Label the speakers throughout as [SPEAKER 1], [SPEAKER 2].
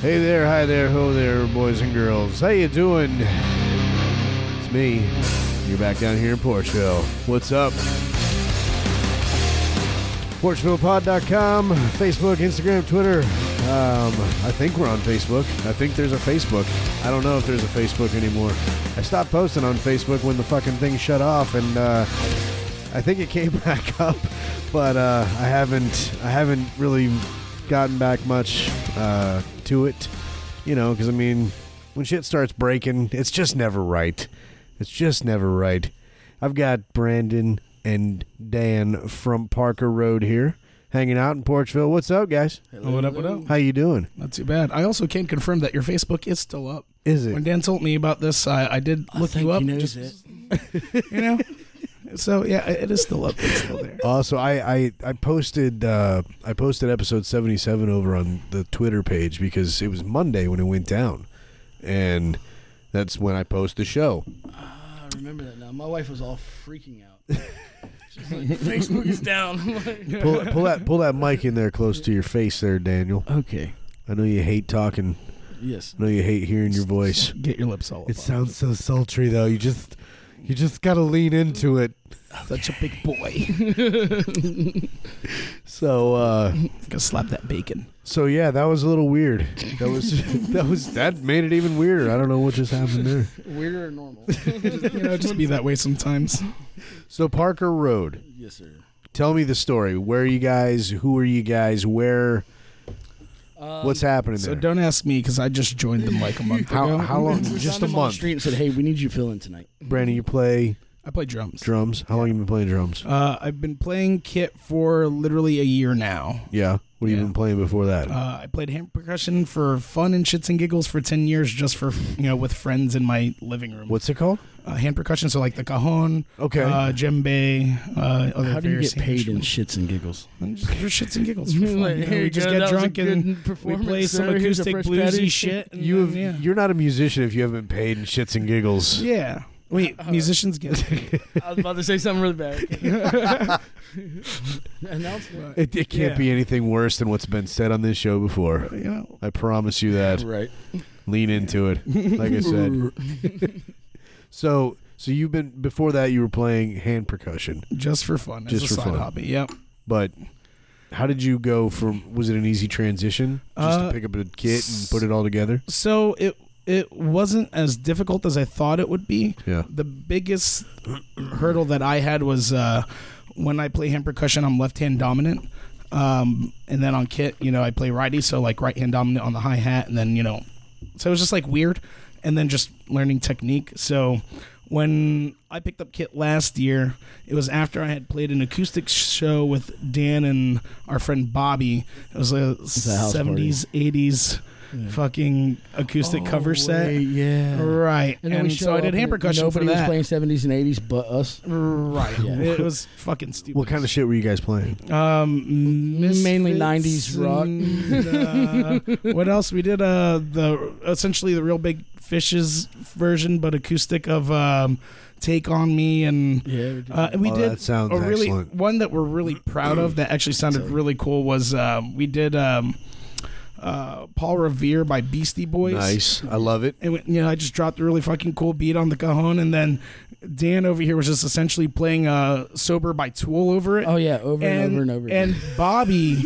[SPEAKER 1] Hey there, hi there, ho there, boys and girls. How you doing? It's me. You're back down here in Porchville. What's up? PorchvillePod.com, Facebook, Instagram, Twitter. Um, I think we're on Facebook. I think there's a Facebook. I don't know if there's a Facebook anymore. I stopped posting on Facebook when the fucking thing shut off, and uh, I think it came back up, but uh, I haven't I haven't really gotten back much uh, to it, you know. Because I mean, when shit starts breaking, it's just never right. It's just never right. I've got Brandon and Dan from Parker Road here, hanging out in Porchville. What's up, guys?
[SPEAKER 2] what up? What up?
[SPEAKER 1] How you doing?
[SPEAKER 2] Not too bad. I also can confirm that your Facebook is still up.
[SPEAKER 1] Is
[SPEAKER 2] When
[SPEAKER 1] it?
[SPEAKER 2] Dan told me about this, I, I did look
[SPEAKER 3] think
[SPEAKER 2] you up.
[SPEAKER 3] he knows
[SPEAKER 2] just- you know. So yeah, it it is still up. It's still there.
[SPEAKER 1] Also, Uh, I I, I posted uh, I posted episode seventy seven over on the Twitter page because it was Monday when it went down, and that's when I post the show.
[SPEAKER 3] Ah, I remember that now. My wife was all freaking out. She's like, Facebook is down. I'm like,
[SPEAKER 1] Pull, pull that pull that mic in there close to your face, there, Daniel.
[SPEAKER 3] okay.
[SPEAKER 1] I know you hate talking.
[SPEAKER 3] Yes.
[SPEAKER 1] I know you hate hearing your voice.
[SPEAKER 2] Get your lips all. up
[SPEAKER 4] It
[SPEAKER 2] on
[SPEAKER 4] sounds so sultry though. You just you just gotta lean into it.
[SPEAKER 2] Such a big boy.
[SPEAKER 1] So uh,
[SPEAKER 2] Gonna slap that bacon.
[SPEAKER 1] so yeah, that was a little weird. That was that was that made it even weirder. I don't know what just happened there.
[SPEAKER 3] Weirder than normal.
[SPEAKER 2] You know, just be that way sometimes.
[SPEAKER 1] So Parker Road.
[SPEAKER 3] yes, sir.
[SPEAKER 1] Tell me the story. Where are you guys? Who are you guys? Where?
[SPEAKER 3] Um,
[SPEAKER 1] What's happening
[SPEAKER 2] So
[SPEAKER 1] there?
[SPEAKER 2] don't ask me because I just joined them like a month
[SPEAKER 1] How-
[SPEAKER 2] ago.
[SPEAKER 1] how long-
[SPEAKER 3] we
[SPEAKER 1] just
[SPEAKER 3] found
[SPEAKER 1] a
[SPEAKER 3] him on
[SPEAKER 1] month.
[SPEAKER 3] The street and said, "Hey, we need you fill in tonight."
[SPEAKER 1] Brandon, you play
[SPEAKER 2] I play drums.
[SPEAKER 1] drums. How long you been playing drums?
[SPEAKER 2] Uh, I've been playing kit for literally a year now.
[SPEAKER 1] Yeah. What have you
[SPEAKER 2] Yeah.
[SPEAKER 1] been playing before that?
[SPEAKER 2] Uh, I played hand percussion for fun and shits and giggles for ten years, just for you know, with friends in my living room.
[SPEAKER 1] What's it called?
[SPEAKER 2] uh, hand percussion, so like the cajon,
[SPEAKER 1] Okay.
[SPEAKER 2] uh, djembe, uh, other
[SPEAKER 3] How do you
[SPEAKER 2] various
[SPEAKER 3] get paid
[SPEAKER 2] hand
[SPEAKER 3] in shits and giggles?
[SPEAKER 2] instruments. Just your shits and giggles. For fun, you know, we just get drunk and we play some acoustic bluesy shit. And
[SPEAKER 1] You have,
[SPEAKER 2] then, yeah.
[SPEAKER 1] You're not a musician if you haven't been paid in shits and giggles.
[SPEAKER 2] yeah. Wait, musicians get
[SPEAKER 3] I was about to say something really bad. Announcement.
[SPEAKER 1] It, it can't
[SPEAKER 2] Yeah.
[SPEAKER 1] be anything worse than what's been said on this show before.
[SPEAKER 2] you know.
[SPEAKER 1] I promise you that.
[SPEAKER 3] Right.
[SPEAKER 1] Lean into it, like I said. So, so you've been before that. You were playing hand percussion,
[SPEAKER 2] Just for fun,
[SPEAKER 1] Just
[SPEAKER 2] as a
[SPEAKER 1] for
[SPEAKER 2] side
[SPEAKER 1] fun.
[SPEAKER 2] hobby. Yep.
[SPEAKER 1] but how did you go from? Was it an easy transition just
[SPEAKER 2] Uh,
[SPEAKER 1] to pick up a kit and put it all together?
[SPEAKER 2] So it it wasn't as difficult as I thought it would be.
[SPEAKER 1] Yeah.
[SPEAKER 2] the biggest hurdle that I had was uh, when I play hand percussion, I'm left hand dominant. Um, and then on kit, you know, I play righty, so like right hand dominant on the hi hat, and then you know, so it was just like weird, and then just learning technique. So when I picked up kit last year, it was after I had played an acoustic show with Dan and our friend Bobby. It was a
[SPEAKER 3] a house party.
[SPEAKER 2] seventies, eighties, fucking acoustic cover set,
[SPEAKER 3] Yeah.
[SPEAKER 2] right? And,
[SPEAKER 3] then we show
[SPEAKER 2] so I
[SPEAKER 3] up
[SPEAKER 2] did
[SPEAKER 3] and
[SPEAKER 2] hand
[SPEAKER 3] it-
[SPEAKER 2] percussion for
[SPEAKER 3] nobody
[SPEAKER 2] that.
[SPEAKER 3] was playing 70s and 80s but us.
[SPEAKER 2] Right.
[SPEAKER 3] Yeah.
[SPEAKER 2] It was fucking stupid.
[SPEAKER 1] What kind of shit were you guys playing?
[SPEAKER 2] Um, Misfits
[SPEAKER 3] Mainly 90s rock.
[SPEAKER 2] and, uh, what else? We did uh the essentially the real big fishes version, but acoustic of um, "Take on Me" and
[SPEAKER 3] Yeah. we did.
[SPEAKER 2] uh, and we
[SPEAKER 1] Oh,
[SPEAKER 2] did
[SPEAKER 1] that sounds
[SPEAKER 2] a really
[SPEAKER 1] excellent.
[SPEAKER 2] one that we're really proud of that actually sounded really cool was um, we did um, uh, Paul Revere by Beastie Boys.
[SPEAKER 1] Nice. I love it.
[SPEAKER 2] And you know, I just dropped a really fucking cool beat on the cajon, and then Dan over here was just essentially playing uh, "Sober" by Tool over it.
[SPEAKER 3] oh yeah, over and, over and over. again.
[SPEAKER 2] And Bobby,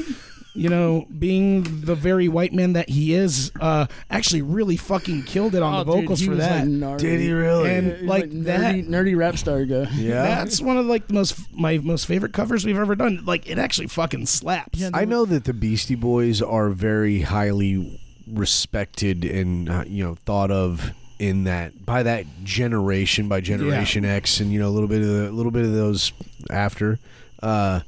[SPEAKER 2] you know, being the very white man that he is, uh, actually really fucking killed it on the
[SPEAKER 3] Oh, dude,
[SPEAKER 2] vocals
[SPEAKER 3] he
[SPEAKER 2] for
[SPEAKER 3] was,
[SPEAKER 2] that.
[SPEAKER 3] Like gnarly.
[SPEAKER 1] really?
[SPEAKER 2] And-
[SPEAKER 3] He's
[SPEAKER 2] like that.
[SPEAKER 3] nerdy, nerdy rap star guy.
[SPEAKER 1] yeah.
[SPEAKER 2] That's one of like the most my most favorite covers we've ever done. Like it actually fucking slaps.
[SPEAKER 3] Yeah,
[SPEAKER 1] I know that the Beastie Boys are very highly respected and uh, you know thought of in that by that generation by generation X and you know a little bit of the, a little bit of those after uh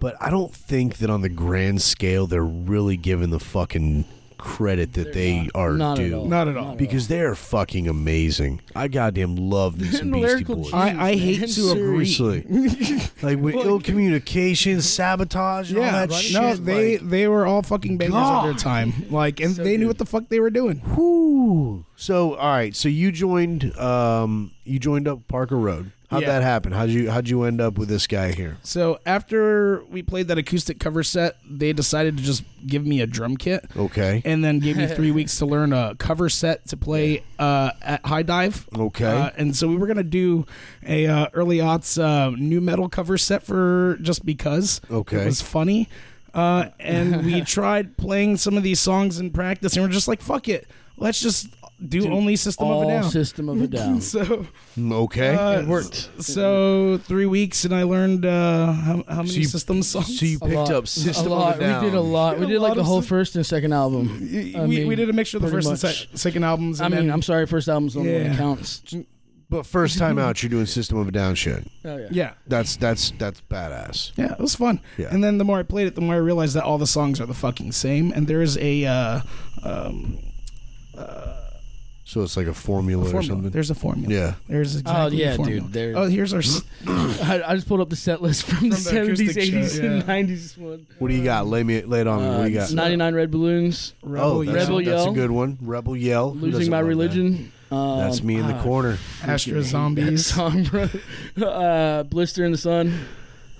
[SPEAKER 1] but I don't think that on the grand scale they're really given the fucking credit that they are
[SPEAKER 3] Not at
[SPEAKER 1] due
[SPEAKER 3] all.
[SPEAKER 2] Not at all.
[SPEAKER 1] because they're fucking amazing. I goddamn love these
[SPEAKER 3] And
[SPEAKER 1] Beastie
[SPEAKER 3] lyrical
[SPEAKER 1] Boys.
[SPEAKER 3] genius.
[SPEAKER 2] I, I hate
[SPEAKER 3] Jesus,
[SPEAKER 2] to agree.
[SPEAKER 1] Seriously, like with ill communication, sabotage, and all
[SPEAKER 2] Yeah,
[SPEAKER 1] that
[SPEAKER 2] no,
[SPEAKER 1] shit.
[SPEAKER 2] they
[SPEAKER 1] like-
[SPEAKER 2] they were all fucking bangers at their
[SPEAKER 1] God.
[SPEAKER 2] time. Like, and they knew what the fuck they were doing.
[SPEAKER 1] Ooh. So all right. So you joined. Um, you joined up Parker Road. How'd
[SPEAKER 2] Yeah.
[SPEAKER 1] that happen? How'd you How'd you end up with this guy here?
[SPEAKER 2] So after we played that acoustic cover set, they decided to just give me a drum kit.
[SPEAKER 1] Okay.
[SPEAKER 2] and then gave me three weeks to learn a cover set to play uh, at High Dive.
[SPEAKER 1] Okay.
[SPEAKER 2] Uh, and so we were gonna do a uh, early aughts uh, new metal cover set for just because.
[SPEAKER 1] Okay.
[SPEAKER 2] It was funny, uh, and we tried playing some of these songs in practice, and we're just like, "Fuck it, let's just do, only System of a
[SPEAKER 3] All
[SPEAKER 2] Down."
[SPEAKER 3] system of a down.
[SPEAKER 2] so,
[SPEAKER 1] Mm, okay.
[SPEAKER 2] uh,
[SPEAKER 3] It worked.
[SPEAKER 2] so three weeks, and I learned uh, how, how many
[SPEAKER 1] you-
[SPEAKER 2] system songs.
[SPEAKER 1] so you
[SPEAKER 3] A
[SPEAKER 1] picked
[SPEAKER 3] lot.
[SPEAKER 1] up System
[SPEAKER 3] a lot.
[SPEAKER 1] of a Down.
[SPEAKER 3] We did a lot. We
[SPEAKER 2] Did a
[SPEAKER 3] did like
[SPEAKER 2] lot
[SPEAKER 3] the
[SPEAKER 2] of
[SPEAKER 3] whole
[SPEAKER 2] sys-
[SPEAKER 3] first and second album.
[SPEAKER 2] we,
[SPEAKER 3] I mean,
[SPEAKER 2] we did a mixture of the
[SPEAKER 3] pretty
[SPEAKER 2] first and
[SPEAKER 3] much.
[SPEAKER 2] sec- second albums.
[SPEAKER 3] I
[SPEAKER 2] And
[SPEAKER 3] mean,
[SPEAKER 2] then,
[SPEAKER 3] I'm sorry, first album's the only one
[SPEAKER 2] Yeah.
[SPEAKER 3] that counts.
[SPEAKER 1] But first time out, you're doing System of a Down shit.
[SPEAKER 3] Oh, yeah.
[SPEAKER 2] yeah.
[SPEAKER 1] That's that's that's badass.
[SPEAKER 2] Yeah, it was fun.
[SPEAKER 1] Yeah.
[SPEAKER 2] And then the more I played it, the more I realized that all the songs are the fucking same. And there is a uh, um, uh,
[SPEAKER 1] So it's like a formula, or
[SPEAKER 2] formula.
[SPEAKER 1] something.
[SPEAKER 2] There's a formula.
[SPEAKER 1] yeah. Hmm?
[SPEAKER 2] There's exactly
[SPEAKER 3] Oh, yeah,
[SPEAKER 2] a formula.
[SPEAKER 3] dude, there-
[SPEAKER 2] Oh, here's our. s-
[SPEAKER 3] I, I just pulled up the set list from, the
[SPEAKER 2] From the acoustic
[SPEAKER 3] seventies,
[SPEAKER 2] show,
[SPEAKER 3] eighties,
[SPEAKER 2] yeah.
[SPEAKER 3] and nineties one.
[SPEAKER 1] What do you got? Lay me lay it on me. Um, What do you
[SPEAKER 3] Uh,
[SPEAKER 1] got?
[SPEAKER 3] Ninety nine red balloons.
[SPEAKER 1] oh, that's,
[SPEAKER 3] Rebel
[SPEAKER 1] that's a
[SPEAKER 3] Yell.
[SPEAKER 1] good one. Rebel Yell. Who
[SPEAKER 3] Losing
[SPEAKER 1] doesn't
[SPEAKER 3] my
[SPEAKER 1] love that?
[SPEAKER 3] religion. Um,
[SPEAKER 1] That's me in the
[SPEAKER 3] ah,
[SPEAKER 1] corner.
[SPEAKER 2] Astro
[SPEAKER 3] freaking hate
[SPEAKER 2] Zombies.
[SPEAKER 3] That song, bro. Uh, Blister in the sun.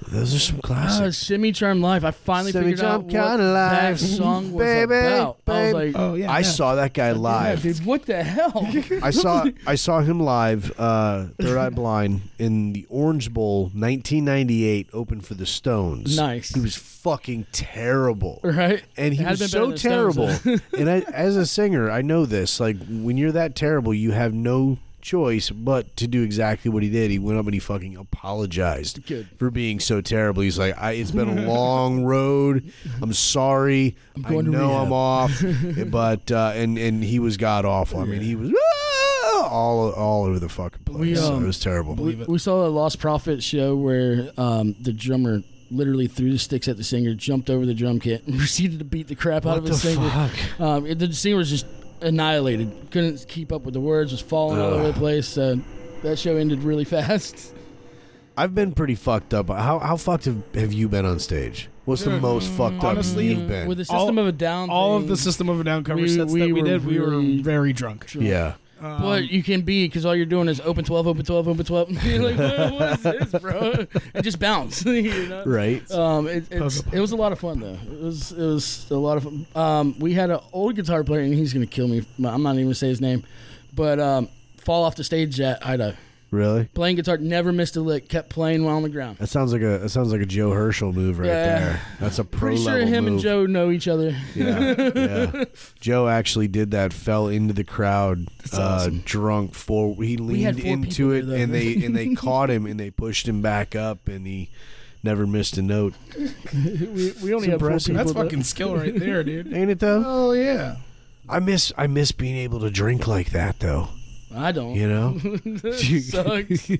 [SPEAKER 1] Those are some
[SPEAKER 3] Uh,
[SPEAKER 1] classics.
[SPEAKER 3] Semi Charm Life. I finally figured
[SPEAKER 1] Semi-charm
[SPEAKER 3] out what
[SPEAKER 1] kinda life,
[SPEAKER 3] that song was
[SPEAKER 1] baby,
[SPEAKER 3] about. I
[SPEAKER 1] baby.
[SPEAKER 3] was like,
[SPEAKER 2] Oh yeah.
[SPEAKER 1] I
[SPEAKER 2] yeah.
[SPEAKER 1] saw that guy
[SPEAKER 3] yeah,
[SPEAKER 1] live.
[SPEAKER 3] dude, what the hell?
[SPEAKER 1] I saw I saw him live, uh, Third Eye Blind, in the Orange Bowl, 1998, open for the Stones.
[SPEAKER 3] Nice.
[SPEAKER 1] He was fucking terrible.
[SPEAKER 3] right?
[SPEAKER 1] and he
[SPEAKER 3] It had
[SPEAKER 1] was
[SPEAKER 3] been
[SPEAKER 1] so
[SPEAKER 3] better than
[SPEAKER 1] terrible.
[SPEAKER 3] Stones,
[SPEAKER 1] and I, as a singer, I know this. Like when you're that terrible, you have no choice but to do exactly what he did. He went up and he fucking apologized
[SPEAKER 3] Good.
[SPEAKER 1] for being so terrible. He's like, I, "It's been a long road. I'm sorry. i
[SPEAKER 3] going to
[SPEAKER 1] know
[SPEAKER 3] rehab."
[SPEAKER 1] I'm off." but uh, and and he was god awful. I mean, he was "Ah!" all all over the fucking place.
[SPEAKER 3] We,
[SPEAKER 1] so it
[SPEAKER 3] um,
[SPEAKER 1] was terrible.
[SPEAKER 3] We, we saw a Lost Prophet show where um, the drummer literally threw the sticks at the singer, jumped over the drum kit, and proceeded to beat the crap out of the singer. Um, it- the singer was just annihilated. Couldn't keep up with the words. Was falling all over the place. So that show ended really fast.
[SPEAKER 1] I've been pretty fucked up. How how fucked have, have you been on stage? What's the most fucked
[SPEAKER 2] honestly,
[SPEAKER 1] up you've been?
[SPEAKER 3] Um, With the
[SPEAKER 2] All-
[SPEAKER 3] system of a down,
[SPEAKER 2] all
[SPEAKER 3] thing,
[SPEAKER 2] of the System of a Down cover
[SPEAKER 3] We-
[SPEAKER 2] sets
[SPEAKER 3] we
[SPEAKER 2] that we
[SPEAKER 3] were
[SPEAKER 2] did. We
[SPEAKER 3] really
[SPEAKER 2] were very drunk. Um,
[SPEAKER 1] yeah.
[SPEAKER 3] But you can be because all you're doing is open twelve, open twelve, open twelve. You're like, what, what is this, bro? And just bounce. you know?
[SPEAKER 1] Right.
[SPEAKER 3] Um, it, it's, it was a lot of fun though. It was it was a lot of fun. Um, we had an old guitar player, and he's gonna kill me. I'm not even gonna say his name, but um, fall off the stage at Idaho.
[SPEAKER 1] Really?
[SPEAKER 3] Playing guitar, never missed a lick. Kept playing while on the ground.
[SPEAKER 1] That sounds like a that sounds like a Joe Herschel move right
[SPEAKER 3] Yeah.
[SPEAKER 1] there. That's a pro
[SPEAKER 3] Pretty sure
[SPEAKER 1] level
[SPEAKER 3] him and
[SPEAKER 1] move.
[SPEAKER 3] Joe know each other.
[SPEAKER 1] Yeah, yeah. Joe actually did that. Fell into the crowd, uh,
[SPEAKER 3] awesome.
[SPEAKER 1] drunk. For he leaned
[SPEAKER 3] had four
[SPEAKER 1] into
[SPEAKER 3] people
[SPEAKER 1] it,
[SPEAKER 3] there, though.
[SPEAKER 1] and they and they caught him, and they pushed him back up, and he never missed a note.
[SPEAKER 3] We, we only
[SPEAKER 1] It's
[SPEAKER 3] had four
[SPEAKER 1] impressive.
[SPEAKER 3] people.
[SPEAKER 2] That's
[SPEAKER 3] but-
[SPEAKER 2] fucking skill right there, dude.
[SPEAKER 1] Ain't it though?
[SPEAKER 2] Oh yeah.
[SPEAKER 1] I miss I miss being able to drink like that though.
[SPEAKER 3] I don't.
[SPEAKER 1] You know,
[SPEAKER 3] sucks.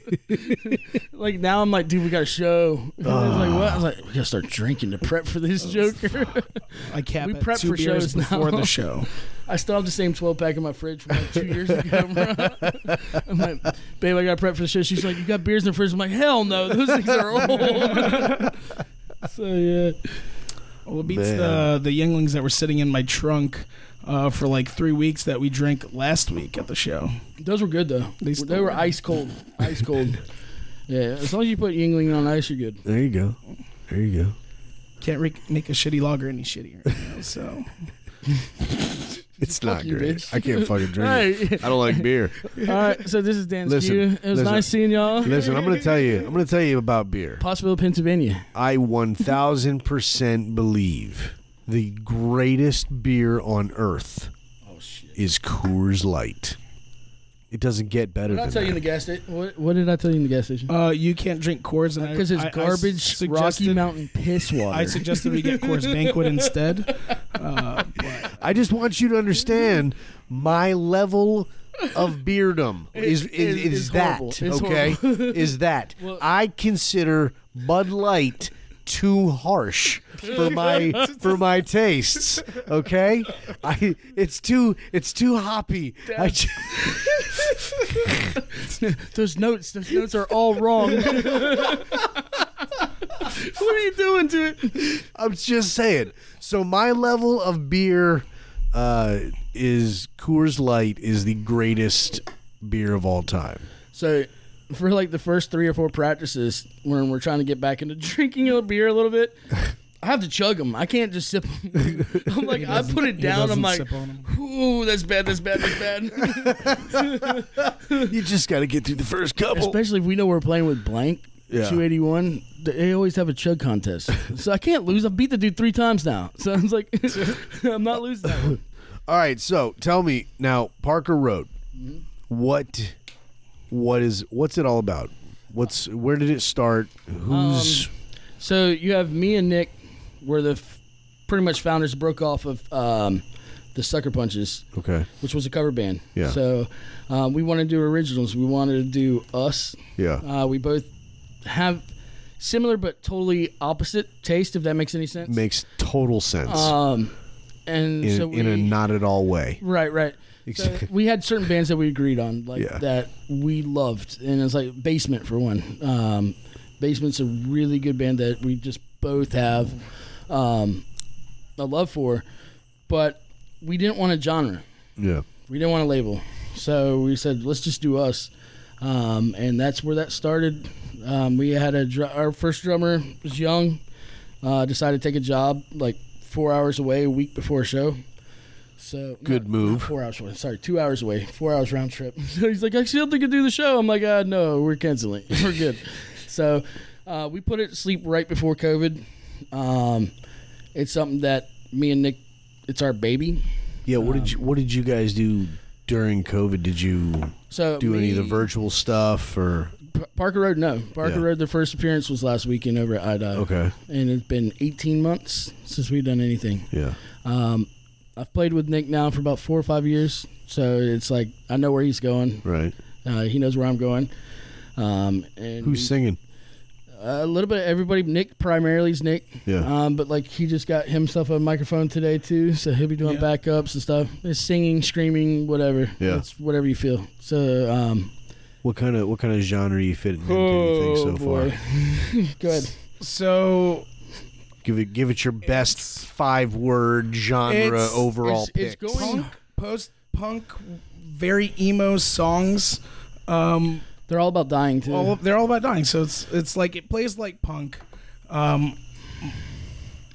[SPEAKER 3] like now, I'm like, dude, we got a show. And
[SPEAKER 1] Uh.
[SPEAKER 3] I was like, what? I was like, we gotta start drinking to prep for this Joker.
[SPEAKER 2] I cap
[SPEAKER 3] We
[SPEAKER 2] at
[SPEAKER 3] prep
[SPEAKER 2] two
[SPEAKER 3] for
[SPEAKER 2] beers
[SPEAKER 3] shows now.
[SPEAKER 2] before the show.
[SPEAKER 3] I still have the same 12 pack in my fridge from like two years ago. bro. I'm like, babe, I got prep for the show. She's like, you got beers in the fridge. I'm like, hell no, those things are old. so yeah,
[SPEAKER 2] Well, it beats
[SPEAKER 1] Man.
[SPEAKER 2] the the younglings that were sitting in my trunk uh, for like three weeks that we drank last week at the show.
[SPEAKER 3] those were good though.
[SPEAKER 2] They
[SPEAKER 3] They,
[SPEAKER 2] still
[SPEAKER 3] were
[SPEAKER 2] were.
[SPEAKER 3] ice cold, ice cold. Yeah, as long as you put Yingling on ice, you're good.
[SPEAKER 1] there you go, there you go.
[SPEAKER 2] Can't re- make a shitty lager any shittier. You know, so
[SPEAKER 1] It's not
[SPEAKER 3] you,
[SPEAKER 1] great.
[SPEAKER 3] bitch.
[SPEAKER 1] I can't fucking drink
[SPEAKER 3] Hey.
[SPEAKER 1] it. I don't like beer.
[SPEAKER 3] All right, so this is Dan
[SPEAKER 1] Listen,
[SPEAKER 3] Skew. It was
[SPEAKER 1] listen.
[SPEAKER 3] nice seeing y'all.
[SPEAKER 1] Listen, I'm gonna tell you. I'm gonna tell you about beer.
[SPEAKER 3] Pottsville, Pennsylvania.
[SPEAKER 1] I 1000% believe the greatest beer on earth
[SPEAKER 3] Oh shit!
[SPEAKER 1] is Coors Light. It doesn't get better
[SPEAKER 3] What did I
[SPEAKER 1] than
[SPEAKER 3] tell you in
[SPEAKER 1] that.
[SPEAKER 3] the gas station? What, what did I tell you in the gas station?
[SPEAKER 2] uh, you can't drink Coors and I-
[SPEAKER 3] Because it's
[SPEAKER 2] I- I
[SPEAKER 3] garbage, Rocky
[SPEAKER 2] suggested-
[SPEAKER 3] Mountain piss water.
[SPEAKER 2] I suggested we get Coors Banquet instead. Uh, but
[SPEAKER 1] I just want you to understand my level of beerdom is is, is,
[SPEAKER 3] is- is
[SPEAKER 1] that
[SPEAKER 3] horrible. It's
[SPEAKER 1] okay? is that
[SPEAKER 3] Well-
[SPEAKER 1] I consider Bud Light too harsh for my for my tastes. Okay, I it's too it's too hoppy. I ju-
[SPEAKER 3] Those notes, those notes are all wrong. what are you doing to it?
[SPEAKER 1] I'm just saying. So my level of beer uh, is Coors Light is the greatest beer of all time.
[SPEAKER 3] So for like the first three or four practices, when we're trying to get back into drinking a beer a little bit, I have to chug them. I can't just sip. 'em. I'm like, I put it
[SPEAKER 2] he
[SPEAKER 3] down. I'm
[SPEAKER 2] doesn't
[SPEAKER 3] like,
[SPEAKER 2] sip on 'em.
[SPEAKER 3] ooh, that's bad. That's bad. That's bad.
[SPEAKER 1] You just got to get through the first couple.
[SPEAKER 3] Especially if we know we're playing with blank.
[SPEAKER 1] Yeah.
[SPEAKER 3] 281. They always have a chug contest, so I can't lose. I beat the dude three times now, so I was like, I'm not losing. That one.
[SPEAKER 1] All right, so tell me now, Parker Road.
[SPEAKER 3] Mm-hmm.
[SPEAKER 1] What, what is what's it all about? What's where did it start? Who's
[SPEAKER 3] Um, So you have me and Nick, we're the f- pretty much founders. Broke off of um, the Sucker Punches.
[SPEAKER 1] okay?
[SPEAKER 3] which was a cover band.
[SPEAKER 1] Yeah.
[SPEAKER 3] So um, we wanted to do originals. We wanted to do us.
[SPEAKER 1] Yeah,
[SPEAKER 3] Uh, we both have similar but totally opposite taste, if that makes any sense.
[SPEAKER 1] makes total sense
[SPEAKER 3] Um, and
[SPEAKER 1] in,
[SPEAKER 3] so we,
[SPEAKER 1] in a not at all way.
[SPEAKER 3] right, right. So
[SPEAKER 1] Except-
[SPEAKER 3] we had certain bands that we agreed on, like
[SPEAKER 1] Yeah.
[SPEAKER 3] that we loved, and it's like Basement for one. Um, Basement's a really good band that we just both have um, a love for, but we didn't want a genre.
[SPEAKER 1] Yeah,
[SPEAKER 3] We didn't want a label, so we said let's just do us, um, and that's where that started. Um, we had a dr- our first drummer was young, uh, decided to take a job like four hours away a week before a show. So
[SPEAKER 1] Good
[SPEAKER 3] not-
[SPEAKER 1] move.
[SPEAKER 3] not four hours away. Sorry, two hours away. Four hours round trip. So he's like, I still think I do the show. I'm like, uh, no, we're canceling. We're good. so uh, we put it to sleep right before COVID. Um, it's something that me and Nick, it's our baby.
[SPEAKER 1] yeah. What did you What did you guys do during COVID? Did you
[SPEAKER 3] So
[SPEAKER 1] do any of the
[SPEAKER 3] me-
[SPEAKER 1] virtual stuff or
[SPEAKER 3] P- Parker Road, no. Parker
[SPEAKER 1] Yeah.
[SPEAKER 3] Road, their first appearance was last weekend over at IDOT. And it's been 18 months since we've done anything.
[SPEAKER 1] Yeah,
[SPEAKER 3] Um, I've played with Nick now for about four or five years. So it's like, I know where he's going.
[SPEAKER 1] right.
[SPEAKER 3] Uh, he knows where I'm going. Um, and
[SPEAKER 1] Who's singing?
[SPEAKER 3] a little bit of everybody. Nick primarily is Nick.
[SPEAKER 1] Yeah.
[SPEAKER 3] Um, but like he just got himself a microphone today too, so he'll be doing
[SPEAKER 2] Yeah.
[SPEAKER 3] backups and stuff. It's singing, screaming, whatever.
[SPEAKER 1] Yeah.
[SPEAKER 3] It's whatever you feel. So um,
[SPEAKER 1] What kind of What kind of genre you fitting into? you think so far?
[SPEAKER 3] oh, Go ahead.
[SPEAKER 2] So
[SPEAKER 1] Give it Give it your best
[SPEAKER 2] It's-
[SPEAKER 1] five word genre
[SPEAKER 2] it's-
[SPEAKER 1] overall
[SPEAKER 3] it's- it's
[SPEAKER 1] picks.
[SPEAKER 3] going-
[SPEAKER 2] punk, post punk, very emo songs. Um,
[SPEAKER 3] They're all about dying too.
[SPEAKER 2] all they're all about dying. So it's it's like it plays like punk. Um,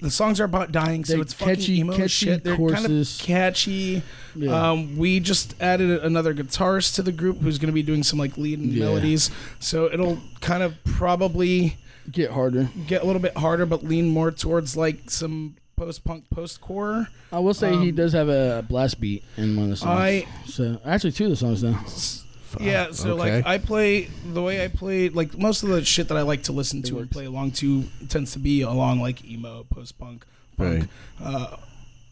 [SPEAKER 2] the songs are about dying, so
[SPEAKER 3] They're
[SPEAKER 2] it's fucking
[SPEAKER 3] catchy-
[SPEAKER 2] emo as
[SPEAKER 3] catchy
[SPEAKER 2] shit. They're kind of
[SPEAKER 3] courses.
[SPEAKER 2] catchy.
[SPEAKER 3] Yeah.
[SPEAKER 2] Um, we just added another guitarist to the group who's going to be doing some like lead and
[SPEAKER 3] Yeah.
[SPEAKER 2] melodies. So it'll kind of probably
[SPEAKER 3] Get harder.
[SPEAKER 2] get a little bit harder, but lean more towards like some post punk, post core.
[SPEAKER 3] I will say he
[SPEAKER 2] Um,
[SPEAKER 3] does have a blast beat in one of the songs.
[SPEAKER 2] I-
[SPEAKER 3] so actually two of the songs now.
[SPEAKER 2] Yeah, so
[SPEAKER 1] okay.
[SPEAKER 2] like I play the way I play like most of the shit that I like to listen to and play along to tends to be along like emo, post punk, punk,
[SPEAKER 1] Right.
[SPEAKER 2] uh,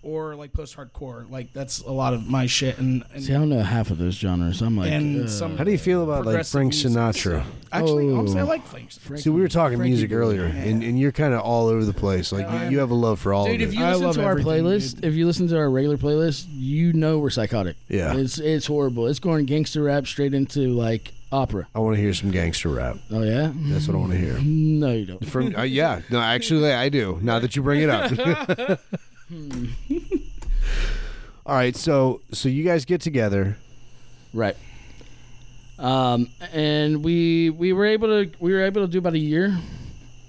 [SPEAKER 2] or like post hardcore. Like that's a lot of my shit, and, and
[SPEAKER 3] See, I don't know half of those genres. I'm like,
[SPEAKER 2] And
[SPEAKER 3] uh,
[SPEAKER 2] some-
[SPEAKER 1] How do you feel about like
[SPEAKER 2] Progressive
[SPEAKER 1] Frank
[SPEAKER 2] music,
[SPEAKER 1] Sinatra?
[SPEAKER 2] actually,
[SPEAKER 3] Oh.
[SPEAKER 2] honestly, I like things.
[SPEAKER 1] See, we were talking
[SPEAKER 3] Frankie
[SPEAKER 1] music
[SPEAKER 3] Boone.
[SPEAKER 1] earlier, and, and you're kind of all over the place. Like you, you have a love for all
[SPEAKER 3] Dude,
[SPEAKER 1] of
[SPEAKER 3] if
[SPEAKER 1] it.
[SPEAKER 3] you
[SPEAKER 2] I
[SPEAKER 3] listen
[SPEAKER 2] love
[SPEAKER 3] to our
[SPEAKER 2] everything,
[SPEAKER 3] playlist,
[SPEAKER 2] dude.
[SPEAKER 3] if you listen to our regular playlist, you know we're psychotic.
[SPEAKER 1] Yeah.
[SPEAKER 3] it's it's horrible. It's going gangster rap straight into like opera.
[SPEAKER 1] I want to hear some gangster rap.
[SPEAKER 3] Oh yeah,
[SPEAKER 1] That's what I want to hear.
[SPEAKER 3] no, you don't.
[SPEAKER 1] From uh, yeah, no, actually I do. Now that you bring it up. All right, so so you guys get together.
[SPEAKER 3] Right. Um, and we we were able to we were able to do about a year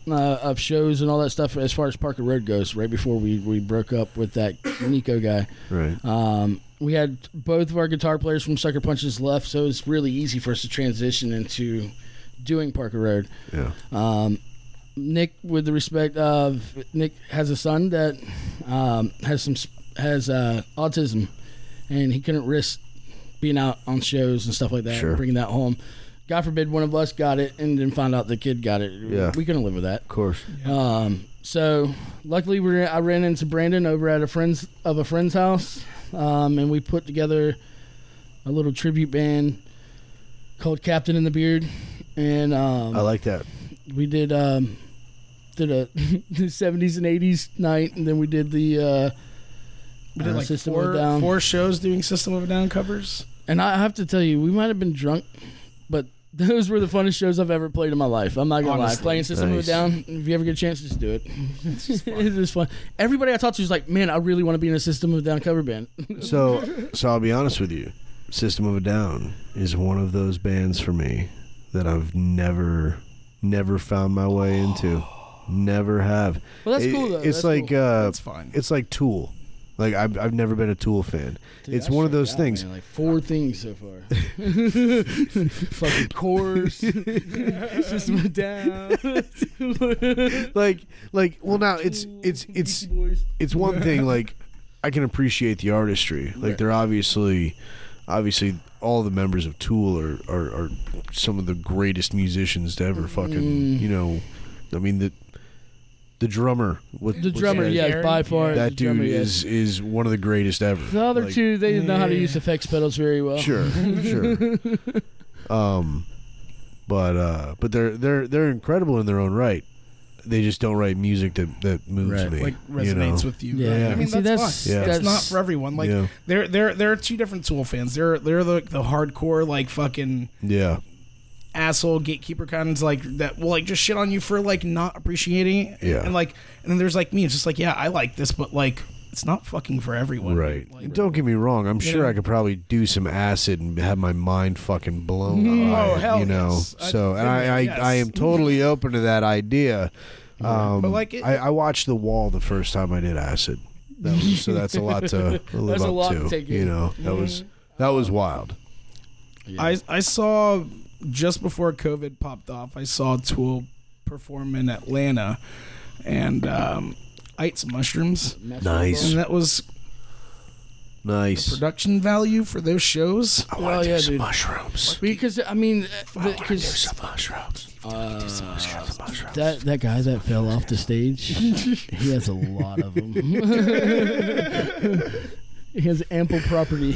[SPEAKER 3] uh, of shows and all that stuff as far as Parker Road goes. Right before we we broke up with that Nico guy,
[SPEAKER 1] Right.
[SPEAKER 3] um, we had both of our guitar players from Sucker Punches left, so it was really easy for us to transition into doing Parker Road.
[SPEAKER 1] Yeah.
[SPEAKER 3] Um, Nick, with the respect of Nick, has a son that um, has some s- has uh, autism, and he couldn't risk being out on shows and stuff like that,
[SPEAKER 1] Sure.
[SPEAKER 3] bringing that home. God forbid one of us got it and then find out the kid got it.
[SPEAKER 1] Yeah.
[SPEAKER 3] we couldn't live with that.
[SPEAKER 1] Of course.
[SPEAKER 3] Um, so luckily, we I ran into Brandon over at a friend's of a friend's house, um, and we put together a little tribute band called Captain in the Beard, and um,
[SPEAKER 1] I like that.
[SPEAKER 3] we did um did a the seventies and eighties night, and then we did the uh,
[SPEAKER 2] We did
[SPEAKER 3] uh,
[SPEAKER 2] like
[SPEAKER 3] System of a
[SPEAKER 2] four
[SPEAKER 3] Down.
[SPEAKER 2] four shows doing System of a Down covers.
[SPEAKER 3] And I have to tell you, we might have been drunk, but Those were the funnest shows I've ever played in my life. I'm not gonna
[SPEAKER 2] Honestly.
[SPEAKER 3] lie. Playing System of a
[SPEAKER 1] Nice.
[SPEAKER 3] Down. If you ever get a chance, just do it. It's just fun. Everybody I talked to was like, "Man, I really want to be in a System of a Down cover band."
[SPEAKER 1] So, so I'll be honest with you. System of a Down is one of those bands for me that I've never, never found my way into. Never have.
[SPEAKER 3] Well, that's
[SPEAKER 1] It-
[SPEAKER 3] cool, though.
[SPEAKER 1] It's
[SPEAKER 3] That's
[SPEAKER 1] like
[SPEAKER 3] cool.
[SPEAKER 1] uh,
[SPEAKER 2] That's fine.
[SPEAKER 1] It's like Tool. Like I've, I've never been a Tool fan.
[SPEAKER 3] Dude,
[SPEAKER 1] it's
[SPEAKER 3] I
[SPEAKER 1] one of
[SPEAKER 3] checked
[SPEAKER 1] those
[SPEAKER 3] out,
[SPEAKER 1] things.
[SPEAKER 3] man, like four things so far. Fucking chorus. System of a Down.
[SPEAKER 1] Like, like well now it's it's it's it's one thing like I can appreciate the artistry. Like
[SPEAKER 3] Right.
[SPEAKER 1] they're obviously obviously all the members of Tool are, are, are some of the greatest musicians to ever fucking
[SPEAKER 3] Mm.
[SPEAKER 1] you know I mean the the drummer what,
[SPEAKER 3] The
[SPEAKER 1] what's
[SPEAKER 3] drummer,
[SPEAKER 1] that?
[SPEAKER 3] yeah,
[SPEAKER 2] Gary?
[SPEAKER 3] by far.
[SPEAKER 1] that
[SPEAKER 3] the
[SPEAKER 1] dude
[SPEAKER 3] drummer, yeah.
[SPEAKER 1] is is one of the greatest ever.
[SPEAKER 3] The other
[SPEAKER 1] Like,
[SPEAKER 3] two, they didn't know how to
[SPEAKER 2] Yeah.
[SPEAKER 3] use effects pedals very well.
[SPEAKER 1] Sure, sure. um, but uh, but they're they're they're incredible in their own right. They just don't write music that that moves
[SPEAKER 4] Right.
[SPEAKER 1] me.
[SPEAKER 2] like
[SPEAKER 1] you
[SPEAKER 2] resonates
[SPEAKER 1] know?
[SPEAKER 2] with you.
[SPEAKER 3] Yeah.
[SPEAKER 2] I mean
[SPEAKER 3] See,
[SPEAKER 2] that's,
[SPEAKER 3] that's-
[SPEAKER 2] fine.
[SPEAKER 1] yeah.
[SPEAKER 2] It's not
[SPEAKER 3] that's-
[SPEAKER 2] for everyone. Like
[SPEAKER 1] Yeah.
[SPEAKER 2] there there there are two different Tool fans. They're they're the, the hardcore like fucking
[SPEAKER 1] Yeah,
[SPEAKER 2] asshole gatekeeper kinds like that will like just shit on you for like not appreciating it.
[SPEAKER 1] Yeah.
[SPEAKER 2] And like and then there's like me, it's just like, yeah, I like this, but like it's not fucking for everyone.
[SPEAKER 1] right.
[SPEAKER 2] Like,
[SPEAKER 1] And don't get me wrong. I'm sure
[SPEAKER 2] know?
[SPEAKER 1] I could probably do some acid and have my mind fucking blown. by
[SPEAKER 2] Oh,
[SPEAKER 1] it,
[SPEAKER 2] hell
[SPEAKER 1] You know.
[SPEAKER 2] yes. I-
[SPEAKER 1] So and I I,
[SPEAKER 2] yes. Mm-hmm.
[SPEAKER 1] I am totally open to that idea. Um,
[SPEAKER 2] But, like, it-
[SPEAKER 1] I, I watched The Wall the first time I did acid. That was, so that's a lot to live
[SPEAKER 3] That's a
[SPEAKER 1] up
[SPEAKER 3] lot
[SPEAKER 1] to.
[SPEAKER 3] to take
[SPEAKER 1] you
[SPEAKER 3] in.
[SPEAKER 1] know, that was
[SPEAKER 2] Mm-hmm.
[SPEAKER 1] that was wild.
[SPEAKER 2] I I saw just before COVID popped off, I saw Tool perform in Atlanta and um I ate some mushrooms.
[SPEAKER 1] Nice.
[SPEAKER 2] And that was
[SPEAKER 1] Nice.
[SPEAKER 2] production value for those shows.
[SPEAKER 1] I
[SPEAKER 3] wanna Oh, do yeah, some dude.
[SPEAKER 1] mushrooms.
[SPEAKER 3] Because I mean, because uh,
[SPEAKER 1] mushrooms.
[SPEAKER 3] that that guy that fell off the stage, he has a lot of them. he has ample property.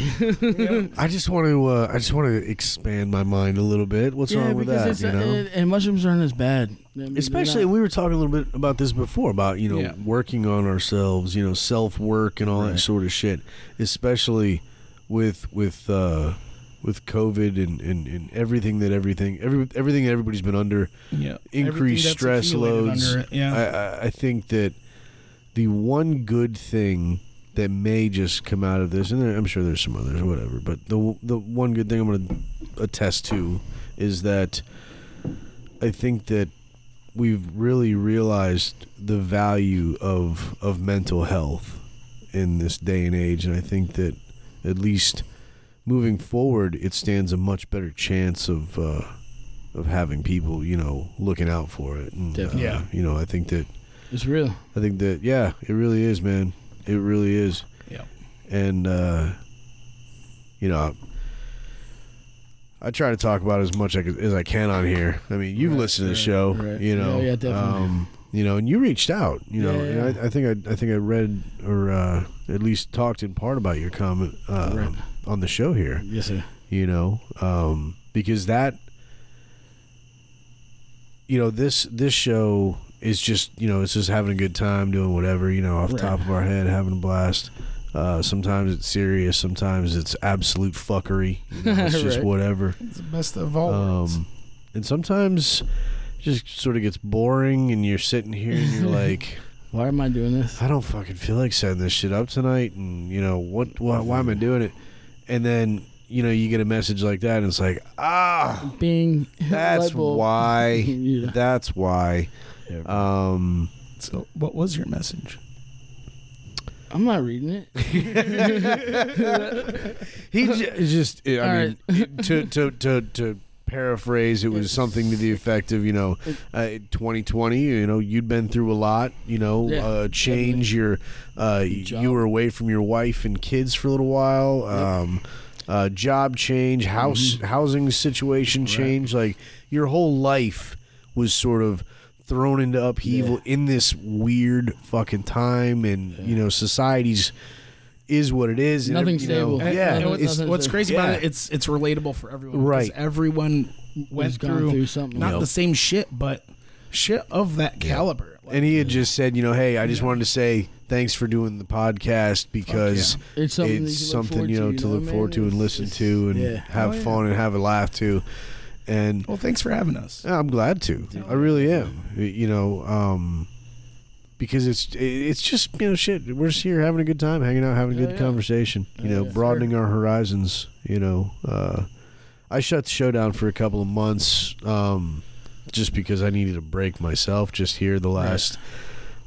[SPEAKER 1] I just want to. Uh, I just want to expand my mind a little bit. What's wrong with that?
[SPEAKER 3] it's uh,
[SPEAKER 1] You know,
[SPEAKER 3] and, and mushrooms aren't as bad. I mean, they're
[SPEAKER 1] especially
[SPEAKER 3] not-
[SPEAKER 1] we were talking a little bit about this before about you know
[SPEAKER 2] Yeah.
[SPEAKER 1] working on ourselves, you know, self work and all that sort of shit. Especially with with uh, with COVID and, and, and everything that everything every everything that everybody's been under.
[SPEAKER 2] Yeah.
[SPEAKER 1] increased
[SPEAKER 2] Everything that's
[SPEAKER 1] stress
[SPEAKER 2] accumulated
[SPEAKER 1] loads.
[SPEAKER 2] under it, yeah.
[SPEAKER 1] I, I, I think that the one good thing that may just come out of this, and there, I'm sure there's some others, whatever, but the the one good thing I'm going to attest to is that I think that we've really realized the value of of mental health in this day and age, and I think that at least moving forward, it stands a much better chance of uh, of having people, you know, looking out for it. And, uh,
[SPEAKER 3] Definitely.
[SPEAKER 2] Yeah.
[SPEAKER 1] you know, I think that
[SPEAKER 3] It's real.
[SPEAKER 1] I think that yeah, it really is, man. It really is,
[SPEAKER 2] Yeah.
[SPEAKER 1] and uh, you know. I try to talk about as much I could- as I can on here. I mean, you've listened to the show,
[SPEAKER 3] right.
[SPEAKER 1] you know.
[SPEAKER 3] Yeah, yeah, definitely.
[SPEAKER 1] Um, you know, and you reached out, you know.
[SPEAKER 3] Yeah, yeah,
[SPEAKER 1] And I, I think I, I think I read or uh, at least talked in part about your comment uh,
[SPEAKER 3] Right.
[SPEAKER 1] on the show here
[SPEAKER 3] Yes, sir.
[SPEAKER 1] you know um, because that you know this this show is just you know it's just having a good time doing whatever you know off the
[SPEAKER 3] Right.
[SPEAKER 1] top of our head having a blast uh, sometimes it's serious sometimes it's absolute fuckery you know, it's just
[SPEAKER 3] Right.
[SPEAKER 1] whatever
[SPEAKER 2] It's the best of all worlds.
[SPEAKER 1] um, and sometimes it just sort of gets boring and you're sitting here and you're like
[SPEAKER 3] Why am I doing this?
[SPEAKER 1] I don't fucking feel like setting this shit up tonight, and you know what? Why, why am I doing it? And then you know you get a message like that, and it's like, ah,
[SPEAKER 3] Bing.
[SPEAKER 1] that's
[SPEAKER 3] light bulb.
[SPEAKER 1] why.
[SPEAKER 3] Yeah.
[SPEAKER 1] That's why. Um,
[SPEAKER 2] So, what was your message?
[SPEAKER 3] I'm not reading it.
[SPEAKER 1] he j- just, I
[SPEAKER 3] All
[SPEAKER 1] mean, to to to to paraphrase, it was something to the effect of, you know, uh, 2020. You know, you'd been through a lot. You know,
[SPEAKER 3] Yeah,
[SPEAKER 1] uh, change your, uh,
[SPEAKER 3] Job.
[SPEAKER 1] you were away from your wife and kids for a little while. Um, uh, job change, house
[SPEAKER 3] Mm-hmm.
[SPEAKER 1] housing situation change, like your whole life was sort of thrown into upheaval in this weird fucking time, and you know society's is what it is. and
[SPEAKER 3] Nothing
[SPEAKER 1] every- you know,
[SPEAKER 3] stable. And-
[SPEAKER 1] yeah,
[SPEAKER 2] And what's,
[SPEAKER 1] it's-
[SPEAKER 3] nothing-
[SPEAKER 2] what's crazy
[SPEAKER 1] Yeah.
[SPEAKER 2] about it, it's it's relatable for everyone. 'cause
[SPEAKER 1] Right.
[SPEAKER 2] Everyone went
[SPEAKER 3] gone
[SPEAKER 2] through,
[SPEAKER 3] through something.
[SPEAKER 2] not
[SPEAKER 1] Yep.
[SPEAKER 2] the same shit, but shit of that caliber. Like,
[SPEAKER 1] and he had just said, you know, hey, I just wanted to say thanks for doing the podcast because
[SPEAKER 3] yeah.
[SPEAKER 1] it's
[SPEAKER 3] It's something
[SPEAKER 1] something,
[SPEAKER 3] that you look
[SPEAKER 1] you know to
[SPEAKER 3] forward to, you know
[SPEAKER 1] look
[SPEAKER 3] what I
[SPEAKER 1] forward
[SPEAKER 3] mean?
[SPEAKER 1] to and
[SPEAKER 3] It's-
[SPEAKER 1] listen
[SPEAKER 3] it's-
[SPEAKER 1] to and
[SPEAKER 3] yeah.
[SPEAKER 1] have
[SPEAKER 2] Oh, yeah.
[SPEAKER 1] fun and have a laugh to. and
[SPEAKER 2] Well, thanks for having us.
[SPEAKER 1] Yeah, I'm glad to. I really am. You know, um, because it's it's just you know shit. We're just here having a good time, hanging out, having a
[SPEAKER 3] Yeah,
[SPEAKER 1] good
[SPEAKER 3] yeah.
[SPEAKER 1] conversation. You
[SPEAKER 3] Yeah,
[SPEAKER 1] know,
[SPEAKER 3] yeah,
[SPEAKER 1] broadening our horizons. You know, uh, I shut the show down for a couple of months, um, just because I needed a break myself. Just here, the last.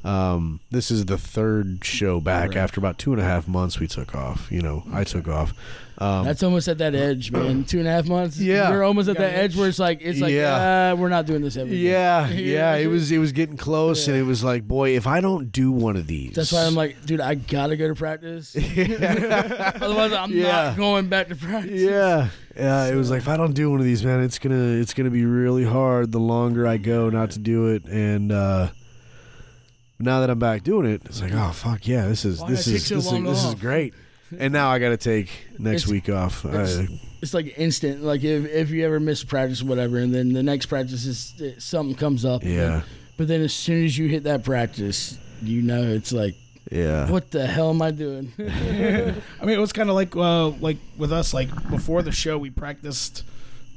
[SPEAKER 1] Um, this is the third show back
[SPEAKER 3] Right.
[SPEAKER 1] after about two and a half months we took off. You know, I took off. Um,
[SPEAKER 3] That's almost at that edge, man. Two and a half months.
[SPEAKER 1] Yeah.
[SPEAKER 3] you're almost at
[SPEAKER 2] Got
[SPEAKER 3] that
[SPEAKER 2] an
[SPEAKER 3] edge where it's like it's like
[SPEAKER 1] Yeah.
[SPEAKER 3] uh, we're not doing this every day.
[SPEAKER 1] Yeah,
[SPEAKER 3] You
[SPEAKER 1] yeah,
[SPEAKER 3] know?
[SPEAKER 1] it was it was getting close, and
[SPEAKER 3] Yeah.
[SPEAKER 1] it was like, boy, if I don't do one of these,
[SPEAKER 3] That's why I'm like, dude, I gotta go to practice. Otherwise, I'm
[SPEAKER 1] Yeah.
[SPEAKER 3] not going back to practice.
[SPEAKER 1] yeah, yeah. It was like if I don't do one of these, man, it's gonna it's gonna be really hard. The longer I go not to do it, and uh now that I'm back doing it, it's like, oh fuck yeah, this is
[SPEAKER 3] Why
[SPEAKER 1] this
[SPEAKER 3] did I
[SPEAKER 1] is
[SPEAKER 3] take so
[SPEAKER 1] this, is
[SPEAKER 3] long
[SPEAKER 1] this is
[SPEAKER 3] off?
[SPEAKER 1] great. And now I got to take next
[SPEAKER 3] It's-
[SPEAKER 1] week off.
[SPEAKER 3] it's-
[SPEAKER 1] I,
[SPEAKER 3] It's like instant. Like if, if you ever miss a practice, or whatever, and then the next practice is it, something comes up.
[SPEAKER 1] yeah,
[SPEAKER 3] But then as soon as you hit that practice, you know it's like,
[SPEAKER 1] yeah.
[SPEAKER 3] what the hell am I doing?
[SPEAKER 2] I mean, it was kind of like uh, like with us, like before the show, we practiced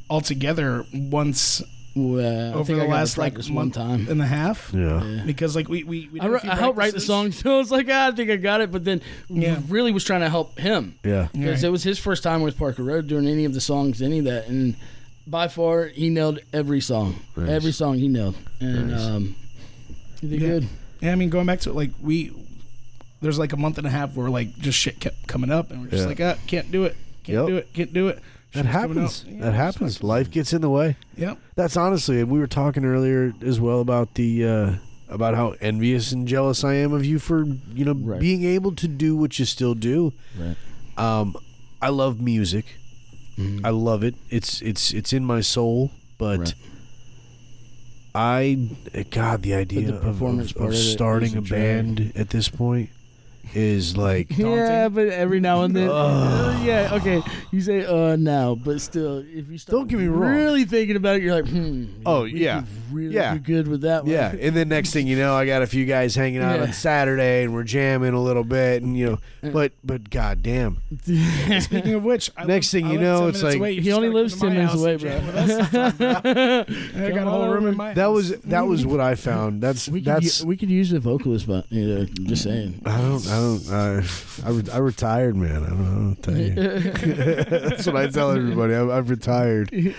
[SPEAKER 2] all together once
[SPEAKER 3] well, uh, I
[SPEAKER 2] over
[SPEAKER 3] think I
[SPEAKER 2] the
[SPEAKER 3] got to
[SPEAKER 2] last like
[SPEAKER 3] practice
[SPEAKER 2] month
[SPEAKER 3] one time.
[SPEAKER 2] and a half.
[SPEAKER 1] Yeah.
[SPEAKER 2] Because like we we, we
[SPEAKER 3] I,
[SPEAKER 2] did a
[SPEAKER 3] wrote,
[SPEAKER 2] few
[SPEAKER 3] I helped write the
[SPEAKER 2] practices.
[SPEAKER 3] song, so I was like, ah, I think I got it. But then
[SPEAKER 2] Yeah.
[SPEAKER 3] really was trying to help him.
[SPEAKER 1] Yeah,
[SPEAKER 3] because
[SPEAKER 2] Right.
[SPEAKER 3] it was his first time with Parker Road doing any of the songs, any of that, and by far he nailed every song,
[SPEAKER 1] Nice.
[SPEAKER 3] every song he nailed, and
[SPEAKER 1] Nice.
[SPEAKER 3] um, he did
[SPEAKER 2] Yeah.
[SPEAKER 3] good.
[SPEAKER 2] Yeah, I mean, going back to it, like we, there's like a month and a half where like just shit kept coming up, and we're just
[SPEAKER 1] Yeah.
[SPEAKER 2] like, ah, can't do it, can't
[SPEAKER 1] Yep.
[SPEAKER 2] do it, can't do it.
[SPEAKER 1] that
[SPEAKER 2] Shit's coming
[SPEAKER 1] happens.
[SPEAKER 2] up. Yeah,
[SPEAKER 1] that
[SPEAKER 2] it's
[SPEAKER 1] happens.
[SPEAKER 2] fucking-
[SPEAKER 1] Life gets in the way.
[SPEAKER 2] Yep.
[SPEAKER 1] That's honestly, and we were talking earlier as well about the uh, about how envious and jealous I am of you for you know
[SPEAKER 3] Right.
[SPEAKER 1] being able to do what you still do.
[SPEAKER 3] Right.
[SPEAKER 1] Um, I love music. I love it. It's it's it's in my soul, but.
[SPEAKER 3] Mm-hmm. Right.
[SPEAKER 1] I eh, God, the idea of-
[SPEAKER 3] performance
[SPEAKER 1] of,
[SPEAKER 3] part
[SPEAKER 1] of,
[SPEAKER 3] of it is
[SPEAKER 1] starting
[SPEAKER 3] a
[SPEAKER 1] a
[SPEAKER 3] drag.
[SPEAKER 1] band at this point is like
[SPEAKER 3] Yeah,
[SPEAKER 2] Daunting.
[SPEAKER 3] but every now and then, yeah, okay, you say uh now, but still, if you start
[SPEAKER 1] Don't get me wrong.
[SPEAKER 3] really thinking about it, you're like, hmm,
[SPEAKER 1] Oh,
[SPEAKER 3] we
[SPEAKER 1] yeah.
[SPEAKER 3] could really
[SPEAKER 1] Yeah.
[SPEAKER 3] do good with that one,
[SPEAKER 1] Yeah, and then next thing you know, I got a few guys hanging out
[SPEAKER 3] Yeah.
[SPEAKER 1] on Saturday, and we're jamming a little bit, and you know, but but goddamn,
[SPEAKER 2] Speaking of which, I
[SPEAKER 1] Next
[SPEAKER 2] live-
[SPEAKER 1] thing
[SPEAKER 2] I
[SPEAKER 1] you
[SPEAKER 2] live
[SPEAKER 1] know,
[SPEAKER 2] 10
[SPEAKER 1] it's
[SPEAKER 2] minutes
[SPEAKER 1] like-
[SPEAKER 2] away. You
[SPEAKER 3] He only lives
[SPEAKER 2] should come to
[SPEAKER 3] 10
[SPEAKER 2] my
[SPEAKER 3] minutes
[SPEAKER 2] house
[SPEAKER 3] away,
[SPEAKER 2] and
[SPEAKER 3] bro.
[SPEAKER 2] jam with us sometime, bro. I got a whole room in my
[SPEAKER 1] that
[SPEAKER 2] house.
[SPEAKER 1] was that was what I found. That's
[SPEAKER 3] we could
[SPEAKER 1] that's
[SPEAKER 3] u- we could use the vocalist, but you know, just saying.
[SPEAKER 1] I don't I don't I I, re- I retired, man. I don't know. What to tell you. that's what I tell everybody. I'm, I'm retired.
[SPEAKER 3] I'm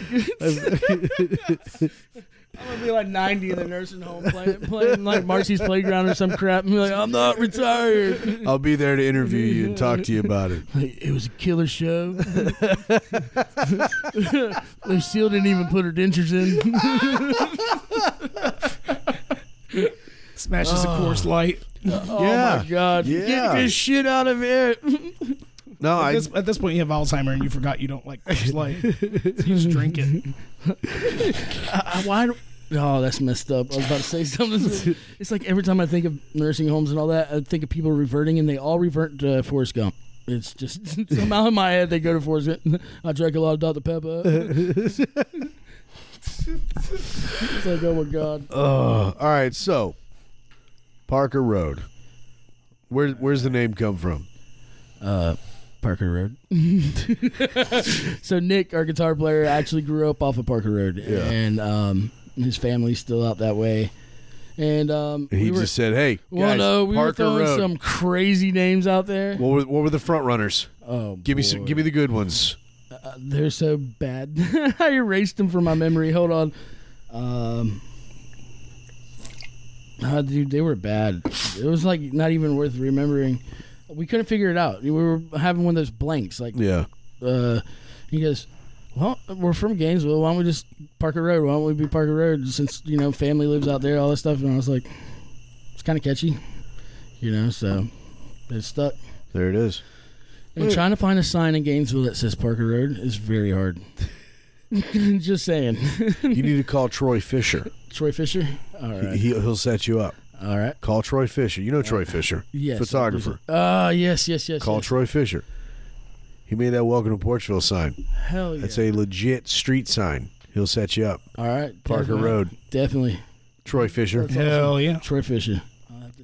[SPEAKER 3] gonna be like 90 in the nursing home playing, playing like Marcy's playground or some crap. I'm like, I'm not retired.
[SPEAKER 1] I'll be there to interview you and talk to you about it.
[SPEAKER 3] Like, it was a killer show. Lucille didn't even put her dentures in.
[SPEAKER 2] smashes
[SPEAKER 1] Ah.
[SPEAKER 2] a course light.
[SPEAKER 3] Oh
[SPEAKER 1] Yeah.
[SPEAKER 3] my god!
[SPEAKER 1] Yeah.
[SPEAKER 3] Get this shit out of here.
[SPEAKER 1] No,
[SPEAKER 2] At
[SPEAKER 1] I
[SPEAKER 2] this, at this point, you have Alzheimer and you forgot you don't like Coors Light. So you just drink it.
[SPEAKER 3] I, I, why? do- Oh, that's messed up. I was about to say something. It's like every time I think of nursing homes and all that, I think of people reverting, and they all revert to Forrest Gump. It's just somehow in my head they go to Forrest Gump. I drank a lot of Dr Pepper. it's like, oh my god.
[SPEAKER 1] uh, all right. So Parker Road. Where where's the name come from?
[SPEAKER 3] uh, Parker Road. so Nick, our guitar player, actually grew up off of Parker Road,
[SPEAKER 1] Yeah.
[SPEAKER 3] and um, his family's still out that way. And um,
[SPEAKER 1] And he
[SPEAKER 3] we were,
[SPEAKER 1] just said, "Hey,
[SPEAKER 3] well,
[SPEAKER 1] guys,
[SPEAKER 3] no, we
[SPEAKER 1] Parker
[SPEAKER 3] were throwing
[SPEAKER 1] Road."
[SPEAKER 3] some crazy names out there.
[SPEAKER 1] What were, what were the front runners?
[SPEAKER 3] oh,
[SPEAKER 1] Give me some,
[SPEAKER 3] boy.
[SPEAKER 1] give me the good ones.
[SPEAKER 3] Uh, they're so bad. I erased them from my memory. Hold on. Um, ah, dude, they were bad. It was like not even worth remembering. We couldn't figure it out. We were having one of those blanks, like
[SPEAKER 1] Yeah,
[SPEAKER 3] uh, he goes, "Well, we're from Gainesville. Why don't we just Parker Road? Why don't we be Parker Road since you know family lives out there, all that stuff?" And I was like, "It's kind of catchy, you know." So it stuck.
[SPEAKER 1] there it is. Mm.
[SPEAKER 3] And trying to find a sign in Gainesville that says Parker Road is very hard. just saying,
[SPEAKER 1] You need to call Troy Fisher.
[SPEAKER 3] Troy Fisher. All right,
[SPEAKER 1] He, he'll set you up.
[SPEAKER 3] all right.
[SPEAKER 1] Call Troy Fisher. You know Troy Fisher,
[SPEAKER 3] Yes,
[SPEAKER 1] photographer.
[SPEAKER 3] Ah, yes, yes, yes.
[SPEAKER 1] Call
[SPEAKER 3] yes.
[SPEAKER 1] Troy Fisher. He made that Welcome to Porchville sign.
[SPEAKER 3] Hell yeah!
[SPEAKER 1] That's a legit street sign. He'll set you up.
[SPEAKER 3] all right,
[SPEAKER 1] Parker
[SPEAKER 3] definitely.
[SPEAKER 1] Road.
[SPEAKER 3] Definitely,
[SPEAKER 1] Troy Fisher.
[SPEAKER 2] Hell yeah.
[SPEAKER 3] Troy Fisher.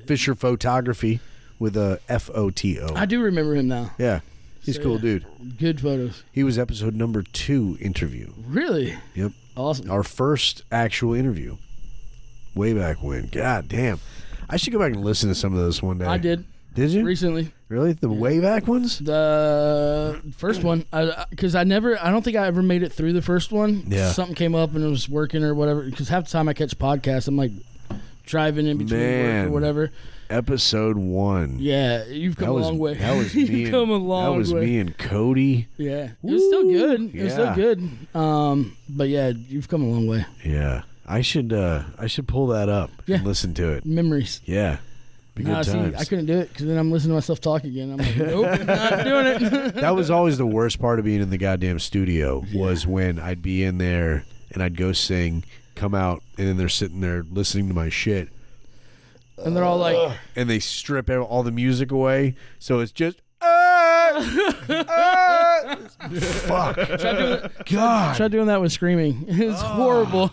[SPEAKER 1] Fisher Photography with a F O T O.
[SPEAKER 3] I do remember him now.
[SPEAKER 1] Yeah, he's a cool, dude.
[SPEAKER 3] Good photos.
[SPEAKER 1] He was episode number two interview.
[SPEAKER 3] Really?
[SPEAKER 1] Yep.
[SPEAKER 3] Awesome.
[SPEAKER 1] Our first actual interview, way back when. God damn, I should go back and listen to some of those one day.
[SPEAKER 3] I did
[SPEAKER 1] Did you
[SPEAKER 3] recently.
[SPEAKER 1] really the way back ones?
[SPEAKER 3] The first one, because I, never, I don't think I ever made it through the first one.
[SPEAKER 1] Yeah.
[SPEAKER 3] something came up and it was working or whatever. Because half the time I catch podcasts, I'm like driving in between work
[SPEAKER 1] Man.
[SPEAKER 3] or whatever.
[SPEAKER 1] Episode one.
[SPEAKER 3] Yeah, you've come
[SPEAKER 1] that
[SPEAKER 3] a
[SPEAKER 1] was
[SPEAKER 3] long way.
[SPEAKER 1] that was
[SPEAKER 3] you've
[SPEAKER 1] me. And,
[SPEAKER 3] come a long
[SPEAKER 1] that was
[SPEAKER 3] way.
[SPEAKER 1] me and Cody.
[SPEAKER 3] Yeah, it was still good. It was
[SPEAKER 1] Yeah.
[SPEAKER 3] still good. Um, but yeah, you've come a long way.
[SPEAKER 1] Yeah, I should uh I should pull that up
[SPEAKER 3] Yeah.
[SPEAKER 1] and listen to it.
[SPEAKER 3] Memories.
[SPEAKER 1] Yeah, be good
[SPEAKER 3] Nah, see,
[SPEAKER 1] times.
[SPEAKER 3] I couldn't do it because then I'm listening to myself talk again. I'm like, nope, not doing it.
[SPEAKER 1] that was always the worst part of being in the goddamn studio was when I'd be in there and I'd go sing, come out, and then they're sitting there listening to my shit,
[SPEAKER 3] and they're all like,
[SPEAKER 1] and they strip ev- all the music away, so it's just. "Ah, ah." Fuck. God. Ah.
[SPEAKER 3] try doing that with screaming. It's horrible.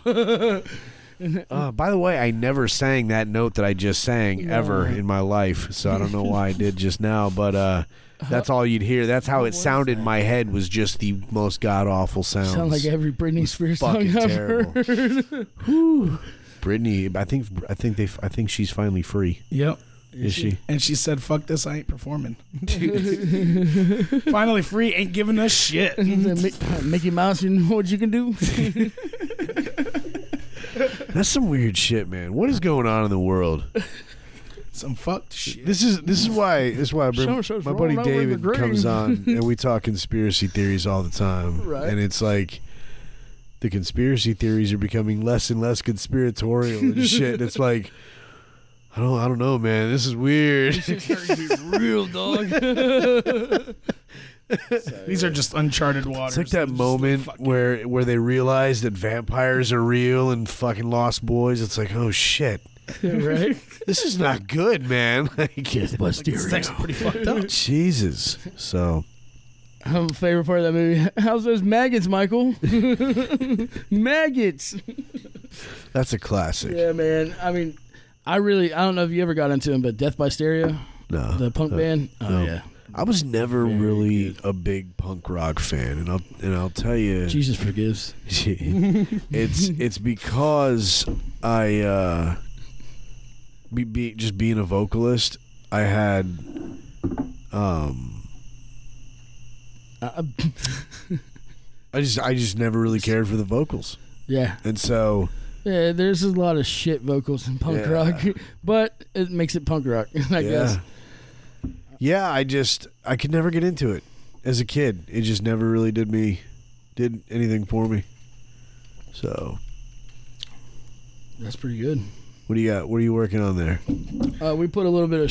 [SPEAKER 1] Uh, by the way, I never sang that note that I just sang ever in my life, so I don't know why I did just now, but uh, that's all you'd hear. That's how it sounded in my head was just the most god awful sounds.
[SPEAKER 3] Sound like every Britney Spears song
[SPEAKER 1] fucking
[SPEAKER 3] I've
[SPEAKER 1] terrible.
[SPEAKER 3] heard.
[SPEAKER 1] Brittany, I think I think they I think she's finally free.
[SPEAKER 2] Yep.
[SPEAKER 1] Is she?
[SPEAKER 2] And she said, "Fuck this, I ain't performing." Finally free, ain't giving us shit.
[SPEAKER 3] Mick- uh, Mickey Mouse, you know what you can do?
[SPEAKER 1] That's some weird shit, man. What is going on in the world?
[SPEAKER 2] Some fucked shit.
[SPEAKER 1] This is this is why this is why I bring,
[SPEAKER 3] Sure, sure,
[SPEAKER 1] my
[SPEAKER 3] roll
[SPEAKER 1] buddy
[SPEAKER 3] over the
[SPEAKER 1] David
[SPEAKER 3] grave.
[SPEAKER 1] comes on and we talk conspiracy theories all the time,
[SPEAKER 3] Right.
[SPEAKER 1] and it's like the conspiracy theories are becoming less and less conspiratorial and shit. And it's like I don't I don't know, man. This is weird.
[SPEAKER 3] Real dog.
[SPEAKER 2] These are just uncharted waters.
[SPEAKER 1] It's like that
[SPEAKER 2] Just
[SPEAKER 1] moment
[SPEAKER 2] fucking-
[SPEAKER 1] where where they realize that vampires are real and fucking Lost Boys. It's like, oh shit,
[SPEAKER 3] right?
[SPEAKER 1] this is not good, man. Like,
[SPEAKER 2] It's actually pretty fucked up.
[SPEAKER 1] Jesus. So
[SPEAKER 3] Um, favorite part of that movie. How's those maggots, Michael? maggots.
[SPEAKER 1] that's a classic.
[SPEAKER 3] Yeah, man. I mean, I really, I don't know if you ever got into him, but Death by Stereo,
[SPEAKER 1] No,
[SPEAKER 3] the punk
[SPEAKER 1] Uh,
[SPEAKER 3] band. Oh,
[SPEAKER 1] no.
[SPEAKER 3] yeah.
[SPEAKER 1] I was never really a big punk rock fan, and I'll and I'll tell you,
[SPEAKER 3] Jesus forgives.
[SPEAKER 1] it's it's because I uh, be, be just being a vocalist, I had um.
[SPEAKER 3] Uh,
[SPEAKER 1] I just I just never really cared for the vocals.
[SPEAKER 3] yeah.
[SPEAKER 1] And so
[SPEAKER 3] Yeah, there's a lot of shit vocals in punk
[SPEAKER 1] Yeah.
[SPEAKER 3] rock, but it makes it punk rock, I
[SPEAKER 1] yeah.
[SPEAKER 3] guess.
[SPEAKER 1] Yeah, I just I could never get into it as a kid. It just never really did me did anything for me. So,
[SPEAKER 3] That's pretty good.
[SPEAKER 1] what do you got? What are you working on there?
[SPEAKER 3] Uh, we put a little bit of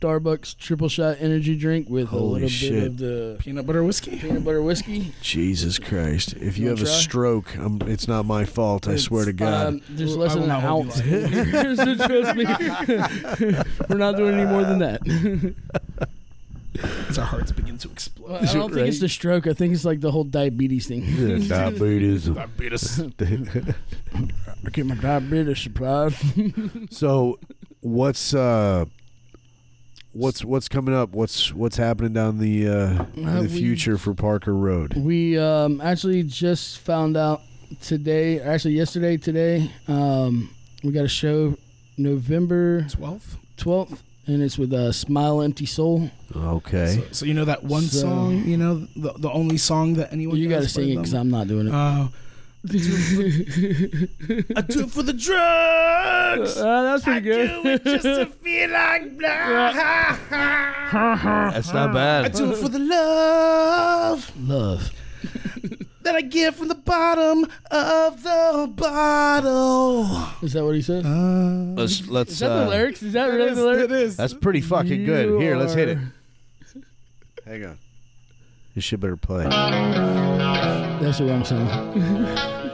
[SPEAKER 3] Starbucks triple shot energy drink with a
[SPEAKER 1] Holy
[SPEAKER 3] little
[SPEAKER 1] shit.
[SPEAKER 3] bit of the
[SPEAKER 2] Peanut butter whiskey.
[SPEAKER 3] peanut butter whiskey.
[SPEAKER 1] Jesus Christ. If you,
[SPEAKER 3] You
[SPEAKER 1] have
[SPEAKER 3] wanna
[SPEAKER 1] a
[SPEAKER 3] try?
[SPEAKER 1] stroke, um it's not my fault, I swear to God.
[SPEAKER 3] Um, there's
[SPEAKER 2] Well,
[SPEAKER 3] less
[SPEAKER 2] I
[SPEAKER 3] than
[SPEAKER 2] will
[SPEAKER 3] an
[SPEAKER 2] not hold
[SPEAKER 3] ounce. so trust me, we're not doing any more than that.
[SPEAKER 2] It's our hearts begin to explode.
[SPEAKER 3] I don't think it's the stroke. I think it's like the whole diabetes thing.
[SPEAKER 1] Yeah, diabetes.
[SPEAKER 2] I beat us.
[SPEAKER 3] I get my diabetes supplies.
[SPEAKER 1] so, what's uh what's what's coming up? What's what's happening down the uh, in
[SPEAKER 3] we-
[SPEAKER 1] the future for Parker Road?
[SPEAKER 3] We um, actually just found out today, actually yesterday, today. Um, we got a show November
[SPEAKER 2] 12th.
[SPEAKER 3] 12th, and it's with uh, Smile Empty Soul.
[SPEAKER 1] Okay.
[SPEAKER 2] So, so you know that one
[SPEAKER 3] So-
[SPEAKER 2] song, you know, the, the only song that anyone
[SPEAKER 3] you got to
[SPEAKER 2] knows by
[SPEAKER 3] sing it because
[SPEAKER 2] them?
[SPEAKER 3] I'm not doing it.
[SPEAKER 2] Uh, I do it for the drugs.
[SPEAKER 3] Uh, that's pretty good.
[SPEAKER 2] Just to feel like blah.
[SPEAKER 1] That's
[SPEAKER 3] Uh-huh.
[SPEAKER 1] not bad.
[SPEAKER 2] I do it for the love
[SPEAKER 3] Love.
[SPEAKER 2] that I get from the bottom of the bottle.
[SPEAKER 3] Is that what he said?
[SPEAKER 2] Uh,
[SPEAKER 1] Let's let's. uh,
[SPEAKER 3] Is that the lyrics? Is that really the lyrics?
[SPEAKER 1] That's pretty fucking
[SPEAKER 3] You
[SPEAKER 1] good. Here, let's hit it.
[SPEAKER 3] are-
[SPEAKER 1] Hang on. This shit better play.
[SPEAKER 3] That's the wrong song.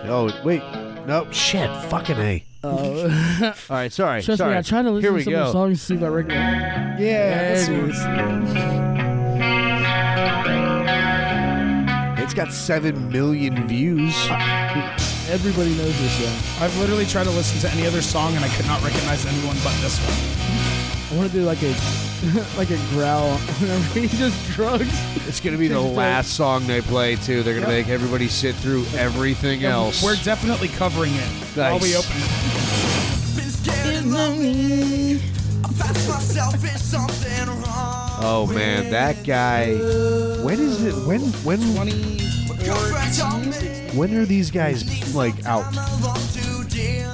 [SPEAKER 1] Oh wait, no shit. Fucking a.
[SPEAKER 3] Uh,
[SPEAKER 1] All right, sorry.
[SPEAKER 3] trust
[SPEAKER 1] sorry.
[SPEAKER 3] me, I try to
[SPEAKER 1] Here
[SPEAKER 3] listen
[SPEAKER 1] we
[SPEAKER 3] to some
[SPEAKER 1] go.
[SPEAKER 3] of the songs to see if I recognize.
[SPEAKER 2] Yeah.
[SPEAKER 3] There it
[SPEAKER 2] that's-
[SPEAKER 3] is.
[SPEAKER 1] It's got seven million views.
[SPEAKER 3] Everybody knows this song.
[SPEAKER 2] I've literally tried to listen to any other song and I could not recognize anyone but this one.
[SPEAKER 3] I want to do like a like a growl whenever he does drugs.
[SPEAKER 1] It's gonna be the
[SPEAKER 3] Just like-
[SPEAKER 1] last song they play too. They're gonna
[SPEAKER 3] Yep.
[SPEAKER 1] make everybody sit through everything else.
[SPEAKER 2] We're definitely covering it. While we
[SPEAKER 1] Nice.
[SPEAKER 2] open it.
[SPEAKER 5] been scared and lonely. I found myself in something wrong.
[SPEAKER 1] oh man, that guy. When is it? When when
[SPEAKER 2] Twenty.
[SPEAKER 5] Girlfriend told me
[SPEAKER 1] when are these guys like out?
[SPEAKER 5] I want to deal.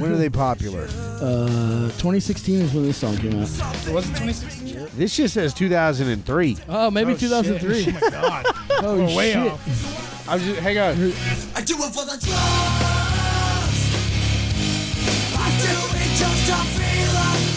[SPEAKER 1] When are they popular?
[SPEAKER 3] Uh, 2016 is when this song came out.
[SPEAKER 2] Was it twenty six?
[SPEAKER 1] This just says 2003.
[SPEAKER 3] Oh, maybe 2003.
[SPEAKER 2] Oh my god.
[SPEAKER 3] Oh,
[SPEAKER 2] We're way
[SPEAKER 3] shit.
[SPEAKER 2] off.
[SPEAKER 1] I was just hang on.
[SPEAKER 5] I do it for the drugs. I do it just to feel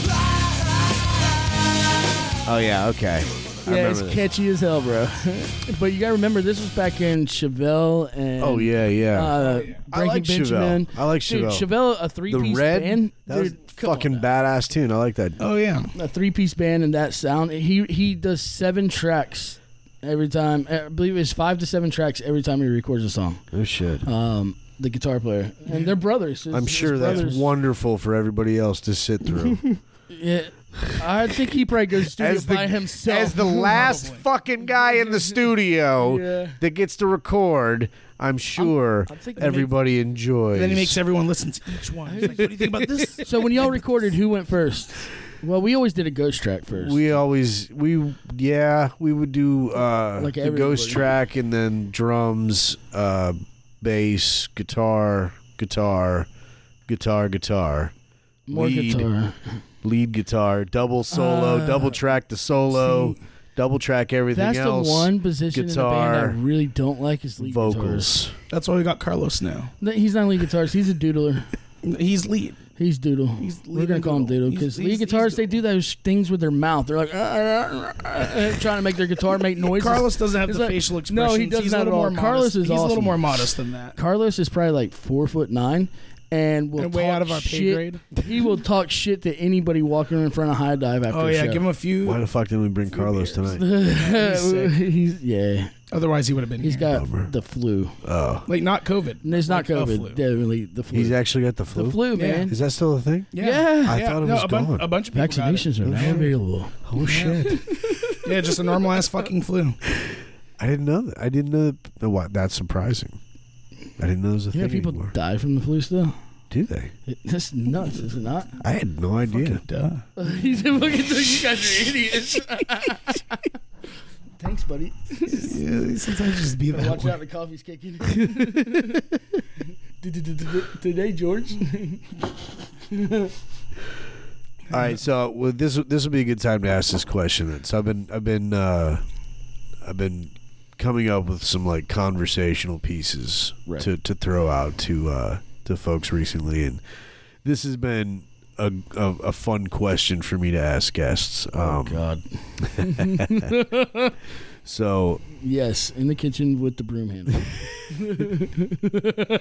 [SPEAKER 5] alive.
[SPEAKER 1] Oh yeah, okay. I
[SPEAKER 3] Yeah,
[SPEAKER 1] remember
[SPEAKER 3] it's
[SPEAKER 1] this.
[SPEAKER 3] catchy as hell, bro. but you gotta remember, this was back in Chevelle and
[SPEAKER 1] Oh yeah, yeah.
[SPEAKER 3] uh, Breaking
[SPEAKER 1] I like
[SPEAKER 3] Benjamin.
[SPEAKER 1] Chevelle. I like
[SPEAKER 3] Dude,
[SPEAKER 1] Chevelle.
[SPEAKER 3] Chevelle, a three
[SPEAKER 1] the
[SPEAKER 3] piece
[SPEAKER 1] red
[SPEAKER 3] band.
[SPEAKER 1] that was
[SPEAKER 3] Dude, come on
[SPEAKER 1] fucking
[SPEAKER 3] now.
[SPEAKER 1] badass tune. I like that.
[SPEAKER 2] Oh yeah.
[SPEAKER 3] a three piece band and that sound. He he does seven tracks every time. I believe it's five to seven tracks every time he records a song.
[SPEAKER 1] Oh shit.
[SPEAKER 3] Um, the guitar player and they're brothers. His-
[SPEAKER 1] I'm
[SPEAKER 3] his
[SPEAKER 1] sure that's
[SPEAKER 3] brothers.
[SPEAKER 1] wonderful for everybody else to sit through.
[SPEAKER 3] Yeah, I think he probably goes to studio by himself
[SPEAKER 1] as the last fucking guy in the studio
[SPEAKER 3] Yeah.
[SPEAKER 1] that gets to record, I'm sure
[SPEAKER 3] I'm thinking
[SPEAKER 1] everybody enjoys.
[SPEAKER 2] Then he makes everyone listen to each one. He's like, what do you think about this?
[SPEAKER 3] so when y'all recorded, who went first? Well, we always did a ghost track first.
[SPEAKER 1] we always we yeah we would do uh
[SPEAKER 3] Like
[SPEAKER 1] the ghost
[SPEAKER 3] everybody.
[SPEAKER 1] track and then drums uh bass guitar guitar guitar guitar
[SPEAKER 3] More
[SPEAKER 1] lead,
[SPEAKER 3] guitar.
[SPEAKER 1] lead guitar double solo
[SPEAKER 3] Uh,
[SPEAKER 1] double track the solo double track everything
[SPEAKER 3] That's
[SPEAKER 1] else
[SPEAKER 3] the one position in the
[SPEAKER 1] guitar,
[SPEAKER 3] band I really don't like is lead guitars.
[SPEAKER 1] vocals
[SPEAKER 2] That's why we got Carlos now.
[SPEAKER 3] No, He's not lead guitarist. He's a doodler.
[SPEAKER 2] He's lead.
[SPEAKER 3] He's doodle.
[SPEAKER 2] He's
[SPEAKER 3] We're gonna
[SPEAKER 2] leading
[SPEAKER 3] call him doodle
[SPEAKER 2] doodle. He's-
[SPEAKER 3] because
[SPEAKER 2] he's-
[SPEAKER 3] lead
[SPEAKER 2] he's
[SPEAKER 3] guitarists they
[SPEAKER 2] doodle.
[SPEAKER 3] do those things with their mouth. They're like "Ah, ah, ah, ah," trying to make their guitar make noises.
[SPEAKER 2] Carlos doesn't have
[SPEAKER 3] It's
[SPEAKER 2] the
[SPEAKER 3] like-
[SPEAKER 2] facial expression.
[SPEAKER 3] No, he doesn't
[SPEAKER 2] He's a
[SPEAKER 3] at
[SPEAKER 2] little
[SPEAKER 3] all.
[SPEAKER 2] more
[SPEAKER 3] Carlos
[SPEAKER 2] modest.
[SPEAKER 3] is
[SPEAKER 2] He's a little
[SPEAKER 3] awesome.
[SPEAKER 2] more modest than that.
[SPEAKER 3] Carlos is probably like four foot nine, and will
[SPEAKER 2] And way
[SPEAKER 3] talk
[SPEAKER 2] out of our pay
[SPEAKER 3] shit.
[SPEAKER 2] grade.
[SPEAKER 3] He will talk shit to anybody walking in front of high dive after.
[SPEAKER 2] Oh
[SPEAKER 3] a
[SPEAKER 2] yeah,
[SPEAKER 3] show.
[SPEAKER 2] give him a few.
[SPEAKER 1] why the fuck didn't we bring carlos tonight
[SPEAKER 2] He's sick.
[SPEAKER 3] he's yeah,
[SPEAKER 2] Otherwise, he would have been.
[SPEAKER 3] he's
[SPEAKER 2] here.
[SPEAKER 3] got the flu.
[SPEAKER 2] like not COVID.
[SPEAKER 3] And it's not
[SPEAKER 2] Like a
[SPEAKER 3] COVID,
[SPEAKER 2] flu.
[SPEAKER 3] definitely the flu.
[SPEAKER 1] He's actually got the flu.
[SPEAKER 3] the flu,
[SPEAKER 2] Yeah.
[SPEAKER 3] man.
[SPEAKER 1] Is that still a thing?
[SPEAKER 3] Yeah.
[SPEAKER 1] I thought it
[SPEAKER 2] no,
[SPEAKER 1] was
[SPEAKER 2] a, bun-
[SPEAKER 1] gone.
[SPEAKER 2] a bunch of people got it.
[SPEAKER 3] Vaccinations are now available.
[SPEAKER 1] Oh shit!
[SPEAKER 2] Yeah, just a normal ass fucking flu.
[SPEAKER 1] I didn't know that. I didn't know that. What? That's surprising. I didn't know there was a
[SPEAKER 3] Yeah,
[SPEAKER 1] thing
[SPEAKER 3] people
[SPEAKER 1] anymore.
[SPEAKER 3] die from the flu still.
[SPEAKER 1] Do they?
[SPEAKER 3] It, that's nuts, is it not?
[SPEAKER 1] I had no idea.
[SPEAKER 2] Duh.
[SPEAKER 3] He's a fucking you guys are idiots. Thanks, buddy.
[SPEAKER 2] Yeah, sometimes just be that
[SPEAKER 3] Watch
[SPEAKER 2] way.
[SPEAKER 3] out, the coffee's kicking. Today, George.
[SPEAKER 1] All right, so well, this this would be a good time to ask this question. Then. So I've been I've been uh, I've been coming up with some like conversational pieces
[SPEAKER 3] Right.
[SPEAKER 1] to to throw out to uh, to folks recently, and this has been a, a a fun question for me to ask guests. Um,
[SPEAKER 3] Oh, God.
[SPEAKER 1] so
[SPEAKER 3] Yes, in the kitchen with the broom handle.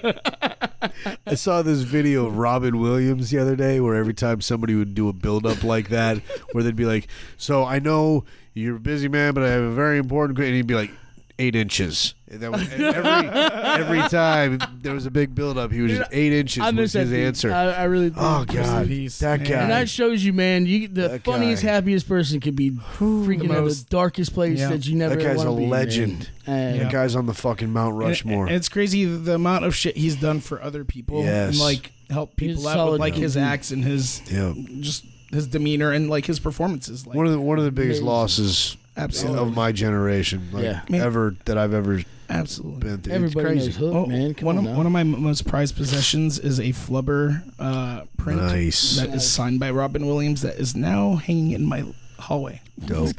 [SPEAKER 1] I saw this video of Robin Williams the other day where every time somebody would do a build up like that, where they'd be like, So I know you're a busy man, but I have a very important question. And he'd be like, Eight inches. And that was, and every, every time there was a big build up, he was just eight inches was his
[SPEAKER 3] dude.
[SPEAKER 1] answer.
[SPEAKER 3] I, I really.
[SPEAKER 1] oh, God.
[SPEAKER 2] peace,
[SPEAKER 1] that
[SPEAKER 2] man.
[SPEAKER 1] guy.
[SPEAKER 3] And that shows you, man. You the
[SPEAKER 1] That
[SPEAKER 3] funniest,
[SPEAKER 1] guy.
[SPEAKER 3] happiest person could be freaking out the
[SPEAKER 2] most-
[SPEAKER 3] darkest place
[SPEAKER 2] Yeah.
[SPEAKER 3] that you never.
[SPEAKER 1] That guy's
[SPEAKER 3] wanna
[SPEAKER 1] a
[SPEAKER 3] be in.
[SPEAKER 1] legend.
[SPEAKER 3] And-
[SPEAKER 1] That guy's on the fucking Mount
[SPEAKER 2] And-
[SPEAKER 1] Rushmore.
[SPEAKER 2] and it's crazy the amount of shit he's done for other people
[SPEAKER 1] Yes.
[SPEAKER 2] and like help
[SPEAKER 3] He's
[SPEAKER 2] people out
[SPEAKER 3] solid
[SPEAKER 2] with like his
[SPEAKER 3] dude.
[SPEAKER 2] acts and his
[SPEAKER 1] yeah.
[SPEAKER 2] just his demeanor and like his performances. Like
[SPEAKER 1] One of the one of the biggest
[SPEAKER 3] Amazing.
[SPEAKER 1] losses
[SPEAKER 2] absolutely,
[SPEAKER 1] of my generation, like
[SPEAKER 3] Yeah.
[SPEAKER 2] Man.
[SPEAKER 1] ever that I've ever
[SPEAKER 2] absolutely.
[SPEAKER 1] been through.
[SPEAKER 3] Everybody
[SPEAKER 1] it's crazy.
[SPEAKER 3] knows Hook,
[SPEAKER 2] Oh,
[SPEAKER 3] man. Come
[SPEAKER 2] one
[SPEAKER 3] on
[SPEAKER 2] of
[SPEAKER 3] now.
[SPEAKER 2] one of my m- most prized possessions is a flubber uh, print that
[SPEAKER 1] Nice.
[SPEAKER 2] is signed by Robin Williams that is now hanging in my hallway.
[SPEAKER 1] Dope.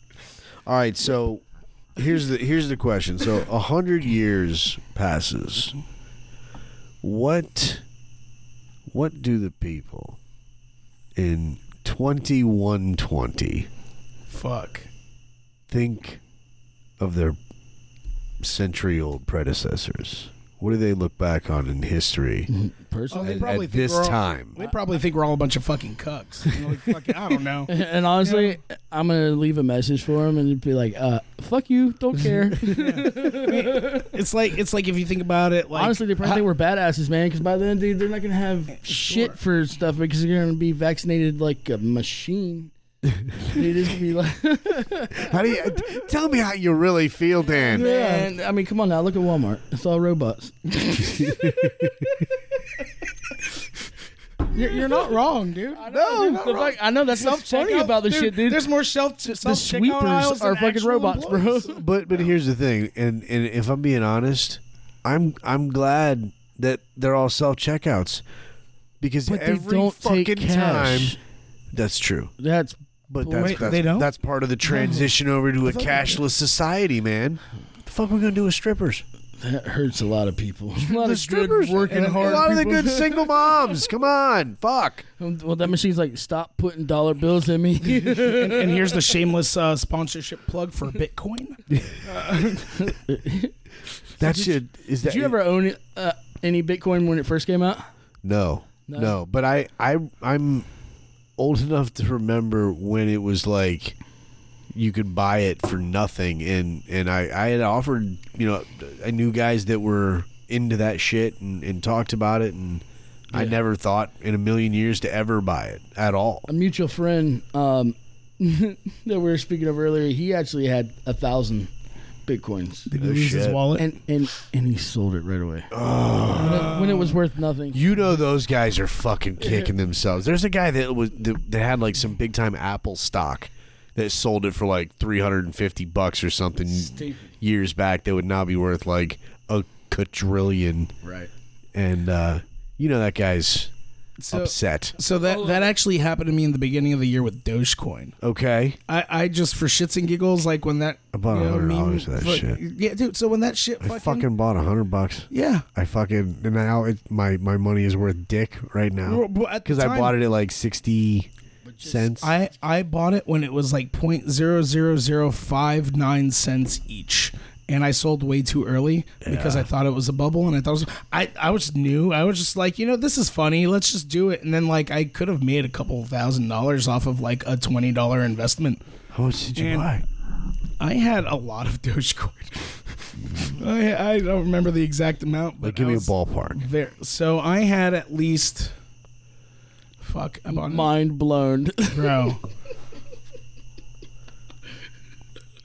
[SPEAKER 1] All right, so here's the here's the question. So a hundred years passes. What what do the people in twenty one twenty
[SPEAKER 2] Fuck.
[SPEAKER 1] think of their century old predecessors? what do they look back on in history
[SPEAKER 3] Personally.
[SPEAKER 2] they
[SPEAKER 1] at,
[SPEAKER 2] probably
[SPEAKER 1] at
[SPEAKER 2] think
[SPEAKER 1] this
[SPEAKER 2] we're all-
[SPEAKER 1] time?
[SPEAKER 2] They probably think we're all a bunch of fucking cucks. You know, like, fucking, I don't know.
[SPEAKER 3] And honestly, I'm gonna leave a message for him and be like, uh, "Fuck you, don't care."
[SPEAKER 2] It's like it's like if you think about it, like
[SPEAKER 3] honestly, they probably think we're badasses, man. Because by then, dude, they're not gonna have shit for stuff because they're gonna be vaccinated like a machine. dude, it's gonna be like,
[SPEAKER 1] How do you, tell me how you really feel, Dan.
[SPEAKER 3] man. I mean, come on now, look at Walmart. It's all robots.
[SPEAKER 2] you're, you're not wrong, dude.
[SPEAKER 3] No, the fuck, I know that's what's funny
[SPEAKER 2] Self-checkout-
[SPEAKER 3] about this
[SPEAKER 2] dude,
[SPEAKER 3] shit, dude.
[SPEAKER 2] There's more self
[SPEAKER 3] the sweepers are fucking robots, bro.
[SPEAKER 1] But but here's the thing, and, and if I'm being honest, I'm I'm glad that they're all self checkouts because
[SPEAKER 3] But they
[SPEAKER 1] every
[SPEAKER 3] don't
[SPEAKER 1] fucking
[SPEAKER 3] take cash.
[SPEAKER 1] time that's true.
[SPEAKER 3] That's
[SPEAKER 1] But
[SPEAKER 3] Wait,
[SPEAKER 1] that's that's,
[SPEAKER 2] they don't?
[SPEAKER 1] that's part of the transition over to a cashless society, man. The fuck we gonna do with strippers?
[SPEAKER 3] that hurts a lot of people. A lot
[SPEAKER 1] The
[SPEAKER 3] of
[SPEAKER 1] strippers
[SPEAKER 3] good working
[SPEAKER 1] and
[SPEAKER 3] hard.
[SPEAKER 1] A lot of the
[SPEAKER 3] people.
[SPEAKER 1] good single moms. Come on, fuck.
[SPEAKER 3] Well, that machine's like, stop putting dollar bills in me.
[SPEAKER 2] and, and here's the shameless uh, sponsorship plug for Bitcoin.
[SPEAKER 1] That shit is that.
[SPEAKER 3] Did you ever own uh, any Bitcoin when it first came out?
[SPEAKER 1] No, no. But I, I, I'm old enough to remember when it was like you could buy it for nothing, and and I, I had offered, you know, I knew guys that were into that shit and, and talked about it, and I never thought in a million years to ever buy it at all.
[SPEAKER 3] A mutual friend um, that we were speaking of earlier, he actually had a thousand Bitcoins.
[SPEAKER 1] No shit.
[SPEAKER 2] wallet.
[SPEAKER 3] And, and and he sold it right away. When, it, when it was worth nothing.
[SPEAKER 1] You know those guys are fucking kicking themselves. There's a guy that was that, that had like some big time Apple stock that sold it for like 350 bucks or something years back that would now be worth like a quadrillion.
[SPEAKER 3] Right.
[SPEAKER 1] And uh, you know that guy's
[SPEAKER 2] so,
[SPEAKER 1] upset.
[SPEAKER 2] so that that actually happened to me in the beginning of the year with Dogecoin.
[SPEAKER 1] Okay.
[SPEAKER 2] I, I just for shits and giggles, like when that
[SPEAKER 1] I bought
[SPEAKER 2] you know,
[SPEAKER 1] $100
[SPEAKER 2] meme-
[SPEAKER 1] of that
[SPEAKER 2] fuck-
[SPEAKER 1] shit.
[SPEAKER 2] Yeah, dude. So when that shit
[SPEAKER 1] I
[SPEAKER 2] fucking,
[SPEAKER 1] fucking bought a hundred bucks.
[SPEAKER 2] yeah,
[SPEAKER 1] I fucking and now it, my my money is worth dick right now
[SPEAKER 2] Well, but at the
[SPEAKER 1] because I
[SPEAKER 2] time-
[SPEAKER 1] bought it at like sixty cents.
[SPEAKER 2] I I bought it when it was like point zero zero zero five nine cents each. And I sold way too early because I thought it was a bubble, and I thought it was, I I was new. I was just like, you know, this is funny. Let's just do it. And then like I could have made a couple thousand dollars off of like a twenty dollar investment.
[SPEAKER 1] How much did you
[SPEAKER 2] And-
[SPEAKER 1] buy?
[SPEAKER 2] I had a lot of Dogecoin. I I don't remember the exact amount, but
[SPEAKER 1] Like, give
[SPEAKER 2] I
[SPEAKER 1] me a
[SPEAKER 2] was
[SPEAKER 1] ballpark.
[SPEAKER 2] There, so I had at least. Fuck, I bought an
[SPEAKER 3] Mind blown.
[SPEAKER 2] bro.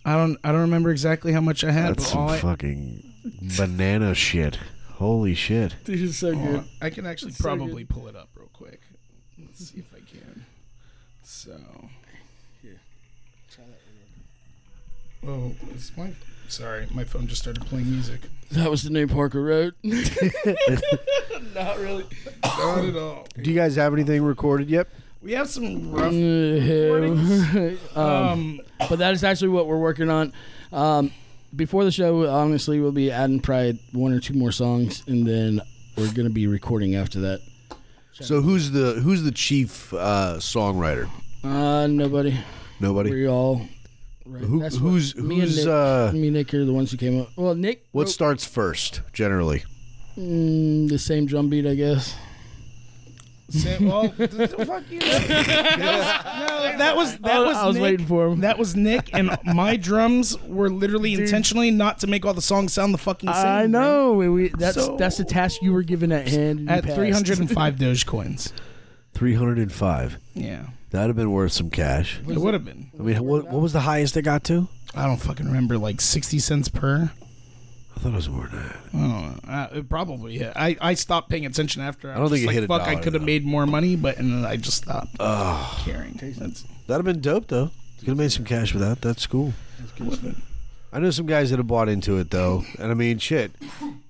[SPEAKER 2] I don't. I don't remember exactly how much I had,
[SPEAKER 1] That's
[SPEAKER 2] but all
[SPEAKER 1] some
[SPEAKER 2] I,
[SPEAKER 1] fucking banana shit. Holy shit.
[SPEAKER 3] Dude, it's so
[SPEAKER 2] all
[SPEAKER 3] good.
[SPEAKER 2] I- I can actually
[SPEAKER 3] so
[SPEAKER 2] probably pull it up real quick. Let's see if I can. So here. Oh, it's my. Sorry, my phone just started playing music.
[SPEAKER 3] That was the new Parker Road. Not really.
[SPEAKER 2] Not at all.
[SPEAKER 1] Do you guys have anything recorded yet?
[SPEAKER 2] We have some rough.
[SPEAKER 3] Mm, um,
[SPEAKER 2] Um,
[SPEAKER 3] but that is actually what we're working on. Um, before the show, honestly, we'll be adding probably one or two more songs, and then we're gonna be recording after that.
[SPEAKER 1] So who's the who's the chief uh, songwriter?
[SPEAKER 3] Uh, nobody.
[SPEAKER 1] Nobody.
[SPEAKER 3] We all. Right.
[SPEAKER 1] Who,
[SPEAKER 3] That's what-
[SPEAKER 1] who's
[SPEAKER 3] me and
[SPEAKER 1] who's
[SPEAKER 3] Nick,
[SPEAKER 1] uh,
[SPEAKER 3] me and Nick are the ones who came up. Well, Nick.
[SPEAKER 1] what
[SPEAKER 3] wrote,
[SPEAKER 1] starts first generally?
[SPEAKER 3] mm, the same drum beat, I guess.
[SPEAKER 2] Sam, well, th- th- fuck you. That was, no, that was that
[SPEAKER 3] Oh,
[SPEAKER 2] was
[SPEAKER 3] I was
[SPEAKER 2] Nick.
[SPEAKER 3] waiting for him.
[SPEAKER 2] That was Nick, and my drums were literally intentionally not to make all the songs sound the fucking same.
[SPEAKER 3] I
[SPEAKER 2] bro.
[SPEAKER 3] know. We, we- that's
[SPEAKER 2] So-
[SPEAKER 3] that's the task you were given at hand. and you
[SPEAKER 2] At
[SPEAKER 3] passed.
[SPEAKER 2] 305 Dogecoins.
[SPEAKER 1] Three hundred and five.
[SPEAKER 2] Yeah.
[SPEAKER 1] That'd have been worth some cash.
[SPEAKER 2] It would have been.
[SPEAKER 1] I mean, what, what was the highest it got to?
[SPEAKER 2] I don't fucking remember, like 60 cents per.
[SPEAKER 1] I thought it was more than that.
[SPEAKER 2] I don't know. I, it probably, yeah. I, I stopped paying attention after. I,
[SPEAKER 1] don't
[SPEAKER 2] was
[SPEAKER 1] think
[SPEAKER 2] just
[SPEAKER 1] it
[SPEAKER 2] like,
[SPEAKER 1] hit a
[SPEAKER 2] Fuck, I
[SPEAKER 1] dollar,
[SPEAKER 2] could have
[SPEAKER 1] though.
[SPEAKER 2] made more money, but and then I just stopped caring. That's,
[SPEAKER 1] That'd have been dope though. Could have made some cash with that. That's cool. I know some guys that have bought into it though, and I mean, shit.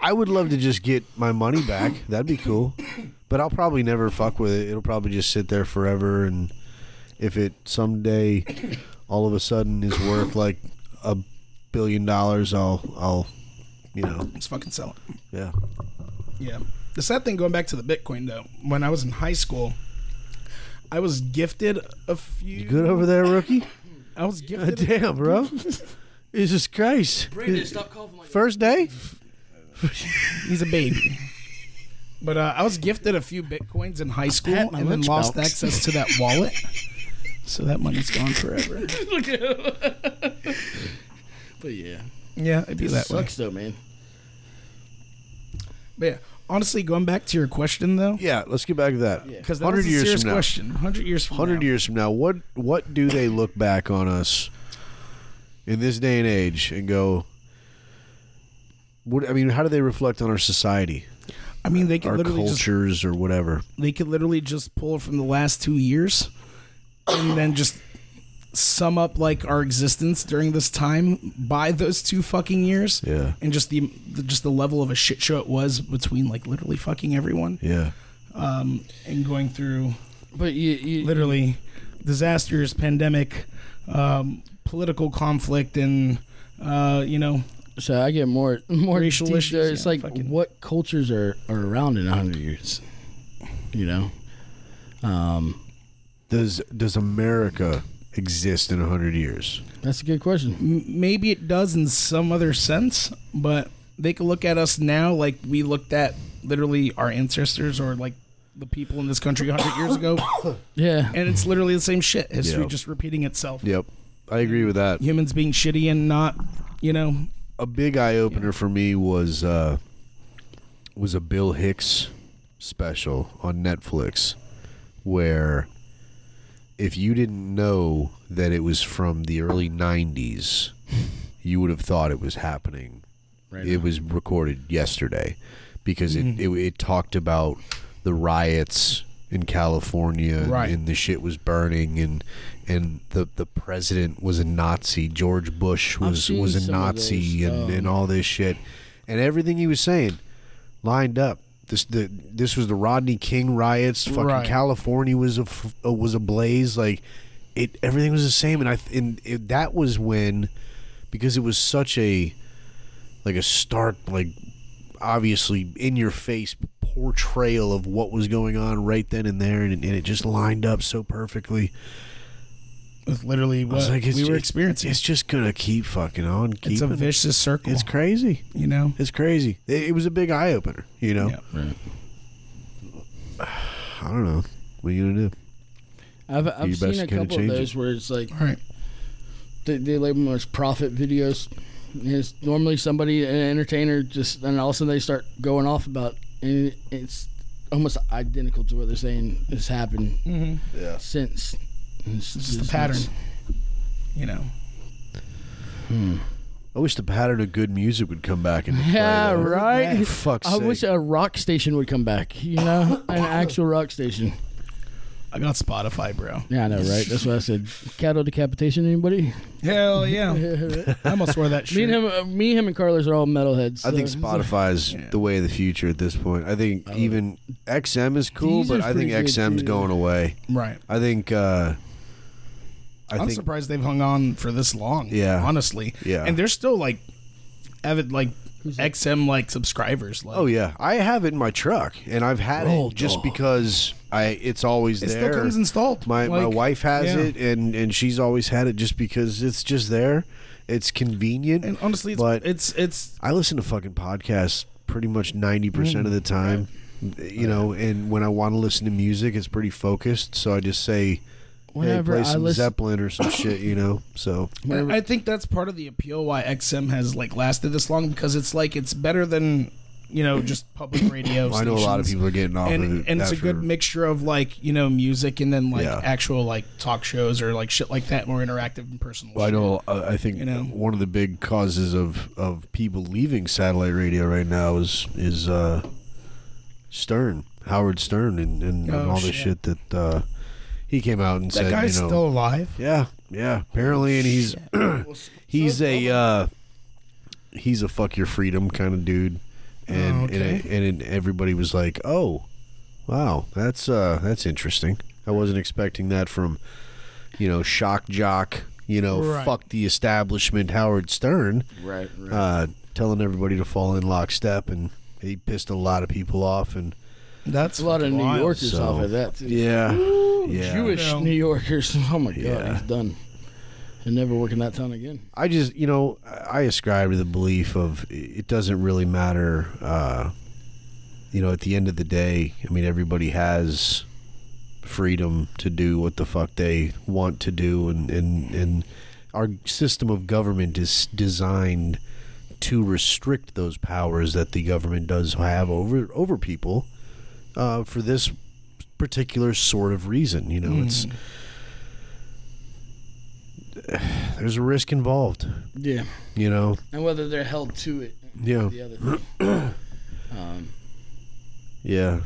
[SPEAKER 1] I would love to just get my money back. That'd be cool, but I'll probably never fuck with it. It'll probably just sit there forever, and if it someday all of a sudden is worth like a billion dollars, I'll, I'll, you know,
[SPEAKER 2] let's fucking sell it.
[SPEAKER 1] yeah.
[SPEAKER 2] Yeah. The sad thing going back to the Bitcoin though, when I was in high school, I was gifted a few.
[SPEAKER 1] You good over there, rookie?
[SPEAKER 2] I was
[SPEAKER 1] God
[SPEAKER 2] gifted.
[SPEAKER 1] damn, bro. Jesus Christ!
[SPEAKER 3] stop coughing like
[SPEAKER 1] First day?
[SPEAKER 2] He's a baby. But uh, I was gifted a few bitcoins in high school
[SPEAKER 3] had my
[SPEAKER 2] and then
[SPEAKER 3] lunch
[SPEAKER 2] lost
[SPEAKER 3] box.
[SPEAKER 2] access to that wallet. So that money's gone forever.
[SPEAKER 3] But yeah,
[SPEAKER 2] Yeah, it'd be that way.
[SPEAKER 3] sucks though, man.
[SPEAKER 2] But yeah, honestly, going back to your question though,
[SPEAKER 1] Yeah, let's get back to that.
[SPEAKER 2] because that
[SPEAKER 1] hundred
[SPEAKER 2] was a
[SPEAKER 1] years
[SPEAKER 2] serious
[SPEAKER 1] from now,
[SPEAKER 2] question. Hundred years from
[SPEAKER 1] hundred
[SPEAKER 2] now.
[SPEAKER 1] years from now, what what do they look back on us in this day and age and go? What I mean, how do they reflect on our society,
[SPEAKER 2] I mean, they could
[SPEAKER 1] our
[SPEAKER 2] literally just
[SPEAKER 1] cultures, or whatever?
[SPEAKER 2] they could literally just pull from the last two years and then just sum up like our existence during this time by those two fucking years
[SPEAKER 1] Yeah.
[SPEAKER 2] and just the, the just the level of a shit show it was between like literally fucking everyone
[SPEAKER 1] Yeah,
[SPEAKER 2] um and going through
[SPEAKER 3] But you, you
[SPEAKER 2] literally disasters pandemic um political conflict and uh you know
[SPEAKER 3] so I get more more
[SPEAKER 2] Racial
[SPEAKER 3] deep
[SPEAKER 2] issues,
[SPEAKER 3] there. It's
[SPEAKER 2] yeah,
[SPEAKER 3] like
[SPEAKER 2] fucking-
[SPEAKER 3] what cultures are, are around in hundred years, you know? Um,
[SPEAKER 1] does does America exist in hundred years?
[SPEAKER 3] that's a good question.
[SPEAKER 2] M- maybe it does in some other sense, but they can look at us now like we looked at literally our ancestors or like the people in this country 100 years ago,
[SPEAKER 3] Yeah,
[SPEAKER 2] and it's literally the same shit. History
[SPEAKER 1] Yeah.
[SPEAKER 2] just repeating itself.
[SPEAKER 1] Yep, I agree with that.
[SPEAKER 2] Humans being shitty and not, you know,
[SPEAKER 1] a big eye opener for me was uh, was a Bill Hicks special on Netflix, where if you didn't know that it was from the early '90s, you would have thought it was happening. it was recorded yesterday because it,
[SPEAKER 3] Mm-hmm.
[SPEAKER 1] it it talked about the riots in California and-
[SPEAKER 2] Right.
[SPEAKER 1] and the shit was burning and and the the president was a Nazi. George Bush was
[SPEAKER 3] seen
[SPEAKER 1] was a
[SPEAKER 3] some of
[SPEAKER 1] Nazi
[SPEAKER 3] those,
[SPEAKER 1] and,
[SPEAKER 3] um,
[SPEAKER 2] Oh.
[SPEAKER 1] and all this shit, and everything he was saying lined up. This the this was the Rodney King riots. Fucking
[SPEAKER 2] Right.
[SPEAKER 1] California was a f- uh, was ablaze. Like it, everything was the same. And I th- and it, that was when because it was such a like a stark like obviously in your face portrayal of what was going on right then and there and, and it just lined up so perfectly
[SPEAKER 2] with literally
[SPEAKER 1] I was
[SPEAKER 2] what
[SPEAKER 1] like, it's-
[SPEAKER 2] we were
[SPEAKER 1] it-
[SPEAKER 2] experiencing.
[SPEAKER 1] It's
[SPEAKER 2] It's,
[SPEAKER 1] just gonna keep fucking on. Keep
[SPEAKER 2] a
[SPEAKER 1] on.
[SPEAKER 2] vicious circle,
[SPEAKER 1] It's crazy.
[SPEAKER 2] you know?
[SPEAKER 1] It's crazy. It, it was a big eye opener. You know.
[SPEAKER 2] Yeah.
[SPEAKER 3] Right.
[SPEAKER 1] I don't know. What are you gonna do?
[SPEAKER 3] I've,
[SPEAKER 1] best
[SPEAKER 3] I've seen
[SPEAKER 1] kinda
[SPEAKER 3] a couple of
[SPEAKER 1] change it.
[SPEAKER 3] those where it's like
[SPEAKER 2] All right.
[SPEAKER 3] they, they label them as profit videos. And It's normally somebody, an entertainer, just and all of a sudden they start going off about, and it's almost identical to what they're saying has happened
[SPEAKER 1] Yeah.
[SPEAKER 3] since. And It's,
[SPEAKER 2] It's just the pattern, you know?
[SPEAKER 1] I wish the pattern of good music would come back into play.
[SPEAKER 3] Yeah,
[SPEAKER 1] though.
[SPEAKER 3] right.
[SPEAKER 1] For fuck's
[SPEAKER 3] I
[SPEAKER 1] sake.
[SPEAKER 3] wish a rock station would come back. You know, an actual rock station.
[SPEAKER 2] I got Spotify, bro.
[SPEAKER 3] Yeah, I know, right? That's what I said. Cattle decapitation. Anybody?
[SPEAKER 2] Hell yeah. I almost wore that shirt.
[SPEAKER 3] Me and him, uh, me, him, and Carlos are all metalheads.
[SPEAKER 1] I think
[SPEAKER 3] so-
[SPEAKER 1] Spotify is the way of the future at this point. I think even XM is cool, but
[SPEAKER 3] Deezer's
[SPEAKER 1] I think
[SPEAKER 3] pretty good,
[SPEAKER 1] XM's
[SPEAKER 3] too.
[SPEAKER 1] going away.
[SPEAKER 2] Right.
[SPEAKER 1] I think. uh I
[SPEAKER 2] I'm
[SPEAKER 1] think
[SPEAKER 2] surprised they've hung on for this long.
[SPEAKER 1] Yeah.
[SPEAKER 2] honestly.
[SPEAKER 1] Yeah.
[SPEAKER 2] and they're still like avid like XM like subscribers. Like,
[SPEAKER 1] Oh yeah, I have it in my truck, and I've had
[SPEAKER 3] Roll
[SPEAKER 1] it just
[SPEAKER 3] dog.
[SPEAKER 1] because I it's always
[SPEAKER 2] it
[SPEAKER 1] there.
[SPEAKER 2] still comes installed.
[SPEAKER 1] my my
[SPEAKER 2] Like,
[SPEAKER 1] wife has
[SPEAKER 2] yeah.
[SPEAKER 1] it, and and she's always had it just because it's just there. It's convenient,
[SPEAKER 2] And honestly, it's
[SPEAKER 1] but
[SPEAKER 2] it's it's
[SPEAKER 1] I listen to fucking podcasts pretty much ninety percent of
[SPEAKER 2] Mm.
[SPEAKER 1] the time. You know, and when I want to listen to music, it's pretty focused. So I just say,
[SPEAKER 3] Whenever
[SPEAKER 1] "Hey, play
[SPEAKER 3] I
[SPEAKER 1] some
[SPEAKER 3] listen-
[SPEAKER 1] Zeppelin or some shit," you know. So
[SPEAKER 2] I think that's part of the appeal why XM has like lasted this long because it's like it's better than you know just public radio.
[SPEAKER 1] I know a lot of
[SPEAKER 2] stations.
[SPEAKER 1] people are getting off of
[SPEAKER 2] And,
[SPEAKER 1] it
[SPEAKER 2] and it's a
[SPEAKER 1] after-
[SPEAKER 2] good mixture of like you know music and then like
[SPEAKER 1] Yeah.
[SPEAKER 2] actual like talk shows or like shit like that more interactive and personal.
[SPEAKER 1] Well, I
[SPEAKER 2] shit.
[SPEAKER 1] know. uh, I think
[SPEAKER 2] You know?
[SPEAKER 1] one of the big causes of of people leaving satellite radio right now is is uh, Stern, Howard Stern, and, and, and
[SPEAKER 2] Oh,
[SPEAKER 1] all
[SPEAKER 2] shit.
[SPEAKER 1] the shit that uh, he came out and said.
[SPEAKER 2] that guy's
[SPEAKER 1] you know,
[SPEAKER 2] still alive.
[SPEAKER 1] yeah, yeah. Apparently, and he's he's a uh, he's a fuck your freedom kind of dude, and
[SPEAKER 2] Oh, okay.
[SPEAKER 1] and, it, and it, everybody was like, oh, wow, that's uh, that's interesting. I wasn't expecting that from you know shock jock, you know
[SPEAKER 2] Right.
[SPEAKER 1] fuck the establishment Howard Stern,
[SPEAKER 3] Right, right.
[SPEAKER 1] uh, telling everybody to fall in lockstep, and he pissed a lot of people off, and
[SPEAKER 2] That's
[SPEAKER 3] a lot of New
[SPEAKER 2] wild.
[SPEAKER 3] Yorkers
[SPEAKER 1] so-
[SPEAKER 3] off of that. Too.
[SPEAKER 1] yeah, yeah.
[SPEAKER 3] Jewish
[SPEAKER 2] Yeah.
[SPEAKER 3] New Yorkers. Oh my God,
[SPEAKER 1] Yeah.
[SPEAKER 3] he's done. and never working that town again.
[SPEAKER 1] I just, you know, I ascribe to the belief of it doesn't really matter. Uh, you know, at the end of the day, I mean, everybody has freedom to do what the fuck they want to do, and and and our system of government is designed to restrict those powers that the government does have over over people uh, for this particular sort of reason. You know, it's. There's a risk involved,
[SPEAKER 3] Yeah,
[SPEAKER 1] you know.
[SPEAKER 3] and whether they're held to it.
[SPEAKER 1] Yeah.
[SPEAKER 3] The other thing.
[SPEAKER 1] Oh.
[SPEAKER 3] um,
[SPEAKER 1] Yeah.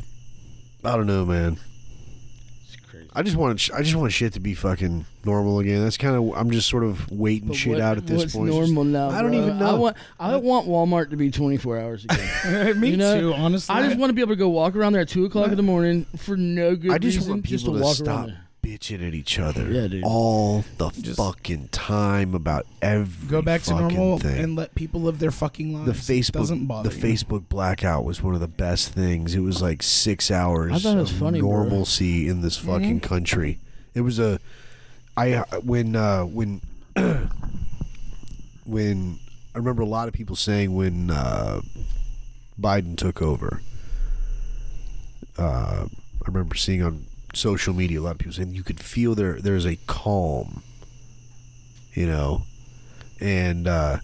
[SPEAKER 1] I don't know, man.
[SPEAKER 3] it's crazy.
[SPEAKER 1] I just want sh- I just want shit to be fucking normal again. That's kind of I'm just sort of waiting
[SPEAKER 3] But
[SPEAKER 1] shit
[SPEAKER 3] what-
[SPEAKER 1] out at this
[SPEAKER 3] what's
[SPEAKER 1] point. It's just-
[SPEAKER 3] normal now,
[SPEAKER 1] I don't
[SPEAKER 3] bro?
[SPEAKER 1] even
[SPEAKER 3] I
[SPEAKER 1] know.
[SPEAKER 3] want, I want Walmart to be 24 hours again.
[SPEAKER 2] Me
[SPEAKER 3] You know,
[SPEAKER 2] too, honestly.
[SPEAKER 3] I just want to be able to go walk around there at two o'clock in the morning for no good
[SPEAKER 1] I just
[SPEAKER 3] reason,
[SPEAKER 1] want
[SPEAKER 3] just to
[SPEAKER 1] people to,
[SPEAKER 3] walk
[SPEAKER 1] stop
[SPEAKER 3] around there.
[SPEAKER 1] bitching at each other
[SPEAKER 3] Yeah, dude.
[SPEAKER 1] all the fucking time about every
[SPEAKER 2] go back to
[SPEAKER 1] fucking
[SPEAKER 2] normal
[SPEAKER 1] thing.
[SPEAKER 2] and let people live their fucking
[SPEAKER 1] the
[SPEAKER 2] lives. It doesn't
[SPEAKER 1] Facebook
[SPEAKER 2] bother
[SPEAKER 1] the
[SPEAKER 2] you.
[SPEAKER 1] Facebook blackout was one of the best things. It was like six hours
[SPEAKER 3] I thought it was
[SPEAKER 1] of
[SPEAKER 3] funny, bro.
[SPEAKER 1] normalcy in this fucking country. It was a I when uh, when when I remember a lot of people saying when uh, Biden took over. Uh, I remember seeing on social media a lot of people saying you could feel there there's a calm, you know, and uh,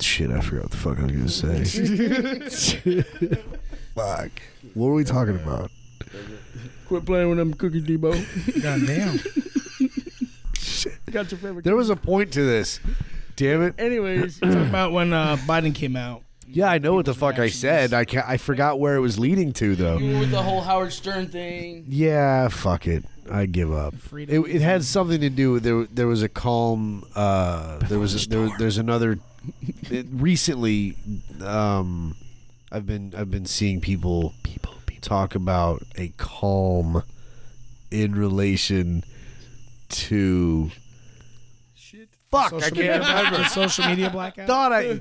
[SPEAKER 1] shit. I forgot what the fuck I was gonna say. fuck. What were we talking about?
[SPEAKER 3] Quit playing with them cookie Debo.
[SPEAKER 2] Goddamn.
[SPEAKER 3] Got your favorite.
[SPEAKER 1] There was a point to this. Damn it.
[SPEAKER 3] Anyways,
[SPEAKER 2] Talk about when uh, Biden came out.
[SPEAKER 1] Yeah, I know what the fuck I said. I ca I forgot where it was leading to though.
[SPEAKER 3] you were with the whole Howard Stern thing.
[SPEAKER 1] Yeah, fuck it. I give up. It,
[SPEAKER 2] Freedom.
[SPEAKER 1] it had something to do with there. There was a calm. Uh, there was a, there, there's another. It, recently, um, I've been I've been seeing people people talk about a calm in relation to. Shit. Fuck! I
[SPEAKER 2] Social
[SPEAKER 1] can't
[SPEAKER 2] media-
[SPEAKER 1] remember.
[SPEAKER 2] the social media blackout.
[SPEAKER 1] Thought I.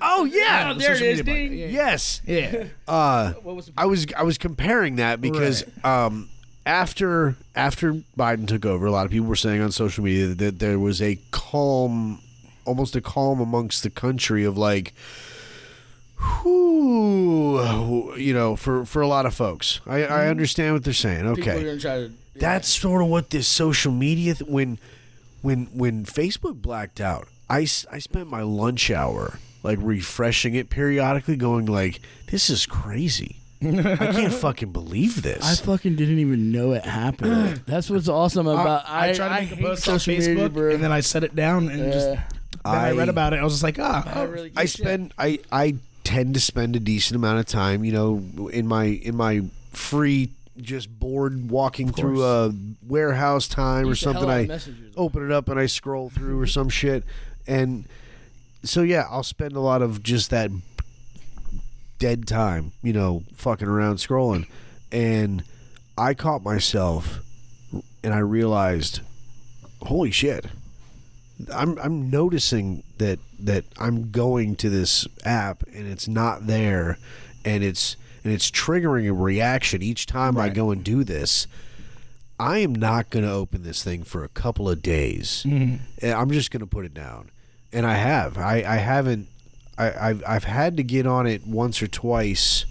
[SPEAKER 1] Oh yeah.
[SPEAKER 3] Oh, there it
[SPEAKER 2] social
[SPEAKER 3] is,
[SPEAKER 2] media
[SPEAKER 3] ding.
[SPEAKER 2] blackout.
[SPEAKER 1] Yes.
[SPEAKER 2] Yeah.
[SPEAKER 1] Uh,
[SPEAKER 3] What was the
[SPEAKER 1] I was I was comparing that because um, after after Biden took over, a lot of people were saying on social media that there was a calm, almost a calm amongst the country of like, whew, you know, for for a lot of folks. I, I understand what they're saying. Okay,
[SPEAKER 3] Mm-hmm. people were gonna try to? yeah.
[SPEAKER 1] that's sort of what this social media th- when when when Facebook blacked out. I, s- I spent my lunch hour like refreshing it periodically, going like, "This is crazy. I can't fucking believe
[SPEAKER 3] I
[SPEAKER 1] this."
[SPEAKER 3] fucking didn't even know it happened. That's what's awesome about. I,
[SPEAKER 2] I, tried to
[SPEAKER 3] I
[SPEAKER 2] make a
[SPEAKER 3] hate
[SPEAKER 2] post on
[SPEAKER 3] social media,
[SPEAKER 2] Facebook,
[SPEAKER 3] bro.
[SPEAKER 2] and then I set it down, and just then
[SPEAKER 3] Yeah.
[SPEAKER 2] I, read about it. I was just like, ah,
[SPEAKER 3] I really
[SPEAKER 1] I
[SPEAKER 3] good shit.
[SPEAKER 1] spend I I tend to spend a decent amount of time, you know, in my in my free just bored walking through a warehouse time or
[SPEAKER 3] Beat the hell
[SPEAKER 1] something.
[SPEAKER 3] out of
[SPEAKER 1] I
[SPEAKER 3] messages.
[SPEAKER 1] open it up and I scroll through or some shit, and so yeah, I'll spend a lot of just that dead time, you know, fucking around scrolling, and I caught myself, and I realized, holy shit. I'm I'm noticing that that I'm going to this app and it's not there, and it's and it's triggering a reaction each time I go and do this. I am not going to open this thing for a couple of days. And I'm just going to put it down, and I have. I I haven't. I I've, I've had to get on it once or twice.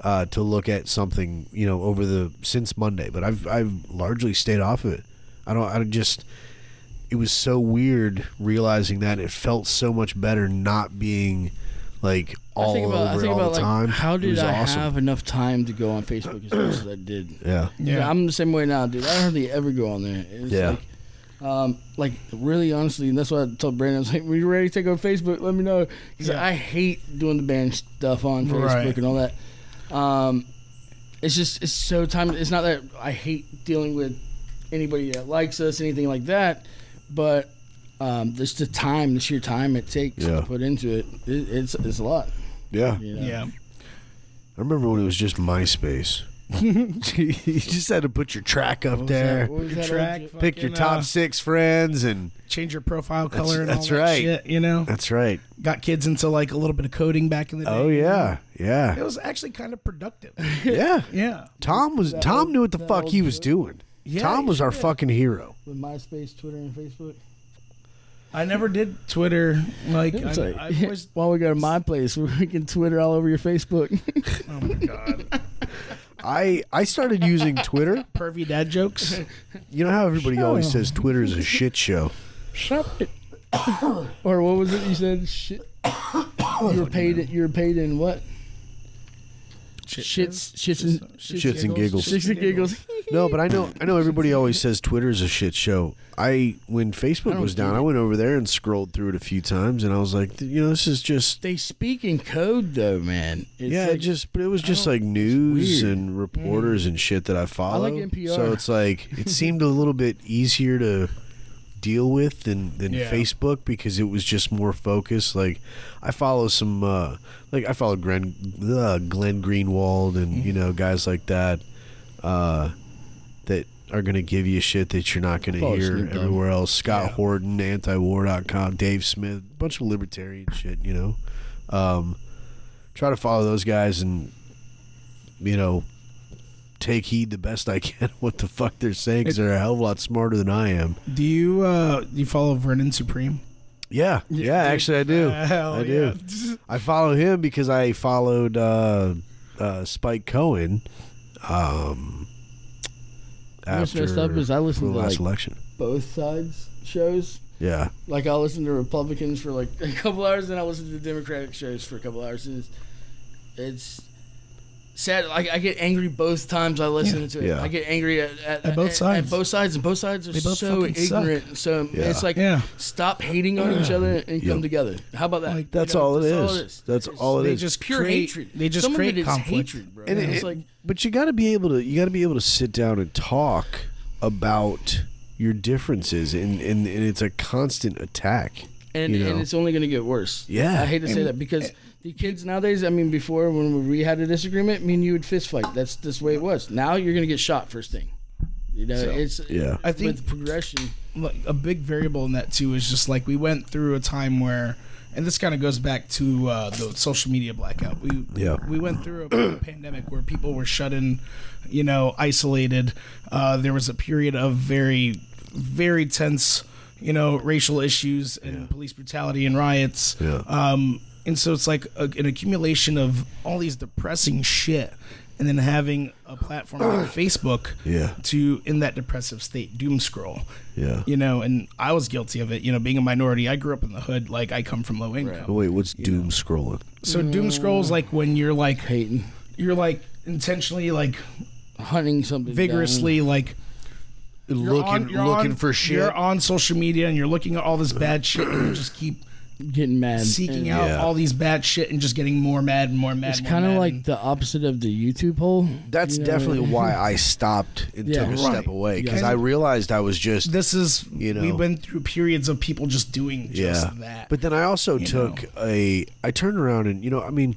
[SPEAKER 1] Uh, to look at something, you know, over the since Monday, but I've I've largely stayed off of it. I don't. I just it was so weird realizing that it felt so much better not being like all
[SPEAKER 3] I think about,
[SPEAKER 1] over
[SPEAKER 3] I think
[SPEAKER 1] all
[SPEAKER 3] about
[SPEAKER 1] the
[SPEAKER 3] like,
[SPEAKER 1] time.
[SPEAKER 3] How
[SPEAKER 1] it
[SPEAKER 3] did
[SPEAKER 1] was
[SPEAKER 3] I
[SPEAKER 1] awesome.
[SPEAKER 3] have enough time to go on Facebook as much as I did?
[SPEAKER 1] Yeah,
[SPEAKER 2] Yeah.
[SPEAKER 3] I'm the same way now, dude. I hardly ever go on there. It's
[SPEAKER 1] Yeah.
[SPEAKER 3] Like, um, like really honestly, and that's why I told Brandon, I was like, "When you're ready to take over Facebook, let me know." Because I hate doing the band stuff on Facebook
[SPEAKER 2] Right.
[SPEAKER 3] and all that. Um, it's just it's so time. It's not that I hate dealing with anybody that likes us, anything like that, but um, just the time, the sheer time it takes
[SPEAKER 1] Yeah.
[SPEAKER 3] to put into it, it it's it's a lot.
[SPEAKER 1] yeah.
[SPEAKER 3] You know?
[SPEAKER 2] yeah.
[SPEAKER 1] I remember when it was just MySpace. you just had to put your track up there,
[SPEAKER 3] What was that
[SPEAKER 2] Track,
[SPEAKER 3] old-
[SPEAKER 1] pick your
[SPEAKER 2] fucking,
[SPEAKER 1] top
[SPEAKER 2] uh,
[SPEAKER 1] six friends, and
[SPEAKER 2] change your profile color and
[SPEAKER 1] that's
[SPEAKER 2] all that
[SPEAKER 1] right.
[SPEAKER 2] shit, you know?
[SPEAKER 1] that's right.
[SPEAKER 2] Got kids into like a little bit of coding back in the day.
[SPEAKER 1] Oh yeah,
[SPEAKER 2] It
[SPEAKER 1] yeah,
[SPEAKER 2] was actually kind of productive.
[SPEAKER 1] yeah.
[SPEAKER 2] yeah.
[SPEAKER 1] Tom was Tom knew what the fuck he was doing.
[SPEAKER 2] Yeah,
[SPEAKER 1] Tom was
[SPEAKER 2] you
[SPEAKER 1] our
[SPEAKER 2] did.
[SPEAKER 1] fucking hero.
[SPEAKER 3] With MySpace, Twitter, and Facebook.
[SPEAKER 2] I never did Twitter. Like, I,
[SPEAKER 3] It's like,
[SPEAKER 2] I was.
[SPEAKER 3] while we go to my place, we can Twitter all over your Facebook.
[SPEAKER 2] Oh my god.
[SPEAKER 1] I I started using Twitter.
[SPEAKER 2] Pervy dad jokes.
[SPEAKER 1] You know how everybody always says Twitter is a shit show.
[SPEAKER 3] or what was it you said? Shit. You were paid. You were paid in what? Shits, shits, and
[SPEAKER 1] Shits and giggles.
[SPEAKER 3] shits and giggles.
[SPEAKER 1] No, but I know I know everybody always says Twitter is a shit show. I when Facebook was down, I went over there and scrolled through it a few times, and I was like, you know, this is just
[SPEAKER 3] They speak in code though, man. It's
[SPEAKER 1] yeah, it
[SPEAKER 3] like,
[SPEAKER 1] just but it was just like news and reporters and shit that I follow.
[SPEAKER 3] NPR.
[SPEAKER 1] So it's like it seemed a little bit easier to deal with than than
[SPEAKER 2] Yeah.
[SPEAKER 1] Facebook because it was just more focused. Like I follow some uh like I follow Glenn uh, Glenn Greenwald and you know guys like that uh that are gonna give you shit that you're not gonna
[SPEAKER 3] follow
[SPEAKER 1] hear
[SPEAKER 3] Snoop Dogg.
[SPEAKER 1] everywhere else. Scott Horton, antiwar.com, Dave Smith, bunch of libertarian shit, you know. Um try to follow those guys and you know take heed the best I can what the fuck they're saying because they're a hell of a lot smarter than I am.
[SPEAKER 2] Do you uh do you follow Vernon Supreme?
[SPEAKER 1] Yeah, yeah, actually I do. I do. I follow him because I followed uh, uh, Spike Cohen. Um,
[SPEAKER 3] What's
[SPEAKER 1] after
[SPEAKER 3] messed up is I listened
[SPEAKER 1] the
[SPEAKER 3] to,
[SPEAKER 1] last
[SPEAKER 3] like-
[SPEAKER 1] election.
[SPEAKER 3] both sides shows.
[SPEAKER 1] Yeah,
[SPEAKER 3] Like I listened to Republicans for like a couple hours, and I listened to Democratic shows for a couple hours, and it's, it's sad. Like I get angry both times I listen to it.
[SPEAKER 1] Yeah.
[SPEAKER 3] I get angry at, at,
[SPEAKER 2] At both sides.
[SPEAKER 3] At both sides, and both sides are
[SPEAKER 2] They both
[SPEAKER 3] so
[SPEAKER 2] fucking suck.
[SPEAKER 3] ignorant. and So
[SPEAKER 1] Yeah.
[SPEAKER 3] it's like,
[SPEAKER 2] Yeah.
[SPEAKER 3] stop hating on each other and come
[SPEAKER 1] Yep.
[SPEAKER 3] together. How about that?
[SPEAKER 2] Like,
[SPEAKER 1] that's
[SPEAKER 3] You know,
[SPEAKER 1] all it is.
[SPEAKER 3] that's
[SPEAKER 1] That's
[SPEAKER 3] It's
[SPEAKER 1] all it
[SPEAKER 2] They
[SPEAKER 1] is.
[SPEAKER 2] just
[SPEAKER 3] Pure
[SPEAKER 2] create,
[SPEAKER 3] hatred.
[SPEAKER 2] They just
[SPEAKER 3] Some
[SPEAKER 2] create
[SPEAKER 3] of it is
[SPEAKER 2] conflict.
[SPEAKER 3] hatred, bro.
[SPEAKER 1] and it-
[SPEAKER 3] it's
[SPEAKER 1] it-
[SPEAKER 3] like
[SPEAKER 1] but you got to be able to you got to be able to sit down and talk about your differences, and and, and it's a constant attack.
[SPEAKER 3] and,
[SPEAKER 1] you know.
[SPEAKER 3] and it's only going to get worse.
[SPEAKER 1] Yeah.
[SPEAKER 3] I hate to say that because the kids nowadays. I mean, before when we had a disagreement, me and you would fist fight. That's this way it was. Now you're going to get shot first thing. You know, it's
[SPEAKER 1] Yeah.
[SPEAKER 2] I think-
[SPEAKER 3] with progression.
[SPEAKER 2] like a big variable in that too is just like we went through a time where and this kind of goes back to uh, the social media blackout. We
[SPEAKER 1] Yeah.
[SPEAKER 2] we went through a pandemic where people were shut in, you know, isolated. Uh, there was a period of very, very tense, you know, racial issues and police brutality and riots.
[SPEAKER 1] Yeah.
[SPEAKER 2] Um, and so it's like a, an accumulation of all these depressing shit, and then having a platform like Facebook
[SPEAKER 1] Yeah.
[SPEAKER 2] to in that depressive state doom scroll
[SPEAKER 1] Yeah.
[SPEAKER 2] you know and i was guilty of it you know being a minority i grew up in the hood like i come from low income
[SPEAKER 1] Oh, wait, what's doom scrolling?
[SPEAKER 2] so doom scrolls like when you're like
[SPEAKER 3] Hating,
[SPEAKER 2] you're like intentionally like
[SPEAKER 3] hunting something
[SPEAKER 2] vigorously like you're
[SPEAKER 1] looking
[SPEAKER 2] on- you're
[SPEAKER 1] looking
[SPEAKER 2] on-
[SPEAKER 1] for shit.
[SPEAKER 2] you're on social media and you're looking at all this bad shit and you just keep
[SPEAKER 3] down, getting mad,
[SPEAKER 2] seeking
[SPEAKER 3] And
[SPEAKER 2] out
[SPEAKER 1] Yeah.
[SPEAKER 2] all these bad shit and just getting more mad and more mad
[SPEAKER 3] It's
[SPEAKER 2] more
[SPEAKER 3] kind of
[SPEAKER 2] mad.
[SPEAKER 3] like the opposite of the YouTube hole.
[SPEAKER 1] That's
[SPEAKER 3] You know,
[SPEAKER 1] definitely
[SPEAKER 3] it-
[SPEAKER 1] why I stopped and
[SPEAKER 3] Yeah.
[SPEAKER 1] took a
[SPEAKER 2] Right.
[SPEAKER 1] step away because
[SPEAKER 2] Yeah.
[SPEAKER 1] I realized I was just
[SPEAKER 2] this is
[SPEAKER 1] You know.
[SPEAKER 2] we've been through periods of people just doing just
[SPEAKER 1] yeah.
[SPEAKER 2] that
[SPEAKER 1] But then I also
[SPEAKER 2] you
[SPEAKER 1] took a I turned around and you know I mean,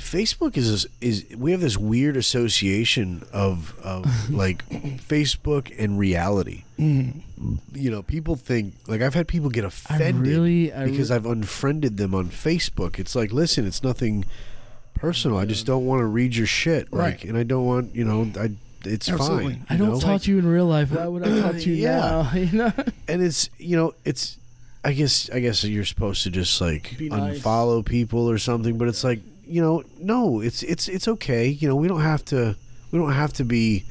[SPEAKER 1] Facebook is is we have this weird association of of like Facebook and reality.
[SPEAKER 3] Mm-hmm.
[SPEAKER 1] You know, people think like I've had people get offended
[SPEAKER 3] really- I
[SPEAKER 1] because
[SPEAKER 3] re-
[SPEAKER 1] I've unfriended them on Facebook. It's like listen, it's nothing personal. I just don't want to read your shit, like,
[SPEAKER 2] Right.
[SPEAKER 1] And I don't want you know I. It's
[SPEAKER 2] Absolutely.
[SPEAKER 1] fine.
[SPEAKER 3] I don't
[SPEAKER 1] know?
[SPEAKER 3] talk to you in real life. Why would I talk to you
[SPEAKER 1] Yeah.
[SPEAKER 3] now? You know,
[SPEAKER 1] and it's you know it's i guess i guess you're supposed to just like
[SPEAKER 3] Be nice.
[SPEAKER 1] unfollow people or something but it's like you know no it's it's it's okay you know we don't have to we don't have to be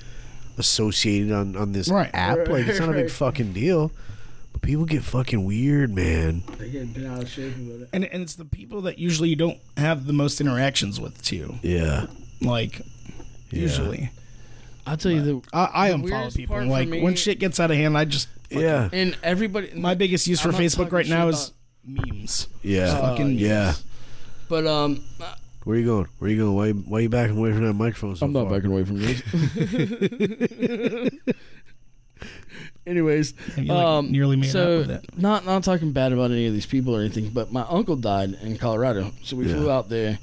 [SPEAKER 1] associated on on this
[SPEAKER 2] Right.
[SPEAKER 1] app like it's not a big
[SPEAKER 3] Right.
[SPEAKER 1] fucking deal but people get fucking weird man
[SPEAKER 3] they get bent out of shape about it.
[SPEAKER 2] and, and it's the people that usually you don't have the most interactions with too
[SPEAKER 1] yeah
[SPEAKER 2] like usually
[SPEAKER 3] I'll tell you the
[SPEAKER 2] I, I
[SPEAKER 3] The
[SPEAKER 2] unfollow
[SPEAKER 3] weirdest
[SPEAKER 2] people.
[SPEAKER 3] part for
[SPEAKER 2] Like
[SPEAKER 3] me-
[SPEAKER 2] when shit gets out of hand, I just
[SPEAKER 1] yeah
[SPEAKER 3] and everybody.
[SPEAKER 2] my biggest use for
[SPEAKER 3] I'm not
[SPEAKER 2] Facebook
[SPEAKER 3] talking
[SPEAKER 2] right now
[SPEAKER 3] shit
[SPEAKER 2] is memes.
[SPEAKER 1] yeah
[SPEAKER 2] fucking
[SPEAKER 1] yeah
[SPEAKER 3] But um,
[SPEAKER 1] where you going where you going why, why you backing away from that microphone so far?
[SPEAKER 3] away from this. Anyways,
[SPEAKER 2] And you, like,
[SPEAKER 3] um,
[SPEAKER 2] nearly made
[SPEAKER 3] so
[SPEAKER 2] out with it.
[SPEAKER 3] not not talking bad about any of these people or anything, but my uncle died in Colorado, so we
[SPEAKER 1] Yeah.
[SPEAKER 3] flew out there,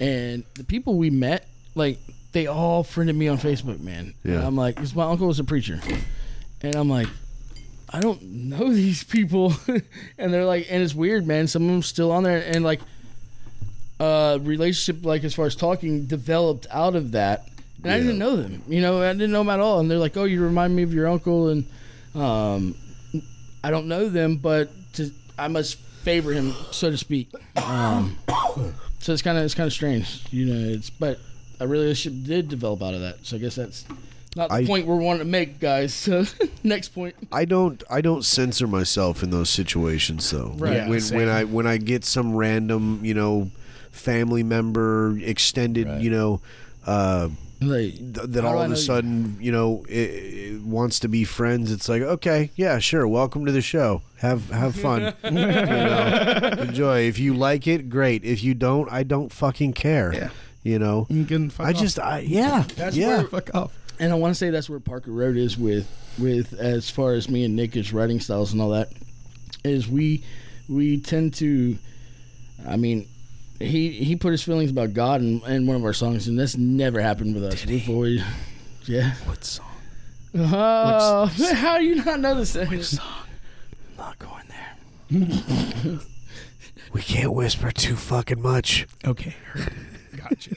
[SPEAKER 3] and the people we met, like they all friended me on Facebook, man. And
[SPEAKER 1] Yeah.
[SPEAKER 3] I'm like, because my uncle was a preacher, and I'm like. I don't know these people, and they're like, and it's weird, man. Some of them still on there, and like, uh, relationship, like as far as talking, developed out of that. And I didn't know them. You know, I didn't know them at all. And they're like, "Oh, you remind me of your uncle." And um, I don't know them, but to, I must favor him, so to speak. Um, so it's kind of it's kind of strange, you know. It's but a relationship did develop out of that. So I guess that's not the
[SPEAKER 6] I-
[SPEAKER 3] point we're wanting to make, guys. So next point.
[SPEAKER 1] I don't I don't censor myself in those situations though.
[SPEAKER 3] Right. Yeah,
[SPEAKER 1] when
[SPEAKER 2] same.
[SPEAKER 1] when I when I get some random, you know, family member extended, you know, uh
[SPEAKER 3] Like,
[SPEAKER 1] th- that
[SPEAKER 3] How do
[SPEAKER 1] all
[SPEAKER 3] I
[SPEAKER 1] of
[SPEAKER 3] know
[SPEAKER 1] a
[SPEAKER 3] you?
[SPEAKER 1] sudden, you know, it, it wants to be friends. It's like, okay, yeah, sure, welcome to the show. Have have fun. You know, enjoy. If you like it, great. If you don't, I don't fucking care.
[SPEAKER 2] Yeah.
[SPEAKER 1] You know.
[SPEAKER 2] You can fuck
[SPEAKER 1] I
[SPEAKER 2] off.
[SPEAKER 1] just I yeah.
[SPEAKER 2] That's
[SPEAKER 1] yeah.
[SPEAKER 2] where fuck off.
[SPEAKER 3] and I want to say that's where Parker Road is with with as far as me and Nick's writing styles and all that is we we tend to I mean he he put his feelings about God in, in one of our songs and that's never happened with us before we, yeah
[SPEAKER 2] What song?
[SPEAKER 3] oh how do you not notice that
[SPEAKER 2] Not going there.
[SPEAKER 1] we can't whisper too fucking much.
[SPEAKER 2] Okay. Gotcha.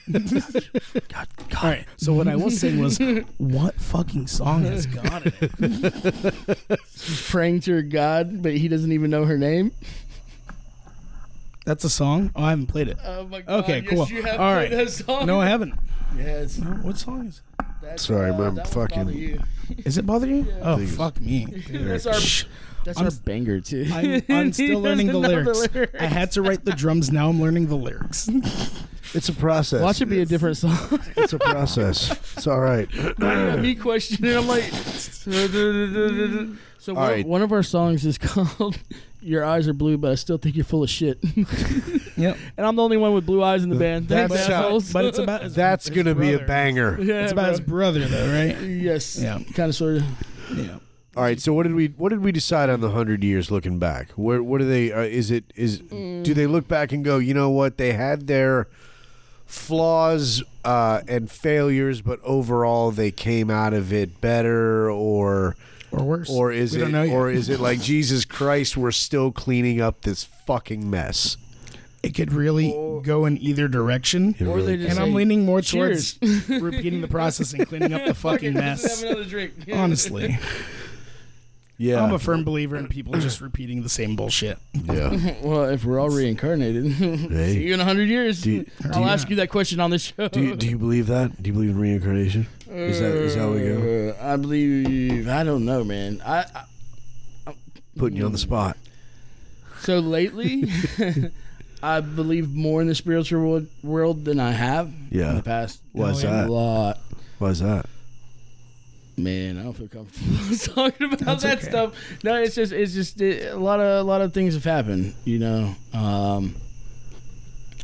[SPEAKER 2] All right. So what I was saying was, what fucking song has got it?
[SPEAKER 3] praying to her God but he doesn't even know her name
[SPEAKER 2] That's a song. Oh, I haven't played it.
[SPEAKER 3] oh my God
[SPEAKER 2] Okay, cool. All right. No, I haven't.
[SPEAKER 3] yes
[SPEAKER 2] No, what song is?
[SPEAKER 3] that's,
[SPEAKER 1] Sorry, man,
[SPEAKER 3] uh, that would bother
[SPEAKER 1] fucking-
[SPEAKER 3] you.
[SPEAKER 2] It? Is it bother you? Oh, fuck me.
[SPEAKER 3] that's our that's
[SPEAKER 2] I'm-
[SPEAKER 3] our banger too
[SPEAKER 2] I'm, I'm still learning the
[SPEAKER 3] He doesn't know
[SPEAKER 2] lyrics. I had to write the drums. Now I'm learning the lyrics.
[SPEAKER 1] It's a process.
[SPEAKER 3] Watch it be a different song.
[SPEAKER 1] It's a process. it's all right.
[SPEAKER 3] Me questioning. I'm like, so one,
[SPEAKER 1] right.
[SPEAKER 3] one of our songs is called "Your Eyes Are Blue," but I still think you're full of shit.
[SPEAKER 2] Yep.
[SPEAKER 3] and I'm the only one with blue eyes in the band. Thanks,
[SPEAKER 7] That's-
[SPEAKER 3] assholes.
[SPEAKER 2] But it's about his,
[SPEAKER 1] uh, That's
[SPEAKER 2] his
[SPEAKER 1] gonna be a
[SPEAKER 2] brother.
[SPEAKER 1] banger.
[SPEAKER 3] yeah,
[SPEAKER 2] It's about his
[SPEAKER 3] bro.
[SPEAKER 2] brother though, right?
[SPEAKER 3] yes,
[SPEAKER 2] Yeah.
[SPEAKER 3] kind of sort of.
[SPEAKER 2] Yeah.
[SPEAKER 1] All right. So what did we what did we decide on the hundred years looking back? Where what do they? Uh, is it is do they look back and go? You know what? They had their flaws uh, and failures, but overall they came out of it better, or
[SPEAKER 2] Or worse.
[SPEAKER 1] or is
[SPEAKER 2] we
[SPEAKER 1] it
[SPEAKER 2] Don't know yet.
[SPEAKER 1] or is it like Jesus Christ? We're still cleaning up this fucking mess.
[SPEAKER 2] it could really go in either direction.
[SPEAKER 3] Or they just
[SPEAKER 2] And I'm
[SPEAKER 3] say,
[SPEAKER 2] leaning more
[SPEAKER 3] Cheers.
[SPEAKER 2] towards repeating the process and cleaning up the fucking mess.
[SPEAKER 3] another drink.
[SPEAKER 2] Honestly,
[SPEAKER 1] Yeah.
[SPEAKER 2] I'm a firm believer in people just repeating the same bullshit.
[SPEAKER 1] yeah.
[SPEAKER 3] Well, if we're all reincarnated,
[SPEAKER 1] Hey.
[SPEAKER 3] see you in hundred years.
[SPEAKER 1] Do-
[SPEAKER 3] I'll ask you that question on this show.
[SPEAKER 1] Do you, do you believe that? Do you believe in reincarnation? Is that is that how we go?
[SPEAKER 3] Uh, I believe. I don't know, man. I, I
[SPEAKER 1] Putting you on the spot.
[SPEAKER 3] So lately, I believe more in the spiritual world, world than I have in
[SPEAKER 1] Yeah.
[SPEAKER 3] the past.
[SPEAKER 1] Why's
[SPEAKER 3] a
[SPEAKER 1] that?
[SPEAKER 3] lot,
[SPEAKER 1] Why's that?
[SPEAKER 3] man. I don't feel comfortable talking about that stuff. No, it's just it's just it, a lot of a lot of things have happened, you know. Um,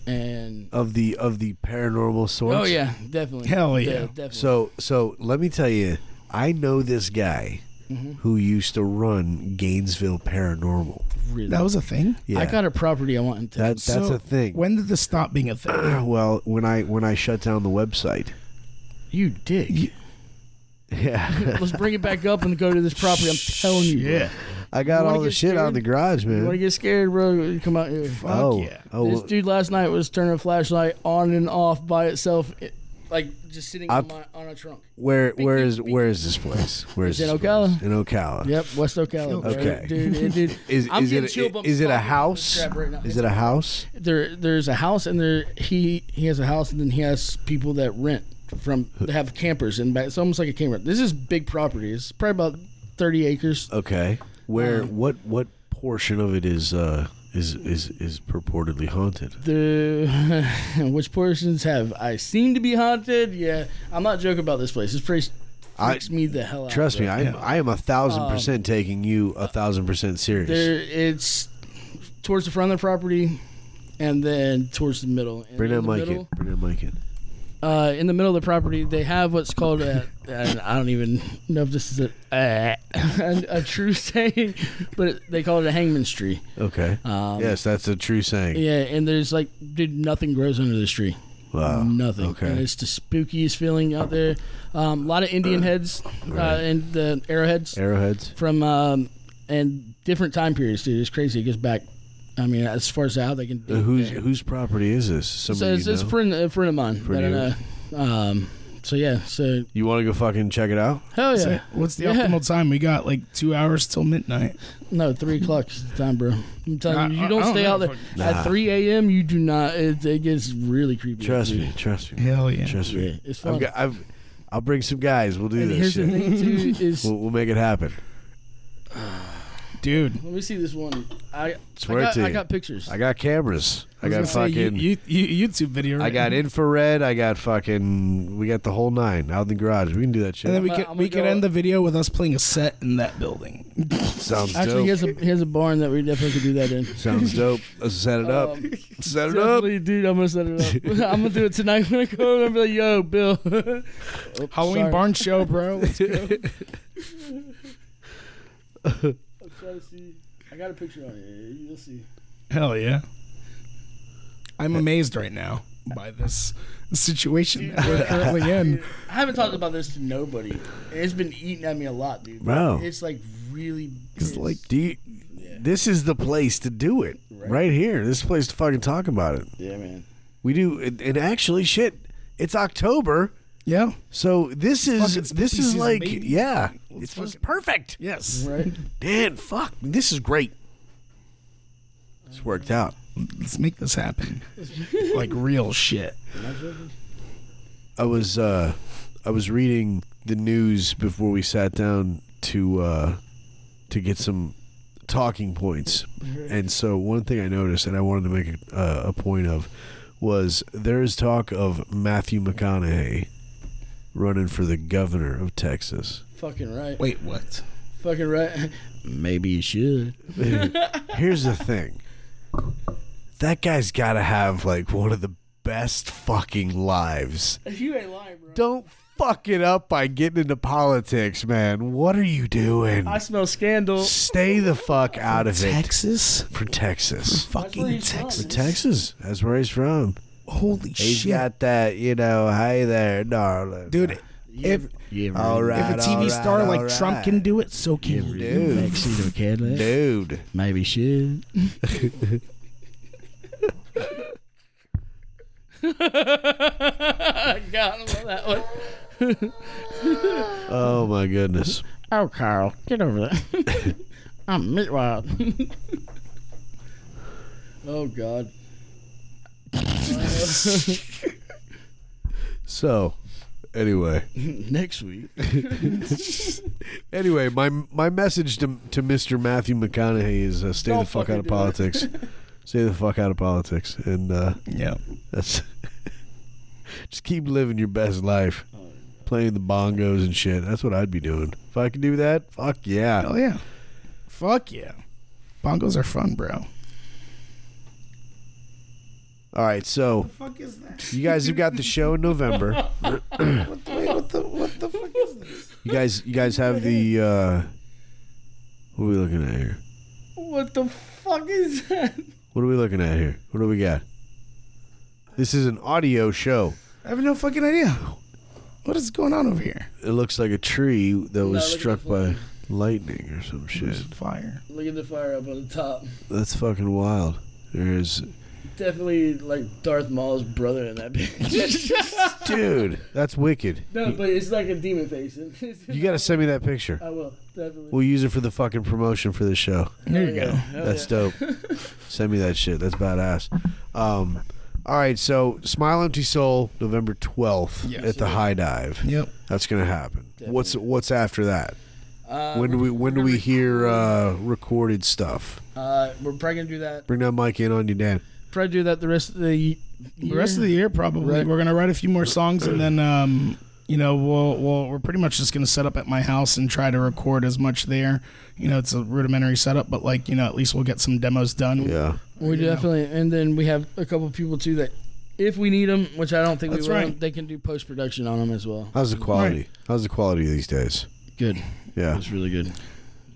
[SPEAKER 3] and
[SPEAKER 1] Of the of the paranormal sorts.
[SPEAKER 3] oh yeah, definitely.
[SPEAKER 2] Hell yeah.
[SPEAKER 3] definitely.
[SPEAKER 1] So so let me tell you, I know this guy
[SPEAKER 3] Mm-hmm.
[SPEAKER 1] who used to run Gainesville Paranormal.
[SPEAKER 3] Really.
[SPEAKER 2] That was a thing.
[SPEAKER 1] Yeah.
[SPEAKER 3] I got a property I want in
[SPEAKER 1] that
[SPEAKER 3] Texas.
[SPEAKER 1] that's
[SPEAKER 2] So,
[SPEAKER 1] a thing. Ah,
[SPEAKER 2] When did this stop being a thing?
[SPEAKER 1] well, when I when I shut down the website.
[SPEAKER 3] you dig.
[SPEAKER 1] Yeah.
[SPEAKER 3] Let's bring it back up and go to this property. I'm telling you. bro.
[SPEAKER 2] Yeah.
[SPEAKER 1] I got
[SPEAKER 3] You wanna
[SPEAKER 1] all the
[SPEAKER 3] get
[SPEAKER 1] shit out of
[SPEAKER 3] scared?
[SPEAKER 1] the garage,
[SPEAKER 3] You want to
[SPEAKER 1] man.
[SPEAKER 3] get scared, bro? Come out here.
[SPEAKER 1] oh,
[SPEAKER 2] yeah.
[SPEAKER 1] oh,
[SPEAKER 3] this dude last night was turning a flashlight on and off by itself, it, like just sitting on,
[SPEAKER 1] I've-
[SPEAKER 3] my, on a trunk.
[SPEAKER 1] where where is where is this place? Where is
[SPEAKER 3] It's in
[SPEAKER 1] this place?
[SPEAKER 3] Ocala.
[SPEAKER 1] In Ocala.
[SPEAKER 3] Yep, West Ocala. bro.
[SPEAKER 1] Okay.
[SPEAKER 3] dude, it- dude.
[SPEAKER 1] Is,
[SPEAKER 3] I'm
[SPEAKER 1] is
[SPEAKER 3] getting
[SPEAKER 1] it
[SPEAKER 3] chill
[SPEAKER 1] a,
[SPEAKER 3] bumps
[SPEAKER 1] is it a
[SPEAKER 3] popping up this
[SPEAKER 1] house?
[SPEAKER 3] crap right now.
[SPEAKER 1] Is it a house?
[SPEAKER 3] There, there's a house, and there he he has a house, and then he has people that rent from that have campers, and back, it's almost like a camper. This is big property. It's probably about thirty acres.
[SPEAKER 1] Okay. Where
[SPEAKER 3] Uh-huh.
[SPEAKER 1] what what portion of it is uh is is is purportedly haunted?
[SPEAKER 3] The which portions have I seen to be haunted? Yeah, I'm not joking about this place. This place
[SPEAKER 1] I-
[SPEAKER 3] freaks me the hell out.
[SPEAKER 1] Trust
[SPEAKER 3] bro.
[SPEAKER 1] me, I am I am a thousand percent taking you a thousand percent serious.
[SPEAKER 3] Um, uh, There, it's towards the front of the property, and then towards the middle. And
[SPEAKER 1] Bring
[SPEAKER 3] in
[SPEAKER 1] that
[SPEAKER 3] the
[SPEAKER 1] mic in.
[SPEAKER 3] middle,
[SPEAKER 1] Bring that mic in.
[SPEAKER 3] Uh, in the middle of the property, they have what's called a. and I don't even know if this is a a, a true saying, but it, they call it a hangman's tree.
[SPEAKER 1] Okay.
[SPEAKER 3] Um,
[SPEAKER 1] yes, that's a true saying.
[SPEAKER 3] Yeah, and there's like, dude, nothing grows under this tree.
[SPEAKER 1] wow.
[SPEAKER 3] Nothing.
[SPEAKER 1] Okay.
[SPEAKER 3] And it's the spookiest feeling out there. Um, a lot of Indian heads uh, and the arrowheads.
[SPEAKER 1] Arrowheads.
[SPEAKER 3] from um, and different time periods, dude. It's crazy. It goes back. I mean, as far as how they can.
[SPEAKER 1] Uh, whose whose property is this? Somebody
[SPEAKER 3] so it's,
[SPEAKER 1] you
[SPEAKER 3] it's a
[SPEAKER 1] know?
[SPEAKER 3] friend, a friend of mine
[SPEAKER 1] Friend
[SPEAKER 3] that
[SPEAKER 1] of
[SPEAKER 3] I know. Um, So yeah, so
[SPEAKER 1] You want to go fucking check it out?
[SPEAKER 3] hell yeah.
[SPEAKER 2] So what's the
[SPEAKER 3] Yeah.
[SPEAKER 2] optimal time? We got like two hours till midnight.
[SPEAKER 3] No, three o'clock is the time, bro. I'm telling you,
[SPEAKER 2] I- I-
[SPEAKER 3] you
[SPEAKER 2] I
[SPEAKER 3] don't
[SPEAKER 2] don't
[SPEAKER 3] stay
[SPEAKER 2] know
[SPEAKER 3] out there
[SPEAKER 2] if
[SPEAKER 1] Nah.
[SPEAKER 3] at three a.m. You do not. It, it gets really creepy.
[SPEAKER 1] Trust
[SPEAKER 3] dude.
[SPEAKER 1] me, trust me,
[SPEAKER 2] Hell yeah.
[SPEAKER 1] trust me.
[SPEAKER 3] Yeah, it's fun.
[SPEAKER 1] I've got, I've, I'll bring some guys. We'll do
[SPEAKER 3] and
[SPEAKER 1] this
[SPEAKER 3] here's the
[SPEAKER 1] shit.
[SPEAKER 3] thing too is
[SPEAKER 1] We'll, we'll make it happen.
[SPEAKER 2] Dude.
[SPEAKER 3] let me see this one. I
[SPEAKER 1] Swear
[SPEAKER 3] I got,
[SPEAKER 1] to
[SPEAKER 3] I
[SPEAKER 1] you.
[SPEAKER 3] got pictures.
[SPEAKER 1] I got cameras. I, got
[SPEAKER 2] was gonna say,
[SPEAKER 1] fucking.
[SPEAKER 2] you, you, you- YouTube video.
[SPEAKER 1] I
[SPEAKER 2] right?
[SPEAKER 1] got infrared. I got fucking. We got the whole nine out in the garage. We can do that shit.
[SPEAKER 2] And then we
[SPEAKER 3] I'm
[SPEAKER 2] could
[SPEAKER 3] gonna- I'm
[SPEAKER 2] we
[SPEAKER 3] gonna
[SPEAKER 2] could
[SPEAKER 3] go-
[SPEAKER 2] end the video with us playing a set in that building.
[SPEAKER 1] Sounds
[SPEAKER 3] Actually,
[SPEAKER 1] dope.
[SPEAKER 3] he has a he has a barn that we definitely could do that in.
[SPEAKER 1] Sounds dope. Let's set it up.
[SPEAKER 3] Um,
[SPEAKER 1] set it up.
[SPEAKER 3] Definitely, dude. I'm gonna set it up. I'm gonna do it tonight when I go. home. I'm gonna be like, "Yo, Bill, Oops,
[SPEAKER 2] Halloween
[SPEAKER 3] sorry.
[SPEAKER 2] barn show, bro.
[SPEAKER 3] I'm trying to see. I got a picture on it. You'll see.
[SPEAKER 2] Hell yeah. I'm amazed right now by this situation that we're currently in.
[SPEAKER 3] I haven't talked about this to nobody. It's been eating at me a lot, dude.
[SPEAKER 1] Wow.
[SPEAKER 3] It's like really.
[SPEAKER 2] It's like
[SPEAKER 1] Do you, This is the place to do it. Right. here. This is the place to fucking talk about it.
[SPEAKER 3] yeah, man.
[SPEAKER 1] We do. And, and actually, shit, it's October.
[SPEAKER 2] yeah.
[SPEAKER 1] So this is
[SPEAKER 2] fucking
[SPEAKER 1] this
[SPEAKER 2] spooky
[SPEAKER 1] is
[SPEAKER 2] season,
[SPEAKER 1] like
[SPEAKER 2] baby.
[SPEAKER 1] yeah, it's just perfect.
[SPEAKER 2] Yes.
[SPEAKER 3] Right.
[SPEAKER 1] Man, fuck, this is great. It's worked out.
[SPEAKER 2] Let's make this happen. like real shit.
[SPEAKER 1] I was uh I was reading the news before we sat down to uh to get some talking points. And so one thing I noticed and I wanted to make a, uh, a point of was there is talk of Matthew McConaughey running for the governor of Texas.
[SPEAKER 3] Fucking right.
[SPEAKER 2] Wait, what?
[SPEAKER 3] Fucking right. Maybe you should.
[SPEAKER 1] Here's the thing. That guy's got to have like one of the best fucking lives.
[SPEAKER 3] You ain't lying, bro.
[SPEAKER 1] Don't fuck it up by getting into politics, man. What are you doing?
[SPEAKER 3] I smell scandal.
[SPEAKER 1] Stay the fuck out of it.
[SPEAKER 2] Texas?
[SPEAKER 1] From Texas.
[SPEAKER 2] Fucking
[SPEAKER 3] he's from.
[SPEAKER 2] Texas.
[SPEAKER 1] Texas. That's where he's from.
[SPEAKER 2] Holy
[SPEAKER 1] He's
[SPEAKER 2] shit.
[SPEAKER 1] got that, you know, hey there, darling.
[SPEAKER 2] Dude, if
[SPEAKER 1] all right.
[SPEAKER 2] if a TV
[SPEAKER 1] all
[SPEAKER 2] star
[SPEAKER 1] right,
[SPEAKER 2] like
[SPEAKER 1] all
[SPEAKER 2] Trump
[SPEAKER 1] right.
[SPEAKER 2] can do it, so can you.
[SPEAKER 1] Dude. Dude.
[SPEAKER 3] Maybe should. I got him on that one.
[SPEAKER 1] Oh, my goodness.
[SPEAKER 3] Oh, Carl, get over that. I'm meat wild. oh God.
[SPEAKER 1] So, anyway.
[SPEAKER 3] Next week.
[SPEAKER 1] Anyway, my my message to, to Mr. Matthew McConaughey is uh, stay
[SPEAKER 3] Don't
[SPEAKER 1] the fuck
[SPEAKER 3] fucking
[SPEAKER 1] out of
[SPEAKER 3] do it.
[SPEAKER 1] politics. stay the fuck out of politics. And, uh,.
[SPEAKER 2] Yeah.
[SPEAKER 1] That's just keep living your best life, playing the bongos and shit. That's what I'd be doing if I could do that. Fuck yeah!
[SPEAKER 2] Hell yeah. Fuck yeah. Bongos are fun, bro.
[SPEAKER 1] All right, so
[SPEAKER 2] Fuck is that?
[SPEAKER 1] you guys have got the show in November.
[SPEAKER 2] Wait, what the what the fuck is this?
[SPEAKER 1] You guys, you guys have the uh, what are we looking at here?
[SPEAKER 3] What the fuck is that?
[SPEAKER 1] What are we looking at here? What do we got? This is an audio show.
[SPEAKER 2] I have no fucking idea. What is going on over here?
[SPEAKER 1] It looks like a tree that was
[SPEAKER 3] look at
[SPEAKER 1] struck
[SPEAKER 3] the
[SPEAKER 1] by
[SPEAKER 3] floor.
[SPEAKER 1] lightning or some shit.
[SPEAKER 2] Fire.
[SPEAKER 3] Look at the fire up on the top.
[SPEAKER 1] That's fucking wild. There's
[SPEAKER 3] Definitely like Darth Maul's brother in that bitch.
[SPEAKER 1] dude, that's wicked.
[SPEAKER 3] no, but it's like a demon face.
[SPEAKER 1] You gotta send me that picture.
[SPEAKER 3] I will definitely.
[SPEAKER 1] We'll use it for the fucking promotion for the show.
[SPEAKER 2] There you
[SPEAKER 3] Hell
[SPEAKER 2] go.
[SPEAKER 3] yeah, hell
[SPEAKER 1] That's
[SPEAKER 3] yeah.
[SPEAKER 1] dope. Send me that shit. That's badass. Um, all right, so Smile Empty Soul, November twelfth
[SPEAKER 2] Yes.
[SPEAKER 1] at the High Dive.
[SPEAKER 2] Yep.
[SPEAKER 1] That's gonna happen. What's what's after that?
[SPEAKER 3] Uh,
[SPEAKER 1] When do we when do we hear uh, recorded stuff?
[SPEAKER 3] Uh, we're probably gonna do that.
[SPEAKER 1] Bring that mic in on you, Dan.
[SPEAKER 3] Probably do that the rest of the. Year.
[SPEAKER 2] The rest of the year probably.
[SPEAKER 3] Right.
[SPEAKER 2] We're gonna write a few more songs and then um you know, we'll, we'll, we're pretty much just going to set up at my house and try to record as much there. You know, it's a rudimentary setup, but like, you know, at least we'll get some demos done.
[SPEAKER 1] Yeah.
[SPEAKER 3] We
[SPEAKER 2] you know.
[SPEAKER 3] definitely, and then we have a couple people too that, if we need them, which I don't think
[SPEAKER 2] That's
[SPEAKER 3] we will,
[SPEAKER 2] right.
[SPEAKER 3] they can do post production on them as well.
[SPEAKER 1] How's the quality? How's the quality these days?
[SPEAKER 3] Good,
[SPEAKER 1] Yeah.
[SPEAKER 3] really good.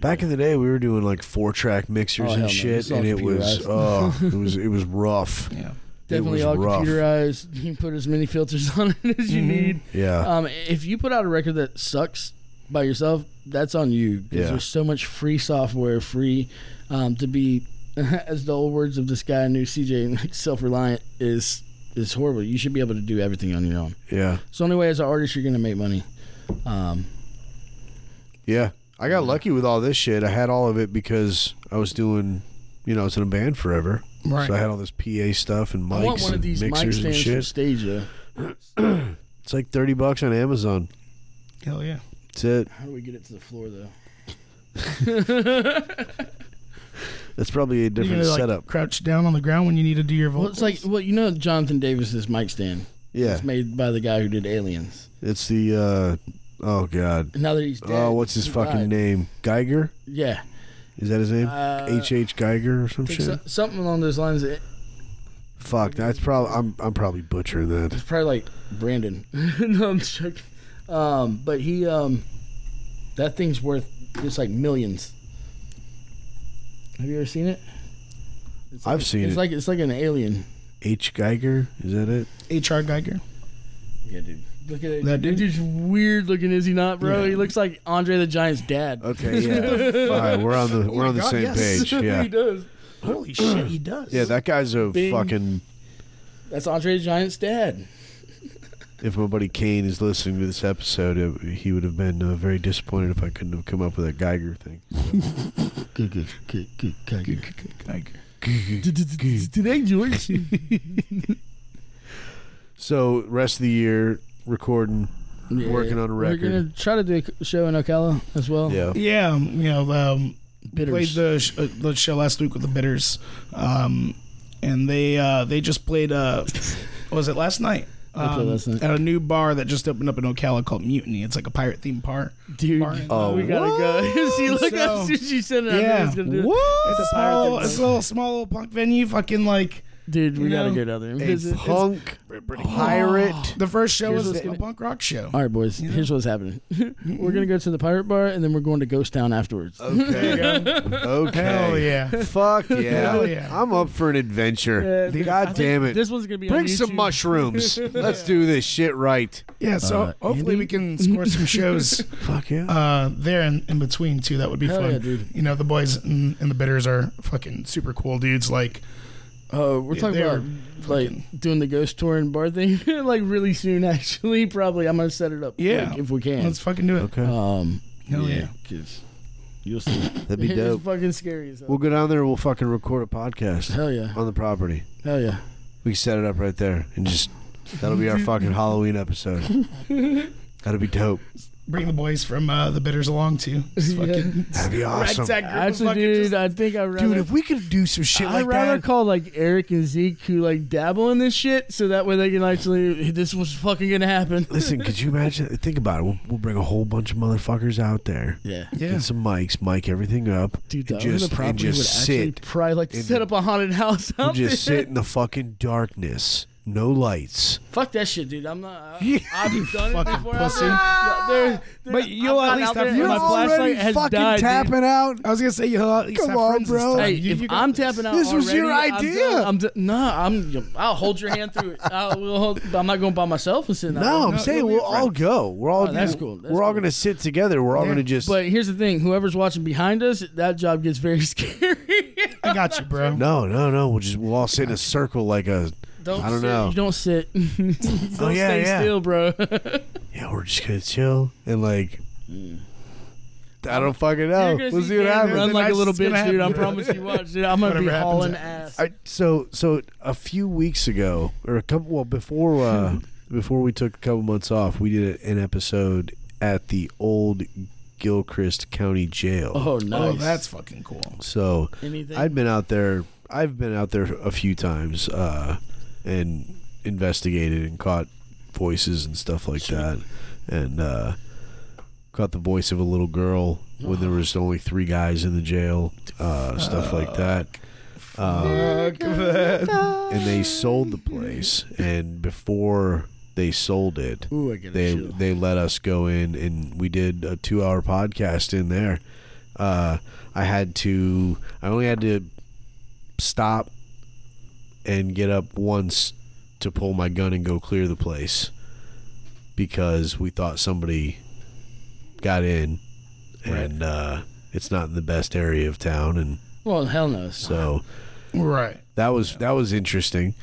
[SPEAKER 1] Back in the day, we were doing like four track mixers
[SPEAKER 3] Oh, hell
[SPEAKER 1] and
[SPEAKER 3] no.
[SPEAKER 1] shit,
[SPEAKER 3] It's all
[SPEAKER 1] and it was oh,
[SPEAKER 3] computerized.
[SPEAKER 1] it was it was rough.
[SPEAKER 2] Yeah.
[SPEAKER 3] Definitely
[SPEAKER 1] was
[SPEAKER 3] all
[SPEAKER 1] rough.
[SPEAKER 3] computerized. You can put as many filters on it as you need.
[SPEAKER 1] Yeah.
[SPEAKER 3] Um, if you put out a record that sucks by yourself, that's on you. 'cause
[SPEAKER 1] Yeah.
[SPEAKER 3] There's so much free software, free um, to be, as the old words of this guy I knew, CJ, self reliant is is horrible. You should be able to do everything on your own.
[SPEAKER 1] Yeah.
[SPEAKER 3] It's the only way as an artist you're gonna make money. Um,
[SPEAKER 1] Yeah. I got lucky with all this shit. I had all of it because I was doing, you know, I was in a band forever.
[SPEAKER 2] Right.
[SPEAKER 1] So I had all this PA stuff and
[SPEAKER 3] I want
[SPEAKER 1] mics
[SPEAKER 3] one of
[SPEAKER 1] and
[SPEAKER 3] these mic
[SPEAKER 1] mixers and
[SPEAKER 3] stands for
[SPEAKER 1] shit.
[SPEAKER 3] stage. though.
[SPEAKER 1] It's like 30 bucks on Amazon.
[SPEAKER 2] Hell yeah.
[SPEAKER 1] That's it.
[SPEAKER 3] How do we get it to the floor though?
[SPEAKER 1] That's probably a
[SPEAKER 2] You
[SPEAKER 1] different
[SPEAKER 2] gonna like
[SPEAKER 1] setup.
[SPEAKER 2] crouch down on the ground when you need to do your
[SPEAKER 3] Well,
[SPEAKER 2] vocals.
[SPEAKER 3] it's like well, you know Jonathan Davis's mic stand.
[SPEAKER 1] Yeah.
[SPEAKER 3] It's made by the guy who did Aliens.
[SPEAKER 1] It's the, uh, oh, God.
[SPEAKER 3] Now that he's dead.
[SPEAKER 1] Oh, what's his
[SPEAKER 3] he
[SPEAKER 1] fucking
[SPEAKER 3] died.
[SPEAKER 1] name? Geiger?
[SPEAKER 3] Yeah.
[SPEAKER 1] Is that his name?
[SPEAKER 3] Uh,
[SPEAKER 1] H.H. H. Geiger or some
[SPEAKER 3] I think
[SPEAKER 1] shit?
[SPEAKER 3] so, something along those lines. It-
[SPEAKER 1] Fuck, that's probably, I'm, I'm probably butchering that.
[SPEAKER 3] It's probably like Brandon. no, I'm joking. Um, but he, um, that thing's worth just like millions. Have you ever seen it? It's
[SPEAKER 1] I've
[SPEAKER 3] like-
[SPEAKER 1] seen
[SPEAKER 3] it's
[SPEAKER 1] it.
[SPEAKER 3] like it's like an alien.
[SPEAKER 1] H. Geiger? Is that it?
[SPEAKER 2] HR Geiger.
[SPEAKER 3] Yeah, dude. Look at it.
[SPEAKER 2] That dude?
[SPEAKER 3] dude's weird looking, is he not, bro?
[SPEAKER 2] Yeah.
[SPEAKER 3] He looks like Andre the Giant's dad.
[SPEAKER 1] Okay, yeah. All right, we're on the we're on the same page. Yeah,
[SPEAKER 3] he does.
[SPEAKER 2] Holy shit, he does.
[SPEAKER 1] yeah. That guy's a
[SPEAKER 3] Bing.
[SPEAKER 1] fucking
[SPEAKER 3] That's Andre the Giant's dad.
[SPEAKER 1] if my buddy Kane is listening to this episode, it, he would have been uh, very disappointed if I couldn't have come up with a Geiger thing.
[SPEAKER 3] Good, good, good, good, good,
[SPEAKER 2] Geiger.
[SPEAKER 3] Today, George.
[SPEAKER 1] So rest of the year recording, working on a
[SPEAKER 3] We're
[SPEAKER 1] record.
[SPEAKER 3] gonna try to do a show in Ocala as well.
[SPEAKER 1] Yeah,
[SPEAKER 2] Yeah, um, you know, um,
[SPEAKER 3] Bitters.
[SPEAKER 2] played the sh- uh, the show last week with the Bitters, um, and they uh, they just played. Uh, what was it last night?
[SPEAKER 3] played
[SPEAKER 2] Um,
[SPEAKER 3] last night.
[SPEAKER 2] At a new bar that just opened up in Ocala called Mutiny. It's like a pirate themed bar.
[SPEAKER 3] Dude,
[SPEAKER 2] Bar.
[SPEAKER 1] Oh,
[SPEAKER 3] we gotta go. See, look,
[SPEAKER 2] So-
[SPEAKER 3] as soon as you said it, I knew I
[SPEAKER 2] Yeah.
[SPEAKER 3] was gonna do it.
[SPEAKER 2] It's a
[SPEAKER 3] pirate
[SPEAKER 2] small,
[SPEAKER 3] themed
[SPEAKER 2] it's a
[SPEAKER 3] bar.
[SPEAKER 2] little small little punk venue. Fucking like
[SPEAKER 3] Dude, we
[SPEAKER 2] You
[SPEAKER 3] gotta
[SPEAKER 2] know,
[SPEAKER 3] go down there and
[SPEAKER 1] a
[SPEAKER 3] visit. It's-
[SPEAKER 1] punk pirate.
[SPEAKER 2] the first show
[SPEAKER 3] Here's
[SPEAKER 2] was
[SPEAKER 3] what's
[SPEAKER 2] a
[SPEAKER 3] gonna-
[SPEAKER 2] punk rock show.
[SPEAKER 3] All right, boys. Here's what's happening. we're gonna go to the pirate bar, and then we're going to Ghost Town afterwards.
[SPEAKER 1] Okay, okay.
[SPEAKER 3] Oh,
[SPEAKER 2] Hell yeah.
[SPEAKER 1] Fuck yeah.
[SPEAKER 2] Hell yeah.
[SPEAKER 1] I'm up for an adventure.
[SPEAKER 3] Yeah,
[SPEAKER 1] God damn it.
[SPEAKER 3] This one's gonna be on
[SPEAKER 1] Bring some
[SPEAKER 3] YouTube.
[SPEAKER 1] mushrooms. Let's do this shit right.
[SPEAKER 2] Yeah, so
[SPEAKER 3] Uh,
[SPEAKER 2] hopefully we can score some shows
[SPEAKER 1] Fuck yeah.
[SPEAKER 2] uh, there in, in between too. That would be
[SPEAKER 3] Hell
[SPEAKER 2] fun.
[SPEAKER 3] yeah, dude.
[SPEAKER 2] You know, the boys and, and the bitters are fucking super cool dudes. Like,
[SPEAKER 3] Oh, we're
[SPEAKER 2] Yeah,
[SPEAKER 3] talking
[SPEAKER 2] they
[SPEAKER 3] about
[SPEAKER 2] were
[SPEAKER 3] like doing the ghost tour and bar thing, like really soon. Actually, probably I'm gonna set it up.
[SPEAKER 2] Yeah.
[SPEAKER 3] like, if we can.
[SPEAKER 2] let's fucking do it.
[SPEAKER 1] Okay.
[SPEAKER 3] um,
[SPEAKER 2] Hell yeah.
[SPEAKER 3] Cause you'll see.
[SPEAKER 1] That'd be dope.
[SPEAKER 3] it's fucking scary. as hell.
[SPEAKER 1] We'll go down there and we'll fucking record a podcast
[SPEAKER 3] Hell yeah.
[SPEAKER 1] on the property.
[SPEAKER 3] Hell yeah.
[SPEAKER 1] We can set it up right there and just that'll be our fucking Halloween episode. That'll be dope.
[SPEAKER 2] Bring the boys from uh, the bitters along too. It's
[SPEAKER 3] Yeah.
[SPEAKER 2] fucking
[SPEAKER 1] That'd be awesome.
[SPEAKER 2] Ragtag group of
[SPEAKER 3] Actually,
[SPEAKER 2] fucking
[SPEAKER 3] dude,
[SPEAKER 2] just-
[SPEAKER 3] I think I
[SPEAKER 1] Dude, if we could do some shit
[SPEAKER 3] I'd
[SPEAKER 1] like
[SPEAKER 3] rather
[SPEAKER 1] that.
[SPEAKER 3] call like Eric and Zeke who like dabble in this shit, so that way they can actually this was fucking gonna happen.
[SPEAKER 1] Listen, could you imagine? Think about it. We'll, we'll bring a whole bunch of motherfuckers out there.
[SPEAKER 3] Yeah,
[SPEAKER 2] yeah.
[SPEAKER 1] Get some mics, mic everything up,
[SPEAKER 3] dude,
[SPEAKER 1] and
[SPEAKER 3] that
[SPEAKER 1] just,
[SPEAKER 3] the
[SPEAKER 1] and
[SPEAKER 3] property would
[SPEAKER 1] just
[SPEAKER 3] actually
[SPEAKER 1] sit.
[SPEAKER 3] probably like
[SPEAKER 1] in
[SPEAKER 3] set
[SPEAKER 1] the-
[SPEAKER 3] up a haunted house out
[SPEAKER 1] We'll just
[SPEAKER 3] there.
[SPEAKER 1] sit in the fucking darkness, no lights.
[SPEAKER 3] Fuck that shit, dude. I'm not. I,
[SPEAKER 1] Yeah.
[SPEAKER 3] I've done it
[SPEAKER 2] fucking
[SPEAKER 3] before.
[SPEAKER 2] pussy.
[SPEAKER 3] Out there. No, there- there-
[SPEAKER 2] But you'll
[SPEAKER 3] I've
[SPEAKER 2] at
[SPEAKER 3] gone
[SPEAKER 2] least
[SPEAKER 3] out
[SPEAKER 2] have
[SPEAKER 3] there
[SPEAKER 2] your
[SPEAKER 3] and my
[SPEAKER 2] already
[SPEAKER 3] flashlight has
[SPEAKER 1] fucking
[SPEAKER 3] died, dude.
[SPEAKER 1] tapping out.
[SPEAKER 2] I was gonna say, you'll at least
[SPEAKER 1] Come
[SPEAKER 2] have
[SPEAKER 1] on,
[SPEAKER 2] friends this
[SPEAKER 1] bro.
[SPEAKER 2] time.
[SPEAKER 3] Hey,
[SPEAKER 2] You-
[SPEAKER 3] if
[SPEAKER 2] you got
[SPEAKER 3] I'm
[SPEAKER 2] this.
[SPEAKER 3] tapping out,
[SPEAKER 1] This was
[SPEAKER 3] already,
[SPEAKER 1] your
[SPEAKER 3] I'm
[SPEAKER 1] idea.
[SPEAKER 3] done. I'm done. Nah, I'm. I'll hold your hand through it. I will hold, but I'm not going by myself and sitting. out there.
[SPEAKER 1] No, I'm saying
[SPEAKER 2] you'll be
[SPEAKER 1] we'll all go. We're all
[SPEAKER 3] Oh, that's cool. That's
[SPEAKER 1] we're all
[SPEAKER 3] cool.
[SPEAKER 1] gonna sit together. We're all
[SPEAKER 2] Yeah.
[SPEAKER 1] gonna just
[SPEAKER 3] But here's the thing: whoever's watching behind us, that job gets very scary.
[SPEAKER 2] I got you, bro.
[SPEAKER 1] no, no, no. We'll just we'll all sit in a circle like a
[SPEAKER 3] don't
[SPEAKER 1] I don't
[SPEAKER 3] sit.
[SPEAKER 1] know.
[SPEAKER 3] You don't sit. don't
[SPEAKER 1] Oh, yeah,
[SPEAKER 3] stay
[SPEAKER 1] yeah. Oh,
[SPEAKER 3] still, bro.
[SPEAKER 1] yeah. We're just gonna chill and like I don't fucking know.
[SPEAKER 3] Mm. You're gonna
[SPEAKER 1] We'll
[SPEAKER 3] see
[SPEAKER 1] see what
[SPEAKER 3] Dan
[SPEAKER 1] happens.
[SPEAKER 3] Run
[SPEAKER 2] The
[SPEAKER 3] like a
[SPEAKER 2] night's
[SPEAKER 3] little
[SPEAKER 2] gonna
[SPEAKER 3] bitch, dude. I
[SPEAKER 2] happen.
[SPEAKER 3] promise you, watch, dude. I'm gonna be
[SPEAKER 2] Whatever happens,
[SPEAKER 3] hauling ass.
[SPEAKER 2] happens.
[SPEAKER 1] I, so so a few weeks ago or a couple well before uh, before we took a couple months off, we did an episode at the old Gilchrist County Jail.
[SPEAKER 3] Oh, nice.
[SPEAKER 2] Oh, that's fucking cool.
[SPEAKER 1] So
[SPEAKER 3] anything.
[SPEAKER 1] I'd been out there. I've been out there a few times uh, and investigated and caught voices and stuff like that, and uh, caught the voice of a little girl when
[SPEAKER 3] Oh.
[SPEAKER 1] there was only three guys in the jail, uh, stuff like that. Um, and they sold the place, and before they sold it,
[SPEAKER 3] Ooh, I get
[SPEAKER 1] they
[SPEAKER 3] it.
[SPEAKER 1] they let us go in and we did a two hour podcast in there uh, i had to i only had to stop and get up once to pull my gun and go clear the place because we thought somebody got in and uh, it's not in the best area of town and
[SPEAKER 3] Well, hell no. it's not.
[SPEAKER 1] so
[SPEAKER 2] Right.
[SPEAKER 1] that was that was interesting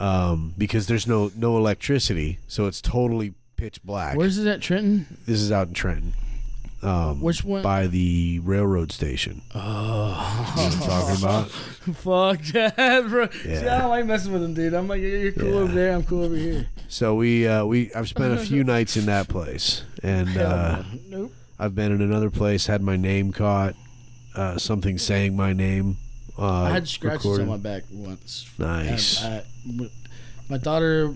[SPEAKER 1] um, because there's no no electricity, so it's totally pitch black.
[SPEAKER 8] Where's this at Trenton?
[SPEAKER 1] this is out in Trenton. Um,
[SPEAKER 8] Which one?
[SPEAKER 1] by the railroad station. Oh, talking about.
[SPEAKER 8] Fuck that, bro. See, I
[SPEAKER 1] Yeah.
[SPEAKER 8] don't like messing with him, dude. I'm like, you're, you're cool
[SPEAKER 1] Yeah.
[SPEAKER 8] over there. I'm cool over here.
[SPEAKER 1] So we uh, we I've spent a few nights in that place, and uh,
[SPEAKER 8] Nope.
[SPEAKER 1] I've been in another place, had my name caught, uh, something saying my name. Uh,
[SPEAKER 8] I had scratches
[SPEAKER 1] recorded.
[SPEAKER 8] on my back once.
[SPEAKER 1] Nice.
[SPEAKER 8] I, I- Uh, my daughter,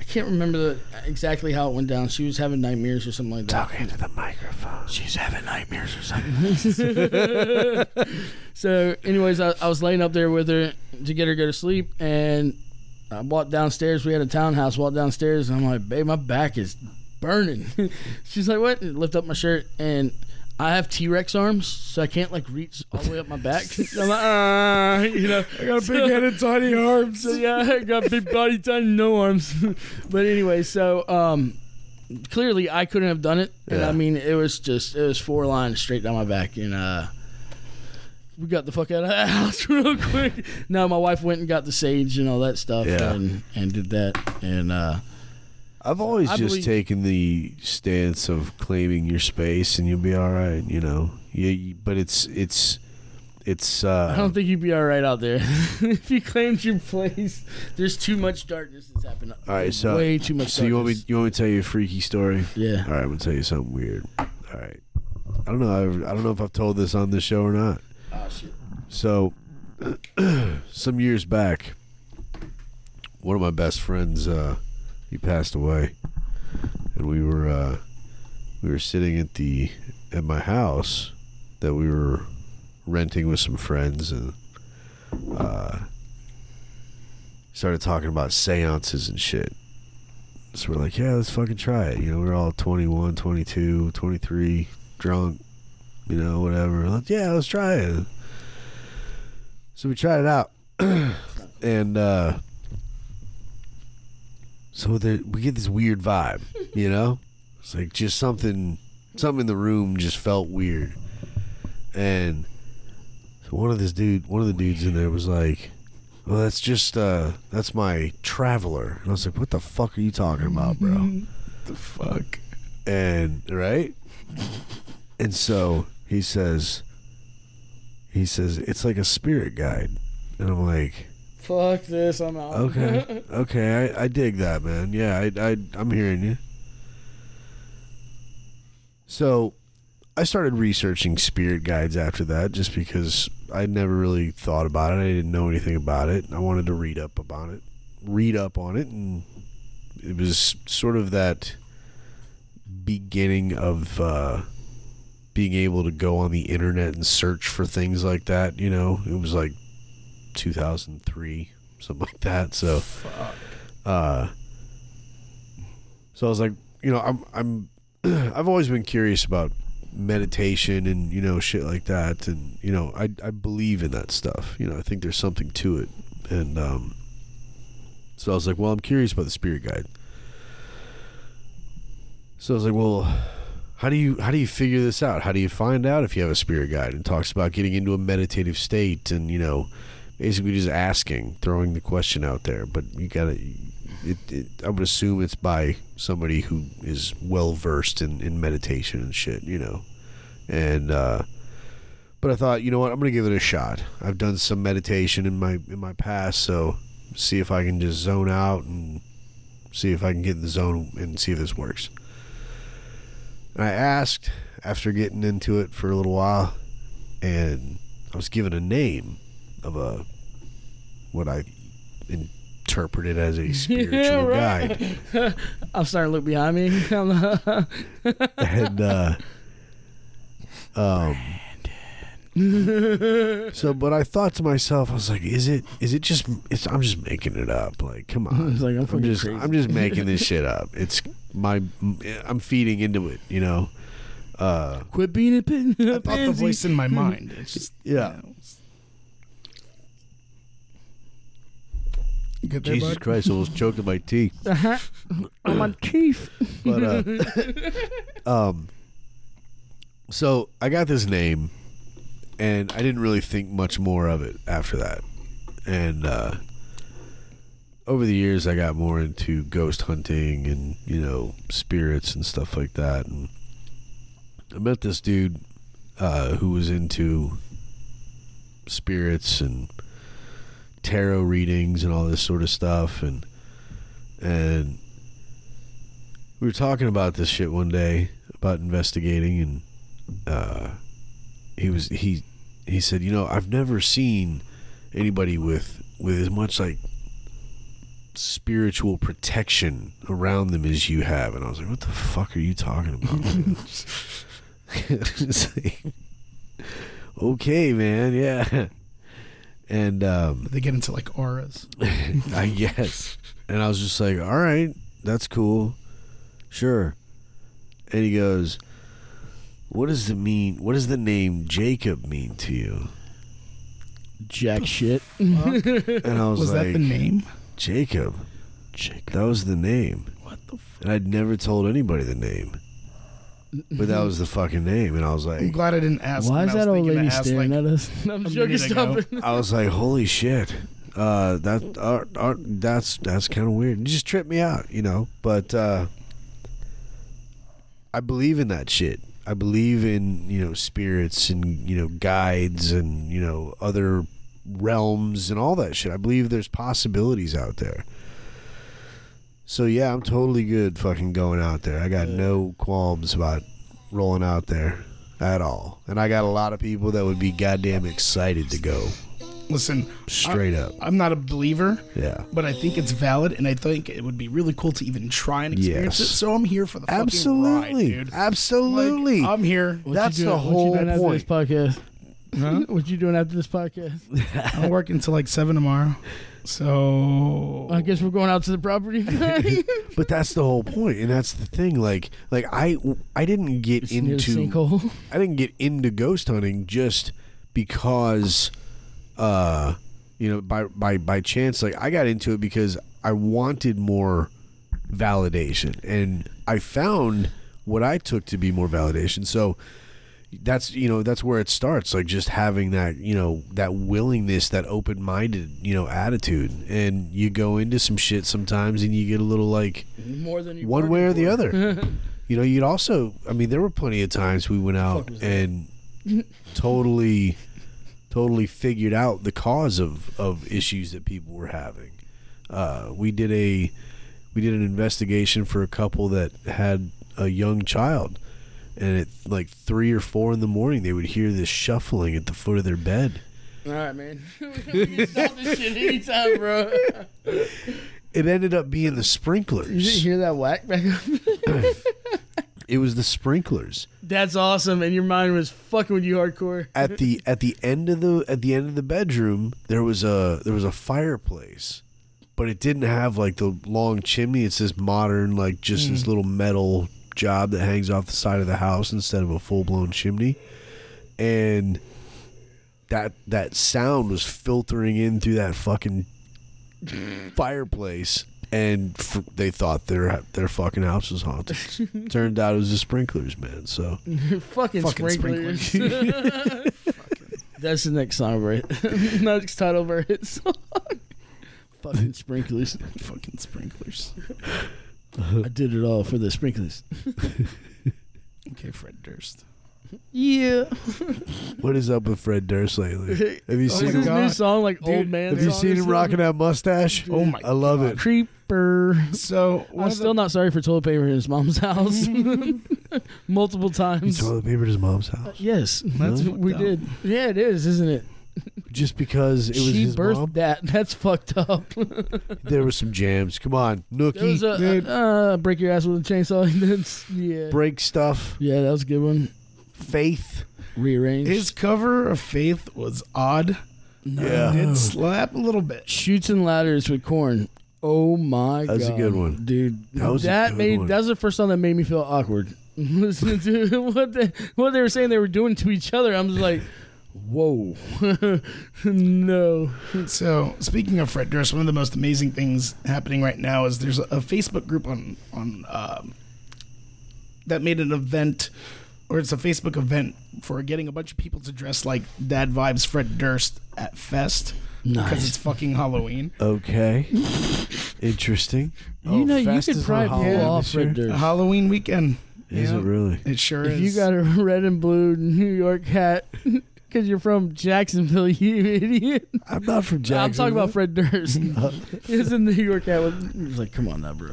[SPEAKER 8] I can't remember the, exactly how it went down. She was having nightmares or something like that.
[SPEAKER 1] Talking to the microphone.
[SPEAKER 8] She's having nightmares or something. so, anyways, I, I was laying up there with her to get her to go to sleep, and I walked downstairs. We had a townhouse. Walked downstairs, and I'm like, "Babe, my back is burning." She's like, "What?" And lift up my shirt, and I have T Rex arms, so I can't like reach all the way up my back. So I'm like, uh, you know, I got a big head and tiny arms. yeah, I got big body, tiny no arms. but anyway, so um, clearly I couldn't have done it. And
[SPEAKER 1] Yeah.
[SPEAKER 8] I mean, it was just it was four lines straight down my back, and uh, we got the fuck out of that house real quick. no, my wife went and got the sage and all that stuff,
[SPEAKER 1] Yeah.
[SPEAKER 8] and and did that, and uh,
[SPEAKER 1] I've always
[SPEAKER 8] I
[SPEAKER 1] just
[SPEAKER 8] believe-
[SPEAKER 1] taken the stance of claiming your space, and you'll be all right. You know, yeah. you- But it's it's it's. Uh,
[SPEAKER 8] I don't think you'd be all right out there if you claimed your place. There's too much darkness that's happened.
[SPEAKER 1] all right, so
[SPEAKER 8] way too much.
[SPEAKER 1] So you want me? You want me to tell you a freaky story?
[SPEAKER 8] Yeah.
[SPEAKER 1] All right, I'm gonna tell you something weird. All right, I don't know. I, I don't know if I've told this on this show or not.
[SPEAKER 8] Oh shit.
[SPEAKER 1] So, some years back, one of my best friends, uh, he passed away, and we were uh, we were sitting at the at my house that we were renting with some friends, and uh, started talking about seances and shit. So we're like, yeah, let's fucking try it. You know, we're all 21, 22, 23, drunk, you know, whatever. Like, yeah, let's try it. So we tried it out, and uh, so there, we get this weird vibe, you know. It's like just something, something in the room just felt weird, and so one of this dude, one of the dudes in there was like, "Well, that's just uh, that's my traveler," and I was like, "What the fuck are you talking about, bro?"
[SPEAKER 2] Fuck.
[SPEAKER 1] and right and so he says he says it's like a spirit guide and i'm like
[SPEAKER 8] Fuck this. I'm
[SPEAKER 1] Uh,
[SPEAKER 8] out.
[SPEAKER 1] okay okay i, I dig that man yeah I, I i'm hearing you so i started researching spirit guides after that just because i never really thought about it i didn't know anything about it i wanted to read up about it read up on it and it was sort of that beginning of uh, being able to go on the internet and search for things like that. You know, it was like 2003, something like that. So, uh, so I was like, you know, I'm, I'm, I've always been curious about meditation and you know shit like that, and you know, I, I believe in that stuff. You know, I think there's something to it, and um, so I was like, well, I'm curious about the spirit guide. So I was like, well, how do you how do you figure this out? How do you find out if you have a spirit guide? And it talks about getting into a meditative state and you know, basically just asking, throwing the question out there. But you gotta, it, it, I would assume it's by somebody who is well versed in in meditation and shit, you know, and. uh but I thought, you know what, I'm gonna give it a shot. I've done some meditation in my in my past, so see if I can just zone out and see if I can get in the zone and see if this works. And I asked after getting into it for a little while, and I was given a name of a what I interpreted as a spiritual guide.
[SPEAKER 8] I'm starting to look behind me. I'm, uh,
[SPEAKER 1] and uh um so but i thought to myself i was like is it is it just it's i'm just making it up like come on
[SPEAKER 8] It's like, I'm fucking
[SPEAKER 1] just
[SPEAKER 8] crazy.
[SPEAKER 1] i'm just making this shit up it's my i'm feeding into it you know uh
[SPEAKER 8] quit being a pin.
[SPEAKER 2] I thought the voice in my mind. It's just
[SPEAKER 1] yeah
[SPEAKER 2] you get there,
[SPEAKER 1] jesus
[SPEAKER 2] bud?
[SPEAKER 1] christ i almost choked on my tea
[SPEAKER 8] Uh-huh. I'm on chief.
[SPEAKER 1] but uh, um, so I got this name, and I didn't really think much more of it after that, and uh, over the years, I got more into ghost hunting and you know spirits and stuff like that. And I met this dude uh, who was into spirits and tarot readings and all this sort of stuff. And and we were talking about this shit one day about investigating, and uh, he was he he said, you know, I've never seen anybody with with as much like spiritual protection around them as you have. And I was like, what the fuck are you talking about? man?" It's like, okay, man, yeah. And um,
[SPEAKER 2] They get into like auras.
[SPEAKER 1] I guess. And I was just like, all right, that's cool. Sure. And he goes, what does the mean? What does the name Jacob mean to you?
[SPEAKER 8] Jack shit.
[SPEAKER 1] And I was,
[SPEAKER 2] Was,
[SPEAKER 1] like,
[SPEAKER 2] that the name?
[SPEAKER 1] Jacob. Jacob. That was the name. What the fuck? And I'd never told anybody the name. But that was the fucking name. And I was
[SPEAKER 2] I'm
[SPEAKER 1] like
[SPEAKER 2] glad I didn't ask.
[SPEAKER 8] Why
[SPEAKER 2] and
[SPEAKER 8] is
[SPEAKER 2] I was
[SPEAKER 8] that old
[SPEAKER 2] thinking to
[SPEAKER 8] lady
[SPEAKER 2] ask,
[SPEAKER 8] staring
[SPEAKER 2] like,
[SPEAKER 8] at us? I'm
[SPEAKER 2] a
[SPEAKER 8] joking.
[SPEAKER 2] minute
[SPEAKER 8] Stop
[SPEAKER 2] ago.
[SPEAKER 8] it.
[SPEAKER 1] I was like, holy shit. Uh that uh, uh, that's that's kinda weird. It just tripped me out, you know. But uh I believe in that shit. I believe in, you know, spirits and, you know, guides and, you know, other realms and all that shit. I believe there's possibilities out there. So yeah, I'm totally good fucking going out there. I got no qualms about rolling out there at all. And I got a lot of people that would be goddamn excited to go
[SPEAKER 2] Listen,
[SPEAKER 1] straight up.
[SPEAKER 2] I'm not a believer,
[SPEAKER 1] Yeah.
[SPEAKER 2] but I think it's valid, and I think it would be really cool to even try and experience
[SPEAKER 1] Yes.
[SPEAKER 2] it. So I'm here for the fucking
[SPEAKER 1] Absolutely.
[SPEAKER 2] ride, dude.
[SPEAKER 1] Absolutely.
[SPEAKER 2] Like, I'm here.
[SPEAKER 8] What you
[SPEAKER 1] That's
[SPEAKER 8] doing-
[SPEAKER 1] the whole
[SPEAKER 8] what you doing
[SPEAKER 1] point.
[SPEAKER 8] After this podcast? What you doing after this podcast?
[SPEAKER 2] I'm working till like seven tomorrow. So
[SPEAKER 8] I guess we're going out to the property.
[SPEAKER 1] but that's the whole point and that's the thing like like I I didn't get
[SPEAKER 8] It's near the
[SPEAKER 1] into
[SPEAKER 8] sinkhole.
[SPEAKER 1] I didn't get into ghost hunting just because, uh, you know, by by by chance. Like I got into it because I wanted more validation, and I found what I took to be more validation. So that's you know that's where it starts. Like just having that you know that willingness, that open minded you know attitude, and you go into some shit sometimes, and you get a little like
[SPEAKER 8] More than you
[SPEAKER 1] one way or
[SPEAKER 8] bargained
[SPEAKER 1] the
[SPEAKER 8] for.
[SPEAKER 1] other. you know, you'd also, I mean, there were plenty of times we went out and totally, totally figured out the cause of, of issues that people were having. Uh, we did a, we did an investigation for a couple that had a young child. And at like three or four in the morning, they would hear this shuffling at the foot of their bed.
[SPEAKER 8] All right, man. we can stop this shit anytime, bro.
[SPEAKER 1] It ended up being the
[SPEAKER 8] You didn't
[SPEAKER 1] sprinklers.
[SPEAKER 8] hear that whack back up?
[SPEAKER 1] It was the sprinklers.
[SPEAKER 8] That's awesome, and your mind was fucking with you hardcore.
[SPEAKER 1] at the at the end of the at the end of the bedroom there was a there was a fireplace but it didn't have like the long chimney it's this modern like just this little metal job that hangs off the side of the house instead of a full-blown chimney and that that sound was filtering in through that fucking fireplace and f- they thought their their fucking house was haunted turned out it was the sprinklers man so
[SPEAKER 8] fucking,
[SPEAKER 2] Fucking
[SPEAKER 8] sprinklers. That's the next song, right? next title of our hit song. fucking sprinklers.
[SPEAKER 2] fucking sprinklers.
[SPEAKER 8] I did it all for the sprinklers.
[SPEAKER 2] Okay, Fred Durst.
[SPEAKER 8] Yeah.
[SPEAKER 1] What is up with Fred Durst lately? Have you
[SPEAKER 8] Oh
[SPEAKER 1] seen
[SPEAKER 8] this
[SPEAKER 1] him?
[SPEAKER 8] new song, like old
[SPEAKER 2] Dude,
[SPEAKER 8] man.
[SPEAKER 1] Have you
[SPEAKER 8] song
[SPEAKER 1] seen
[SPEAKER 8] or
[SPEAKER 1] him rocking
[SPEAKER 8] something?
[SPEAKER 1] that mustache?
[SPEAKER 2] Oh my
[SPEAKER 1] I love it.
[SPEAKER 8] Creeper.
[SPEAKER 2] So one
[SPEAKER 8] I'm
[SPEAKER 2] of
[SPEAKER 8] still not sorry for toilet paper in his mom's house multiple
[SPEAKER 1] He
[SPEAKER 8] times.
[SPEAKER 1] toilet papered his mom's house
[SPEAKER 8] Yes,
[SPEAKER 2] That's
[SPEAKER 8] what we
[SPEAKER 2] fucked up.
[SPEAKER 8] did. Yeah, it is, isn't it?
[SPEAKER 1] just because it was
[SPEAKER 8] she
[SPEAKER 1] his
[SPEAKER 8] birthed
[SPEAKER 1] mom.
[SPEAKER 8] that. That's fucked up.
[SPEAKER 1] There were some jams. Come on, Nookie,
[SPEAKER 8] There was a,
[SPEAKER 2] dude.
[SPEAKER 8] uh, break your ass with a chainsaw. and then s- yeah,
[SPEAKER 1] break stuff,
[SPEAKER 8] yeah, that was a good one.
[SPEAKER 1] faith.
[SPEAKER 8] Rearrange.
[SPEAKER 2] his cover of Faith was odd.
[SPEAKER 1] Yeah.
[SPEAKER 2] Did slap a little bit.
[SPEAKER 8] shoots and ladders with corn. Oh my god,
[SPEAKER 1] That's a good one.
[SPEAKER 8] dude.
[SPEAKER 1] That was a good
[SPEAKER 8] made
[SPEAKER 1] one.
[SPEAKER 8] that was the first time that made me feel awkward. Listening to what they, what they were saying they were doing to each other, I'm just like, whoa, no.
[SPEAKER 2] So, speaking of Fred Durst, one of the most amazing things happening right now is there's a, a Facebook group on on um, that made an event, or it's a Facebook event for getting a bunch of people to dress like Dad Vibes Fred Durst at Fest. because
[SPEAKER 3] Nice.
[SPEAKER 2] it's fucking Halloween.
[SPEAKER 1] Okay. Interesting.
[SPEAKER 2] Oh,
[SPEAKER 1] Oh,
[SPEAKER 3] you know, you
[SPEAKER 8] Fast
[SPEAKER 3] could
[SPEAKER 8] is
[SPEAKER 3] probably
[SPEAKER 8] on
[SPEAKER 3] pull
[SPEAKER 8] Halloween
[SPEAKER 3] off
[SPEAKER 8] this year.
[SPEAKER 3] Red Dirt.
[SPEAKER 2] Halloween weekend.
[SPEAKER 1] Is
[SPEAKER 2] Yeah.
[SPEAKER 1] it really?
[SPEAKER 2] It sure
[SPEAKER 3] If
[SPEAKER 2] is.
[SPEAKER 3] you got a red and blue New York hat because you're from Jacksonville, you idiot.
[SPEAKER 1] I'm not from
[SPEAKER 3] I'm
[SPEAKER 1] Jacksonville.
[SPEAKER 3] talking about Fred Durst. he was in the New York hat. With, he was like, come on now, bro.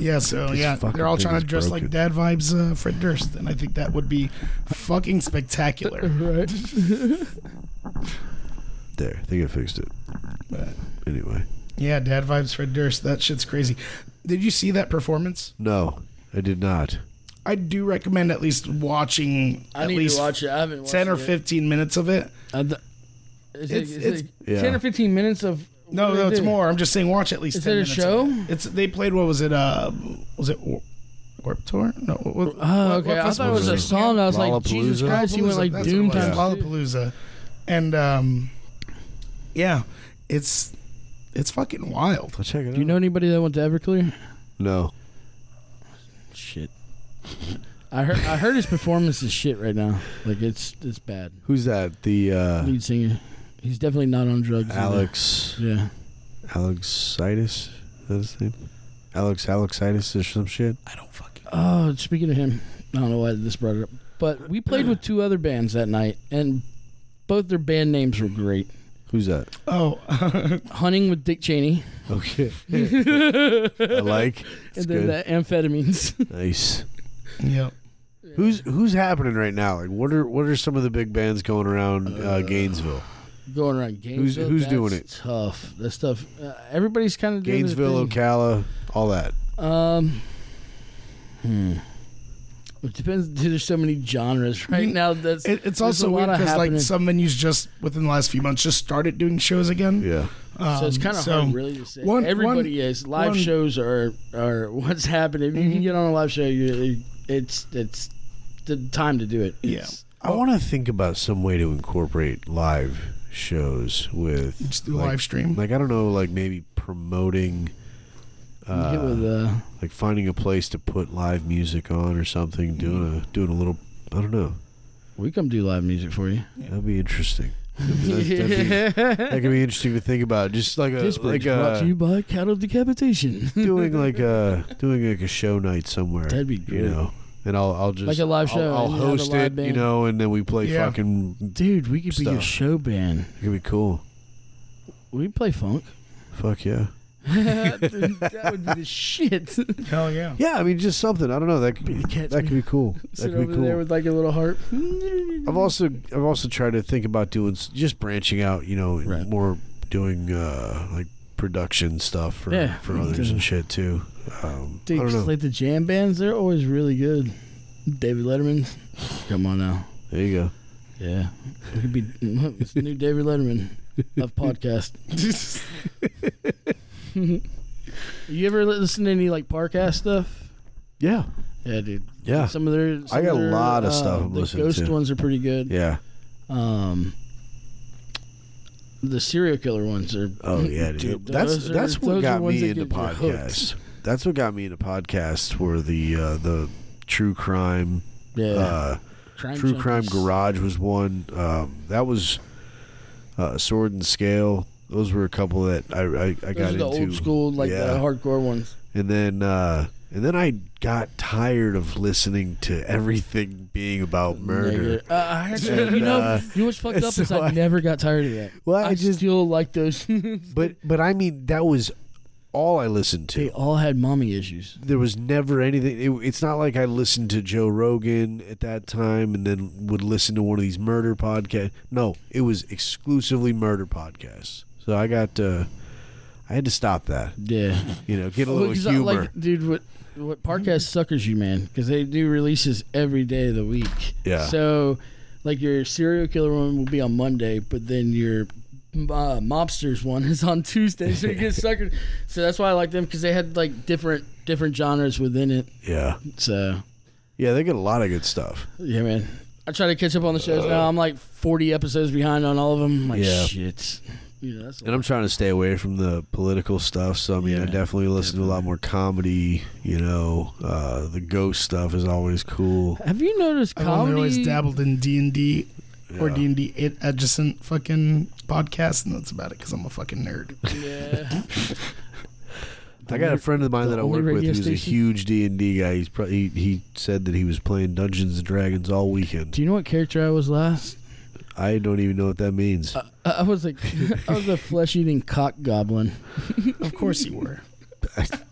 [SPEAKER 2] yeah, so
[SPEAKER 1] This
[SPEAKER 2] yeah,
[SPEAKER 1] fucking
[SPEAKER 2] they're all
[SPEAKER 1] thing
[SPEAKER 2] trying
[SPEAKER 1] is
[SPEAKER 2] to dress
[SPEAKER 1] broken.
[SPEAKER 2] like Dad vibes, uh, Fred Durst, and I think that would be fucking spectacular.
[SPEAKER 3] Right.
[SPEAKER 1] There, I think I fixed it.
[SPEAKER 2] But,
[SPEAKER 1] Anyway,
[SPEAKER 2] yeah, Dad vibes, Fred Durst. That shit's crazy. Did you see that performance?
[SPEAKER 1] no, I did not.
[SPEAKER 2] I do recommend at least watching
[SPEAKER 3] I
[SPEAKER 2] at
[SPEAKER 3] need
[SPEAKER 2] least
[SPEAKER 3] to watch it. I haven't watched
[SPEAKER 2] 10 or
[SPEAKER 3] it yet.
[SPEAKER 2] 15 minutes of it.
[SPEAKER 3] I th- Uh, is it-
[SPEAKER 2] It's-
[SPEAKER 3] is
[SPEAKER 2] it's-
[SPEAKER 3] it
[SPEAKER 1] Yeah.
[SPEAKER 3] 10 or 15 minutes of.
[SPEAKER 2] No,
[SPEAKER 3] what do
[SPEAKER 2] no,
[SPEAKER 3] they
[SPEAKER 2] it's
[SPEAKER 3] do?
[SPEAKER 2] more. I'm just saying, watch at least.
[SPEAKER 3] Is it
[SPEAKER 2] 10
[SPEAKER 3] a
[SPEAKER 2] minutes of
[SPEAKER 3] show?
[SPEAKER 2] it. It's they played. What was it? Uh, was it War- Warp Tour? No. What, what,
[SPEAKER 3] Oh,
[SPEAKER 2] what
[SPEAKER 3] okay. I thought
[SPEAKER 2] festival
[SPEAKER 3] it was a
[SPEAKER 2] it?
[SPEAKER 3] song. I was like,
[SPEAKER 1] Lollapalooza?
[SPEAKER 3] Jesus Christ, he went like
[SPEAKER 2] That's
[SPEAKER 3] Doom
[SPEAKER 2] what it was,
[SPEAKER 3] time.
[SPEAKER 2] Lollapalooza, and um, yeah, it's it's fucking wild.
[SPEAKER 1] I'll check it
[SPEAKER 3] Do you know anybody that went to Everclear?
[SPEAKER 1] No.
[SPEAKER 3] Shit. I heard. I heard his performance is shit right now. Like it's it's bad.
[SPEAKER 1] Who's that? The uh,
[SPEAKER 3] Lead singer. He's definitely not on drugs. either.
[SPEAKER 1] Alex.
[SPEAKER 3] Yeah.
[SPEAKER 1] Alexitis? Is that his name? Alex Alexitis or some shit?
[SPEAKER 3] Oh, speaking of him, I don't know why this brought it up, but we played with two other bands that night, and both their band names were great.
[SPEAKER 1] Who's that?
[SPEAKER 2] Oh,
[SPEAKER 3] Hunting with Dick Cheney,
[SPEAKER 1] Okay. I like. It's
[SPEAKER 3] and then
[SPEAKER 1] good.
[SPEAKER 3] the amphetamines.
[SPEAKER 1] Nice.
[SPEAKER 2] yep.
[SPEAKER 1] Who's who's happening right now? Like, what are what are some of the big bands going around uh, Gainesville?
[SPEAKER 3] Going around Gainesville.
[SPEAKER 1] who's
[SPEAKER 3] that's
[SPEAKER 1] doing it?
[SPEAKER 3] Tough. That stuff. Uh, everybody's kind of doing their
[SPEAKER 1] Gainesville,
[SPEAKER 3] thing.
[SPEAKER 1] Ocala, all that.
[SPEAKER 3] Um. Hmm. It depends. Dude, there's so many genres right
[SPEAKER 2] You-
[SPEAKER 3] now. That's
[SPEAKER 2] It, it's
[SPEAKER 3] there's
[SPEAKER 2] also
[SPEAKER 3] a lot
[SPEAKER 2] weird
[SPEAKER 3] of
[SPEAKER 2] because like
[SPEAKER 3] happening.
[SPEAKER 2] some venues just within the last few months just started doing shows again.
[SPEAKER 1] Yeah.
[SPEAKER 2] Um,
[SPEAKER 3] So it's kind of
[SPEAKER 2] so-
[SPEAKER 3] hard, really, to say.
[SPEAKER 2] one-
[SPEAKER 3] Everybody
[SPEAKER 2] one-
[SPEAKER 3] is. Live
[SPEAKER 2] one-
[SPEAKER 3] shows are are what's happening. If you can get on a live show, you, it's it's the time to do it.
[SPEAKER 2] Yeah.
[SPEAKER 3] It's-
[SPEAKER 1] I want to think about some way to incorporate live shows with
[SPEAKER 2] Just do a
[SPEAKER 1] like,
[SPEAKER 2] live stream.
[SPEAKER 1] Like I don't know, like maybe promoting,
[SPEAKER 3] you hit
[SPEAKER 1] uh,
[SPEAKER 3] with, uh,
[SPEAKER 1] like finding a place to put live music on or something. Doing a doing a little. I don't know.
[SPEAKER 3] we come do live music for you.
[SPEAKER 1] That'd be interesting. That'd be- that'd be- that could be interesting to think about. Just like a
[SPEAKER 3] This
[SPEAKER 1] like uh,
[SPEAKER 3] break's brought to you
[SPEAKER 1] a,
[SPEAKER 3] by Cattle Decapitation.
[SPEAKER 1] doing like a doing like a show night somewhere.
[SPEAKER 3] That'd be
[SPEAKER 1] you
[SPEAKER 3] great.
[SPEAKER 1] know. And I'll I'll just
[SPEAKER 3] Like a live
[SPEAKER 1] I'll-
[SPEAKER 3] show
[SPEAKER 1] I'll,
[SPEAKER 3] and have a
[SPEAKER 1] host
[SPEAKER 3] live
[SPEAKER 1] it, you
[SPEAKER 3] band.
[SPEAKER 1] know, and then we play
[SPEAKER 2] Yeah.
[SPEAKER 1] fucking.
[SPEAKER 3] Dude, we could be your
[SPEAKER 1] Stuff.
[SPEAKER 3] show band.
[SPEAKER 1] It could be cool.
[SPEAKER 3] We could play funk.
[SPEAKER 1] Fuck yeah.
[SPEAKER 3] that would be the shit.
[SPEAKER 2] Hell yeah.
[SPEAKER 1] Yeah, I mean, just something. I don't know. That could be
[SPEAKER 3] Catch
[SPEAKER 1] that
[SPEAKER 3] me.
[SPEAKER 1] could be cool. That
[SPEAKER 3] Sit
[SPEAKER 1] could
[SPEAKER 3] over
[SPEAKER 1] be cool.
[SPEAKER 3] there with like a little harp.
[SPEAKER 1] I've also I've also tried to think about doing s- just branching out. You know,
[SPEAKER 3] Right.
[SPEAKER 1] more doing uh, like production stuff for
[SPEAKER 3] Yeah,
[SPEAKER 1] for
[SPEAKER 3] me
[SPEAKER 1] others
[SPEAKER 3] too.
[SPEAKER 1] and shit too. Um, I
[SPEAKER 3] Dude,
[SPEAKER 1] don't
[SPEAKER 3] 'cause,
[SPEAKER 1] know.
[SPEAKER 3] like the jam bands, they're always really good. David Letterman, come on now.
[SPEAKER 1] There you go.
[SPEAKER 3] Yeah, we could be it's the new David Letterman of podcast. you ever listen to any like podcast stuff?
[SPEAKER 1] Yeah,
[SPEAKER 3] Yeah, dude.
[SPEAKER 1] yeah,
[SPEAKER 3] Some of their some
[SPEAKER 1] I got
[SPEAKER 3] of
[SPEAKER 1] a
[SPEAKER 3] their,
[SPEAKER 1] lot of
[SPEAKER 3] uh,
[SPEAKER 1] stuff I'm
[SPEAKER 3] the
[SPEAKER 1] listening
[SPEAKER 3] ghost
[SPEAKER 1] to.
[SPEAKER 3] ones are pretty good.
[SPEAKER 1] yeah.
[SPEAKER 3] Um, the serial killer ones are.
[SPEAKER 1] Oh yeah, dude. that's
[SPEAKER 3] those are-
[SPEAKER 1] that's
[SPEAKER 3] those
[SPEAKER 1] what
[SPEAKER 3] are
[SPEAKER 1] got
[SPEAKER 3] ones
[SPEAKER 1] me
[SPEAKER 3] that
[SPEAKER 1] into
[SPEAKER 3] get you hooked.
[SPEAKER 1] podcasts. That's what got me into podcasts were the uh, the true crime.
[SPEAKER 3] Yeah,
[SPEAKER 1] Uh,
[SPEAKER 3] crime
[SPEAKER 1] True Crime
[SPEAKER 3] Junkies.
[SPEAKER 1] Garage was one. Um, that was uh, Sword and Scale. Those were a couple that I I, I
[SPEAKER 3] Those
[SPEAKER 1] got
[SPEAKER 3] are the
[SPEAKER 1] into.
[SPEAKER 3] old school, like
[SPEAKER 1] Yeah.
[SPEAKER 3] the hardcore ones.
[SPEAKER 1] And then uh, and then I got tired of listening to everything being about murder.
[SPEAKER 3] Nigga. Uh, I actually, you know,
[SPEAKER 1] uh,
[SPEAKER 3] you know what's fucked up
[SPEAKER 1] so
[SPEAKER 3] is I,
[SPEAKER 1] I-
[SPEAKER 3] never got tired of that.
[SPEAKER 1] Well, I
[SPEAKER 3] I
[SPEAKER 1] just-
[SPEAKER 3] still like those.
[SPEAKER 1] But but I mean that was all I listened to.
[SPEAKER 3] they all had mommy issues.
[SPEAKER 1] there was never anything. It, it's not like I listened to Joe Rogan at that time and then would listen to one of these murder podcasts. No, it was exclusively murder podcasts. So I got, uh, I had to stop that.
[SPEAKER 3] Yeah,
[SPEAKER 1] You know, get a little
[SPEAKER 3] Because I
[SPEAKER 1] humor.
[SPEAKER 3] like, dude, what what Parcast suckers you, man? Because they do releases every day of the week.
[SPEAKER 1] Yeah.
[SPEAKER 3] So, like your serial killer one will be on Monday, but then your uh, mobsters one is on Tuesday. So you get suckered. So that's why I like them because they had like different different genres within it.
[SPEAKER 1] yeah,
[SPEAKER 3] So
[SPEAKER 1] yeah, they get a lot of good stuff.
[SPEAKER 3] yeah, man. I try to catch up on the shows now. I'm like 40 episodes behind on all of them. I'm
[SPEAKER 1] Uh,
[SPEAKER 3] like,
[SPEAKER 1] Yeah.
[SPEAKER 3] shit. You know, that's
[SPEAKER 1] And I'm trying to stay away from the political stuff. So I mean, I
[SPEAKER 3] Yeah,
[SPEAKER 1] definitely listen to a lot more comedy. You know, uh, the ghost stuff is always cool.
[SPEAKER 3] Have you noticed
[SPEAKER 2] I've only
[SPEAKER 3] comedy?
[SPEAKER 2] always dabbled in D and D or D and D adjacent fucking podcast, and that's about it because I'm a fucking nerd.
[SPEAKER 3] Yeah.
[SPEAKER 1] I got a friend of mine
[SPEAKER 3] the
[SPEAKER 1] that I
[SPEAKER 3] only
[SPEAKER 1] work with
[SPEAKER 3] radio
[SPEAKER 1] who's a
[SPEAKER 3] station?
[SPEAKER 1] huge D and D guy. He's probably, he, he said that he was playing Dungeons and Dragons all weekend.
[SPEAKER 3] Do you know what character I was last?
[SPEAKER 1] I don't even know what that means.
[SPEAKER 3] I, I was like, I was a flesh-eating cock goblin.
[SPEAKER 2] of course you were.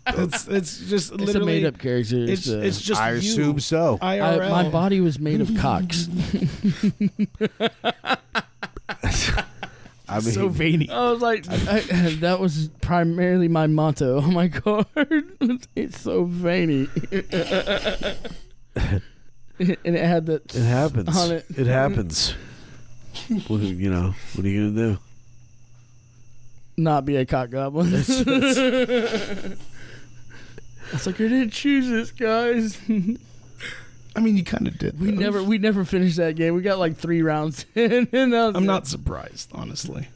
[SPEAKER 2] it's it's just
[SPEAKER 3] It's a
[SPEAKER 2] literally
[SPEAKER 3] made-up character.
[SPEAKER 2] It's,
[SPEAKER 3] a-
[SPEAKER 2] it's just
[SPEAKER 1] I
[SPEAKER 2] you.
[SPEAKER 1] assume so.
[SPEAKER 3] I-
[SPEAKER 2] IRL.
[SPEAKER 3] my body was made of cocks.
[SPEAKER 1] I mean,
[SPEAKER 2] so veiny.
[SPEAKER 3] I was like, I- that was primarily my motto on my card. it's so veiny, and it had that.
[SPEAKER 1] it happens.
[SPEAKER 3] On it.
[SPEAKER 1] It happens. well, you know, what are you gonna do?
[SPEAKER 3] not be a cock goblin. It's like I didn't choose this, guys.
[SPEAKER 2] I mean, you kind of did.
[SPEAKER 3] We
[SPEAKER 2] though.
[SPEAKER 3] never, we never finished that game. We got like three rounds in, and that was
[SPEAKER 2] I'm
[SPEAKER 3] it.
[SPEAKER 2] not surprised, honestly.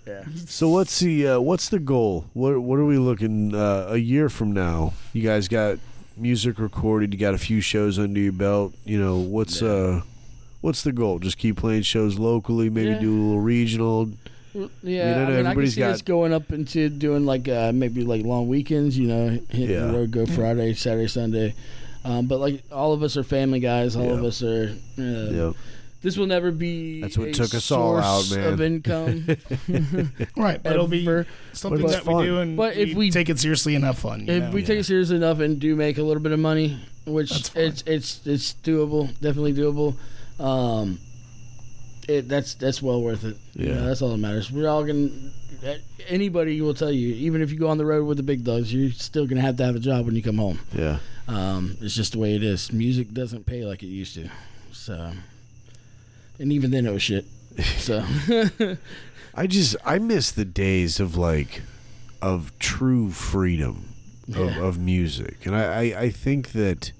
[SPEAKER 1] So what's the uh, what's the goal? What what are we looking uh, a year from now? You guys got music recorded. You got a few shows under your belt. You know what's uh what's the goal? Just keep playing shows locally. Maybe
[SPEAKER 3] Yeah.
[SPEAKER 1] do a little regional.
[SPEAKER 3] Yeah,
[SPEAKER 1] I mean, I
[SPEAKER 3] I,
[SPEAKER 1] know
[SPEAKER 3] mean, I can
[SPEAKER 1] everybody's
[SPEAKER 3] see
[SPEAKER 1] got-
[SPEAKER 3] us going up into doing like uh, maybe like long weekends. You know, hit
[SPEAKER 1] Yeah.
[SPEAKER 3] the road, go Friday, Saturday, Sunday. Um, but like all of us are family guys. All of
[SPEAKER 1] Yeah.
[SPEAKER 3] us are. Uh,
[SPEAKER 1] Yep.
[SPEAKER 3] This will never be.
[SPEAKER 1] That's what
[SPEAKER 3] a
[SPEAKER 1] took us all out,
[SPEAKER 3] source
[SPEAKER 1] man.
[SPEAKER 3] Of income,
[SPEAKER 2] Right, but it'll be
[SPEAKER 3] Ever.
[SPEAKER 2] something
[SPEAKER 1] But it's
[SPEAKER 2] that
[SPEAKER 1] fun.
[SPEAKER 2] we do, and
[SPEAKER 3] But if
[SPEAKER 2] we,
[SPEAKER 3] we-
[SPEAKER 2] take it seriously and have fun. you
[SPEAKER 3] if
[SPEAKER 2] know?
[SPEAKER 3] we take it seriously enough and do make a little bit of money,
[SPEAKER 2] That's
[SPEAKER 3] which
[SPEAKER 2] fine.
[SPEAKER 3] it's it's it's doable, definitely doable. Um, it that's that's well worth it. You
[SPEAKER 1] Yeah.
[SPEAKER 3] know, that's all that matters. We're all gonna. that- Anybody will tell you, even if you go on the road with the big dogs, you're still gonna have to have a job when you come home.
[SPEAKER 1] Yeah.
[SPEAKER 3] Um, it's just the way it is. Music doesn't pay like it used to, so. And even then, it was shit. So
[SPEAKER 1] I just I miss the days of like of true freedom of, of music, and I, I I think that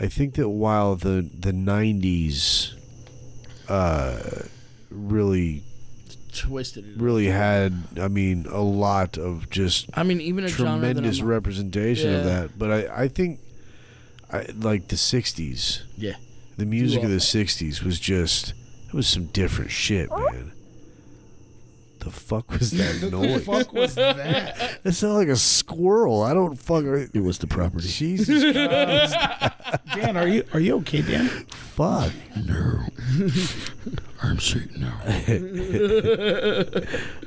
[SPEAKER 1] I think that while the the nineties uh really
[SPEAKER 3] twisted. It.
[SPEAKER 1] really had I mean a lot of just
[SPEAKER 3] I mean, even a genre that I'm
[SPEAKER 1] tremendous
[SPEAKER 3] not-
[SPEAKER 1] representation of
[SPEAKER 3] Yeah.
[SPEAKER 1] that, but I I think I like the sixties
[SPEAKER 3] yeah.
[SPEAKER 1] the music of
[SPEAKER 3] are.
[SPEAKER 1] the '60s was just it was some different shit,
[SPEAKER 3] Oh.
[SPEAKER 1] man. The fuck was that noise?
[SPEAKER 2] fuck was that?
[SPEAKER 1] That sounded like a squirrel. I don't fuck.
[SPEAKER 3] It was the property.
[SPEAKER 1] Jesus
[SPEAKER 2] Dan, are you are you okay, Dan?
[SPEAKER 1] fuck.
[SPEAKER 3] I'm shooting now.
[SPEAKER 1] I don't even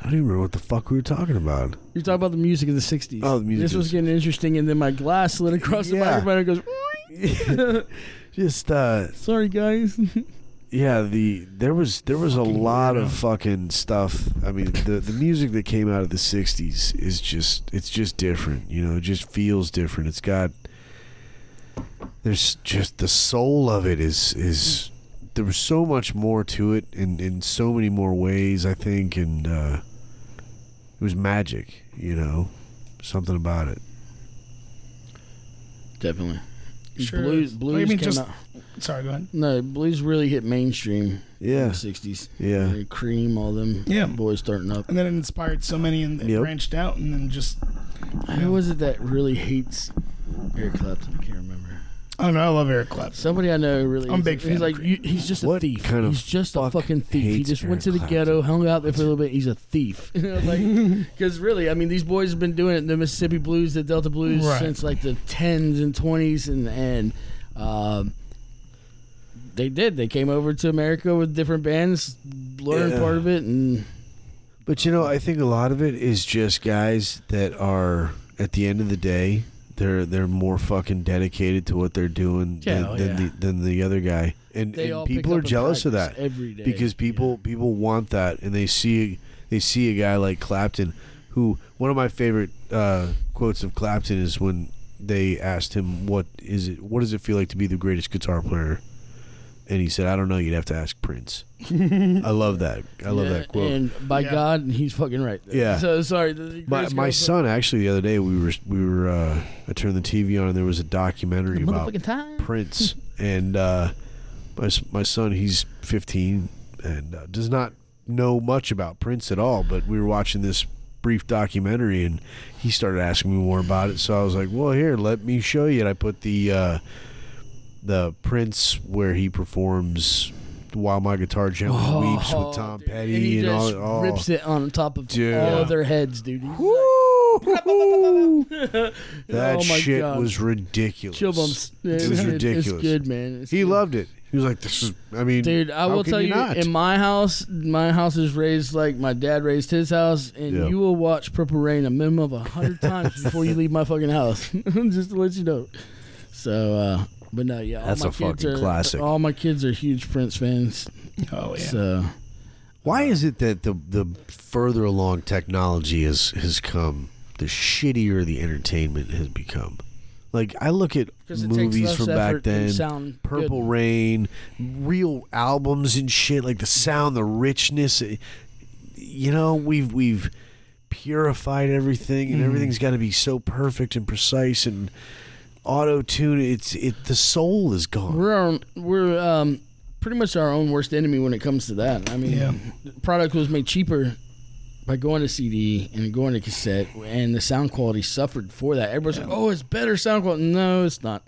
[SPEAKER 1] remember what the fuck we were talking about.
[SPEAKER 3] You're talking about the music of the 60s.
[SPEAKER 1] Oh, the music
[SPEAKER 3] This
[SPEAKER 1] of
[SPEAKER 3] was
[SPEAKER 1] the
[SPEAKER 3] getting interesting, and then my glass slid across the
[SPEAKER 1] Yeah.
[SPEAKER 3] microphone and goes,
[SPEAKER 1] Just uh,
[SPEAKER 3] Sorry, guys.
[SPEAKER 1] yeah. The there was there was a lot of fucking stuff. I mean, the the music that came out of the '60s is just it's just different. You know, it just feels different. It's got there's just the soul of it is is there was so much more to it in in so many more ways i think and uh it was magic you know something about it
[SPEAKER 3] Definitely.
[SPEAKER 2] Sure
[SPEAKER 3] Blues,
[SPEAKER 2] is.
[SPEAKER 3] blues
[SPEAKER 2] I mean,
[SPEAKER 3] came
[SPEAKER 2] just-
[SPEAKER 3] out.
[SPEAKER 2] Sorry, go ahead.
[SPEAKER 3] No, blues really hit mainstream in
[SPEAKER 1] yeah
[SPEAKER 3] the 60s.
[SPEAKER 1] yeah
[SPEAKER 3] Uh, Cream, all them
[SPEAKER 2] Yeah.
[SPEAKER 3] boys starting up.
[SPEAKER 2] And then it inspired so many, and it
[SPEAKER 1] Yep.
[SPEAKER 2] branched out, and then just
[SPEAKER 3] Who was it that really hates Eric Clapton? I can't remember.
[SPEAKER 2] I don't know. I love Eric Clapton.
[SPEAKER 3] Somebody I know really.
[SPEAKER 2] I'm a
[SPEAKER 3] hates
[SPEAKER 2] big
[SPEAKER 3] it.
[SPEAKER 2] fan
[SPEAKER 3] He's
[SPEAKER 2] of
[SPEAKER 3] like,
[SPEAKER 2] Cream.
[SPEAKER 3] you, he's just a
[SPEAKER 1] What
[SPEAKER 3] thief.
[SPEAKER 1] kind of
[SPEAKER 3] he's just a
[SPEAKER 1] fuck
[SPEAKER 3] fucking thief. He
[SPEAKER 1] hates
[SPEAKER 3] just went
[SPEAKER 1] Eric
[SPEAKER 3] to the
[SPEAKER 1] Clapton?
[SPEAKER 3] ghetto, hung out there for a little bit. He's a thief. Because really, I mean, these boys have been doing it. The Mississippi Blues, the Delta Blues,
[SPEAKER 2] Right.
[SPEAKER 3] since like the tens and twenties, and and um, they did. They came over to America with different bands, learned
[SPEAKER 1] Yeah.
[SPEAKER 3] part of it, and
[SPEAKER 1] But you know, I think a lot of it is just guys that are at the end of the day, they're they're more fucking dedicated to what they're doing
[SPEAKER 3] Yeah,
[SPEAKER 1] than,
[SPEAKER 3] oh,
[SPEAKER 1] than
[SPEAKER 3] yeah.
[SPEAKER 1] the than the other guy. And,
[SPEAKER 3] they all
[SPEAKER 1] and
[SPEAKER 3] picked
[SPEAKER 1] people
[SPEAKER 3] up
[SPEAKER 1] are
[SPEAKER 3] and
[SPEAKER 1] jealous of
[SPEAKER 3] practiced
[SPEAKER 1] that
[SPEAKER 3] every day
[SPEAKER 1] because people people want that and they see they see a guy like Clapton who one of my favorite uh, quotes of Clapton is when they asked him what is it what does it feel like to be the greatest guitar player and he said I don't know you'd have to ask Prince I love that I love
[SPEAKER 3] Yeah,
[SPEAKER 1] that quote
[SPEAKER 3] And by
[SPEAKER 2] Yeah.
[SPEAKER 3] God, he's fucking right. There.
[SPEAKER 1] Yeah.
[SPEAKER 3] So sorry. the-
[SPEAKER 1] my,
[SPEAKER 3] Chris
[SPEAKER 1] my
[SPEAKER 3] goes,
[SPEAKER 1] son actually the other day we were we were uh, I turned the TV on and there was a documentary about
[SPEAKER 3] Motherfucking time.
[SPEAKER 1] Prince and uh, my s- my son he's 15 and uh, does not know much about Prince at all but we were watching this brief documentary and he started asking me more about it so I was like well here let me show you and I put the uh, the Prince where he performs while my guitar gently weeps with Tom
[SPEAKER 8] Oh, dude.
[SPEAKER 1] Petty
[SPEAKER 8] and he
[SPEAKER 1] and,
[SPEAKER 8] just
[SPEAKER 1] all. Oh.
[SPEAKER 8] rips it on top of
[SPEAKER 1] Dude.
[SPEAKER 8] all
[SPEAKER 1] Yeah.
[SPEAKER 8] their heads, dude. He's
[SPEAKER 1] Woo! that
[SPEAKER 8] Oh my
[SPEAKER 1] shit
[SPEAKER 8] God.
[SPEAKER 1] was ridiculous.
[SPEAKER 8] Chill bumps.
[SPEAKER 1] It was ridiculous.
[SPEAKER 8] It's good, man. It's
[SPEAKER 1] He
[SPEAKER 8] good.
[SPEAKER 1] loved it. He was like, "This is." I mean,
[SPEAKER 8] Dude, I
[SPEAKER 1] how
[SPEAKER 8] will
[SPEAKER 1] can
[SPEAKER 8] tell you,
[SPEAKER 1] not?
[SPEAKER 8] in my house, my house is raised like my dad raised his house, and
[SPEAKER 1] Yeah.
[SPEAKER 8] you will watch Purple Rain a minimum of a hundred times before you leave my fucking house, just to let you know. So, uh, but no, yeah, all
[SPEAKER 1] That's
[SPEAKER 8] my
[SPEAKER 1] a
[SPEAKER 8] kids
[SPEAKER 1] fucking
[SPEAKER 8] are-
[SPEAKER 1] classic.
[SPEAKER 8] All my kids are huge Prince fans.
[SPEAKER 2] Oh yeah.
[SPEAKER 3] uh,
[SPEAKER 8] So,
[SPEAKER 1] Why is it that the the further along technology has has come, the shittier the entertainment has become? Like I look at
[SPEAKER 8] 'Cause it takes
[SPEAKER 1] movies
[SPEAKER 8] less
[SPEAKER 1] from
[SPEAKER 8] effort
[SPEAKER 1] back
[SPEAKER 8] and
[SPEAKER 1] then,
[SPEAKER 8] sound
[SPEAKER 1] Purple
[SPEAKER 8] good.
[SPEAKER 1] Rain, real albums and shit, like the sound, the richness. eh, You know, we've we've purified everything,
[SPEAKER 8] Mm.
[SPEAKER 1] and everything's got to be so perfect and precise and auto tune. It's it the soul is gone.
[SPEAKER 8] We're our, we're um, pretty much our own worst enemy when it comes to that. I mean,
[SPEAKER 2] Yeah.
[SPEAKER 8] the product was made cheaper by going to CD and going to cassette, and the sound quality suffered for that. Everybody's like, "Oh, it's better sound quality." No, it's not.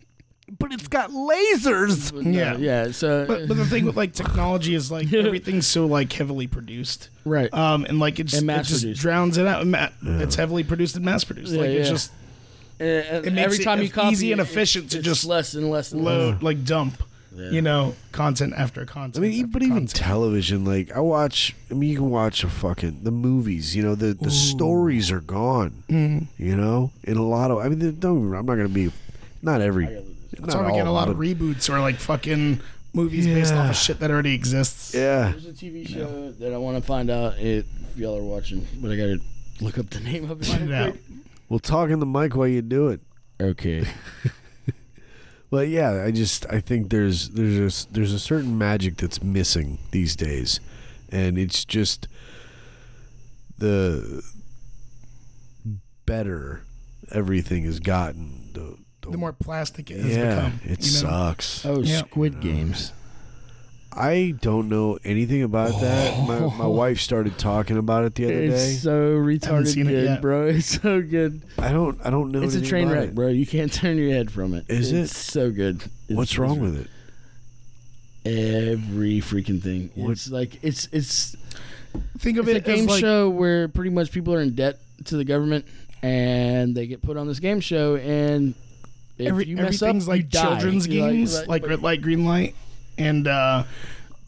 [SPEAKER 1] but it's got lasers.
[SPEAKER 8] But no,
[SPEAKER 2] Yeah.
[SPEAKER 8] yeah. So
[SPEAKER 2] But, but the thing with like technology is like everything's so like heavily produced,
[SPEAKER 8] right.
[SPEAKER 2] um, and like it just,
[SPEAKER 8] And
[SPEAKER 2] it just
[SPEAKER 8] mass-produced.
[SPEAKER 2] drowns it out. Ma- It's heavily produced and mass produced.
[SPEAKER 8] Yeah,
[SPEAKER 2] like it's
[SPEAKER 8] yeah.
[SPEAKER 2] just
[SPEAKER 8] And- and
[SPEAKER 2] it makes
[SPEAKER 8] every
[SPEAKER 2] it
[SPEAKER 8] time you
[SPEAKER 2] eff-
[SPEAKER 8] copy,
[SPEAKER 2] easy and
[SPEAKER 8] it,
[SPEAKER 2] efficient to
[SPEAKER 8] it's
[SPEAKER 2] just
[SPEAKER 8] less and less and less.
[SPEAKER 2] load like dump, you know, content after
[SPEAKER 1] I
[SPEAKER 2] content.
[SPEAKER 1] mean, e-
[SPEAKER 2] after
[SPEAKER 1] but even
[SPEAKER 2] content.
[SPEAKER 1] television, like I watch. I mean, you can watch a fucking the movies. You know, the the stories are gone.
[SPEAKER 2] Mm-hmm.
[SPEAKER 1] You know, in a lot of. I mean, the- don't. I'm not gonna be. Not every. Not
[SPEAKER 2] that's why we
[SPEAKER 1] all,
[SPEAKER 2] get a lot of
[SPEAKER 1] but-
[SPEAKER 2] reboots or like fucking movies based off
[SPEAKER 1] Yeah.
[SPEAKER 2] of shit that already exists.
[SPEAKER 1] yeah.
[SPEAKER 8] There's a TV show that I want to find out if y'all are watching, but I gotta look up the name of it.
[SPEAKER 2] Check it out.
[SPEAKER 1] Well, talk in the mic while you do it.
[SPEAKER 8] Okay.
[SPEAKER 1] Well, yeah, I just I think there's there's a, there's a certain magic that's missing these days, and it's just the better everything has gotten. The,
[SPEAKER 2] The more plastic it has
[SPEAKER 1] yeah,
[SPEAKER 2] become,
[SPEAKER 1] it
[SPEAKER 2] you know?
[SPEAKER 1] sucks.
[SPEAKER 8] Oh,
[SPEAKER 2] Yeah.
[SPEAKER 8] Squid Games.
[SPEAKER 1] I don't know anything about that. My, my wife started talking about it the other day.
[SPEAKER 8] It's so
[SPEAKER 2] Haven't
[SPEAKER 8] retarded
[SPEAKER 2] seen it
[SPEAKER 8] good,
[SPEAKER 2] yet.
[SPEAKER 8] bro. It's so good.
[SPEAKER 1] I don't I don't know.
[SPEAKER 8] it's a
[SPEAKER 1] anything
[SPEAKER 8] train
[SPEAKER 1] about
[SPEAKER 8] wreck,
[SPEAKER 1] it.
[SPEAKER 8] bro. You can't turn your head from it.
[SPEAKER 1] Is
[SPEAKER 8] it's
[SPEAKER 1] it?
[SPEAKER 8] so good.
[SPEAKER 1] What's wrong with it?
[SPEAKER 8] Every freaking thing.
[SPEAKER 1] What-
[SPEAKER 8] It's like it's it's
[SPEAKER 2] Think of
[SPEAKER 8] it's a
[SPEAKER 2] it as
[SPEAKER 8] game
[SPEAKER 2] like-
[SPEAKER 8] show where pretty much people are in debt to the government and they get put on this game show and if
[SPEAKER 2] Every,
[SPEAKER 8] you mess up,
[SPEAKER 2] everything's like
[SPEAKER 8] you die.
[SPEAKER 2] children's
[SPEAKER 8] You're like-
[SPEAKER 2] games,
[SPEAKER 8] like-
[SPEAKER 2] like, red light, green light, and uh,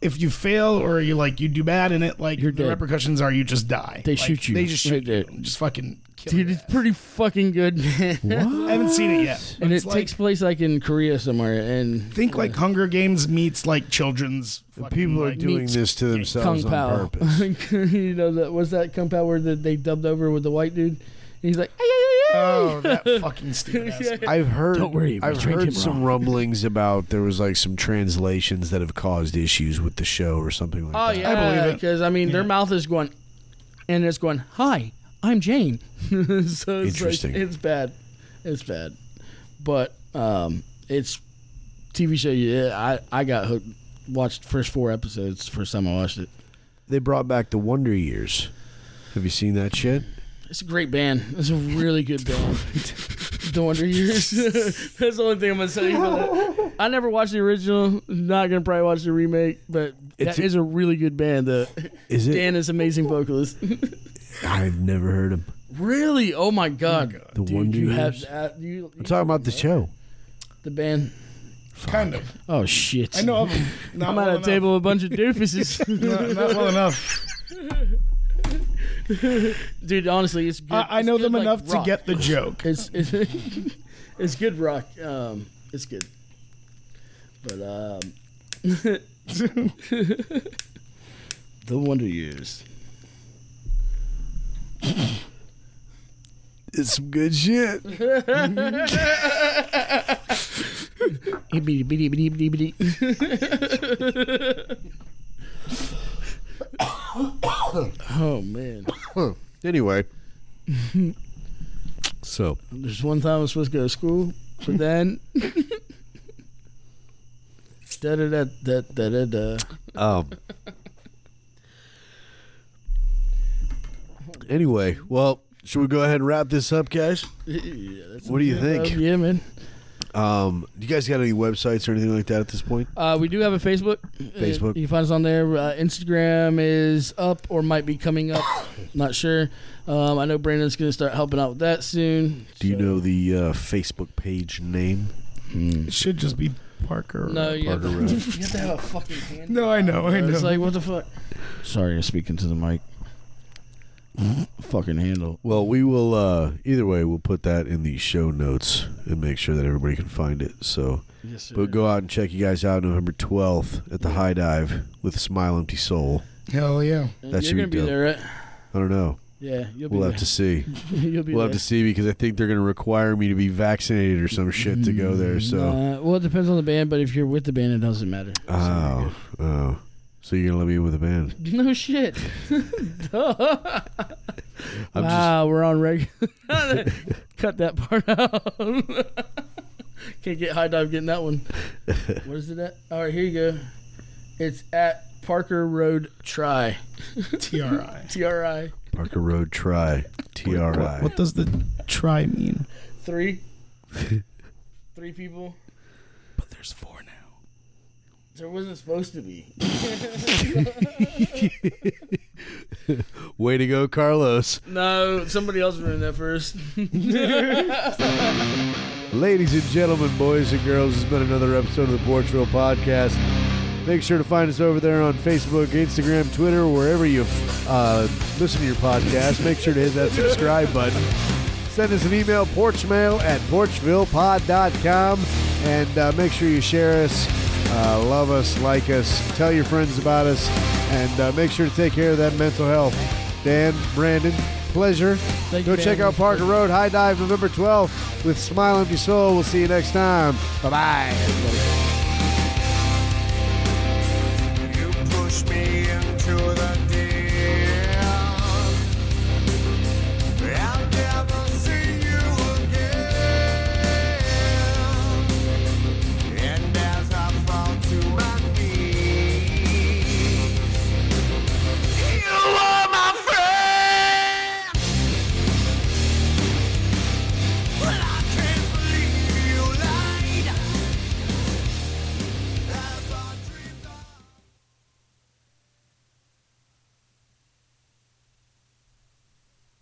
[SPEAKER 2] if you fail or you like you do bad in it, like
[SPEAKER 8] You're
[SPEAKER 2] the
[SPEAKER 8] dead.
[SPEAKER 2] repercussions are you just die.
[SPEAKER 8] They
[SPEAKER 2] Like,
[SPEAKER 8] shoot you
[SPEAKER 2] They just
[SPEAKER 8] right
[SPEAKER 2] shoot
[SPEAKER 8] there.
[SPEAKER 2] you. Just fucking kill
[SPEAKER 8] Dude,
[SPEAKER 2] your
[SPEAKER 8] it's
[SPEAKER 2] ass.
[SPEAKER 8] pretty fucking good, man.
[SPEAKER 2] I haven't seen it yet, but
[SPEAKER 8] and
[SPEAKER 2] it's
[SPEAKER 8] it
[SPEAKER 2] like,
[SPEAKER 8] takes place like in Korea somewhere, and
[SPEAKER 2] think like Hunger Games meets like children's. fucking,
[SPEAKER 1] People are
[SPEAKER 2] like,
[SPEAKER 1] doing
[SPEAKER 2] meets-
[SPEAKER 1] this to
[SPEAKER 8] Kung
[SPEAKER 1] themselves on
[SPEAKER 8] Pao.
[SPEAKER 1] purpose.
[SPEAKER 8] you know that was that Kung Pao where the, they dubbed over with the white dude. And he's like, "Ay, ay, ay, ay."
[SPEAKER 2] Oh, that fucking stupid ass.
[SPEAKER 1] I've heard.
[SPEAKER 8] Don't worry, we
[SPEAKER 1] I've
[SPEAKER 8] trained him
[SPEAKER 1] heard some rumblings about there was like some translations that have caused issues with the show or something like
[SPEAKER 8] oh
[SPEAKER 1] that.
[SPEAKER 8] yeah,
[SPEAKER 2] believe it.
[SPEAKER 8] because I mean their
[SPEAKER 2] Yeah.
[SPEAKER 8] mouth is going, and it's going, "Hi, I'm Jane." so it's like,
[SPEAKER 1] Interesting.
[SPEAKER 8] it's bad, it's bad, but um, it's TV show. Yeah, I I got hooked. Watched first four episodes first time I watched it.
[SPEAKER 1] They brought back the Wonder Years. Have you seen that shit?
[SPEAKER 8] It's a great band. It's a really good band. the Wonder Years. That's the only thing I'm gonna say about that. I never watched the original. Not gonna probably watch the remake, but
[SPEAKER 1] It's
[SPEAKER 8] that
[SPEAKER 1] a-
[SPEAKER 8] is a really good band. The
[SPEAKER 1] Is it?
[SPEAKER 8] Dan is amazing vocalist.
[SPEAKER 1] I've never heard of.
[SPEAKER 8] really? Oh my god.
[SPEAKER 1] The
[SPEAKER 8] Dude,
[SPEAKER 1] Wonder
[SPEAKER 8] you
[SPEAKER 1] Years.
[SPEAKER 8] have that, you,
[SPEAKER 1] I'm talking about the show.
[SPEAKER 8] the band.
[SPEAKER 2] Kind of.
[SPEAKER 8] Oh shit.
[SPEAKER 2] I know of them. Not
[SPEAKER 8] I'm
[SPEAKER 2] well
[SPEAKER 8] at a
[SPEAKER 2] enough.
[SPEAKER 8] table with a bunch of doofuses,
[SPEAKER 2] Not, not well enough.
[SPEAKER 8] dude. Honestly, it's. Good.
[SPEAKER 2] I, I
[SPEAKER 8] it's
[SPEAKER 2] know
[SPEAKER 8] good,
[SPEAKER 2] them
[SPEAKER 8] like,
[SPEAKER 2] enough
[SPEAKER 8] rock.
[SPEAKER 2] to get the joke.
[SPEAKER 8] It's it's, it's good rock. Um, it's good. But um, the Wonder Years.
[SPEAKER 1] It's some good shit.
[SPEAKER 8] Dude, oh man!
[SPEAKER 1] Anyway. so
[SPEAKER 8] There's one time I was supposed to go to school, but then. Da da da da da da da.
[SPEAKER 1] um Anyway, well, should we go ahead and wrap this up, guys?
[SPEAKER 8] Yeah, that's
[SPEAKER 1] What do you
[SPEAKER 8] a-
[SPEAKER 1] think?
[SPEAKER 8] Yeah, man.
[SPEAKER 1] Um, you guys got any websites or anything like that at this point?
[SPEAKER 8] Uh, we do have a Facebook.
[SPEAKER 1] Facebook.
[SPEAKER 8] Uh, you can find us on there. Uh, Instagram is up or might be coming up. Not sure. Um, I know Brandon's going to start helping out with that soon.
[SPEAKER 1] Do you know the uh, Facebook page name?
[SPEAKER 2] It should just be Parker.
[SPEAKER 8] No, you have, to,
[SPEAKER 1] Parker Road.
[SPEAKER 8] you have to have a fucking hand.
[SPEAKER 2] No, I know, I know.
[SPEAKER 8] It's like, what the fuck? Sorry, I'm speaking to the mic. fucking handle.
[SPEAKER 1] Well, we will. Uh, either way, we'll put that in the show notes and make sure that everybody can find it. So,
[SPEAKER 8] Yes, sir.
[SPEAKER 1] but go out and check you guys out November twelfth at the High Dive with Smile Empty Soul.
[SPEAKER 2] Hell yeah.
[SPEAKER 1] that
[SPEAKER 8] You're
[SPEAKER 1] should be
[SPEAKER 8] gonna be
[SPEAKER 1] dope.
[SPEAKER 8] there, right?
[SPEAKER 1] I don't know.
[SPEAKER 8] Yeah, you'll be
[SPEAKER 1] We'll
[SPEAKER 8] there.
[SPEAKER 1] have to see.
[SPEAKER 8] you'll be
[SPEAKER 1] We'll
[SPEAKER 8] there.
[SPEAKER 1] have to see because I think they're going to require me to be vaccinated or some shit to go there. So,
[SPEAKER 2] Mm,
[SPEAKER 8] Uh, well, it depends on the band, but if you're with the band, it doesn't matter.
[SPEAKER 1] oh, oh, so you're going to let me in with a band?
[SPEAKER 8] No shit.
[SPEAKER 1] I'm
[SPEAKER 8] wow, Uh, we're on regular. Cut that part out. Can't get high dive getting that one. What is it at? All right, here you go. It's at Parker Road Try.
[SPEAKER 2] TRI.
[SPEAKER 8] TRI.
[SPEAKER 1] just Parker Road Try T R I.
[SPEAKER 2] What does the try mean?
[SPEAKER 8] Three. Three people.
[SPEAKER 2] But there's four now.
[SPEAKER 8] There wasn't supposed to be.
[SPEAKER 1] Way to go, Carlos.
[SPEAKER 8] No, somebody else ruined that first.
[SPEAKER 1] Ladies and gentlemen, boys and girls, it's been another episode of the Porch Roll Podcast. Make sure to find us over there on Facebook, Instagram, Twitter, wherever you uh, listen to your podcast. Make sure to hit that subscribe button. Send us an email, porchmail at porchvillepod.com, and uh, make sure you share us, uh, love us, like us, tell your friends about us, and uh, make sure to take care of that mental health. Dan, Brandon, pleasure.
[SPEAKER 8] Thank
[SPEAKER 1] Go
[SPEAKER 8] you,
[SPEAKER 1] check
[SPEAKER 8] man.
[SPEAKER 1] out Parker Road High Dive November 12th with Smile Empty Soul. We'll see you next time. Bye bye.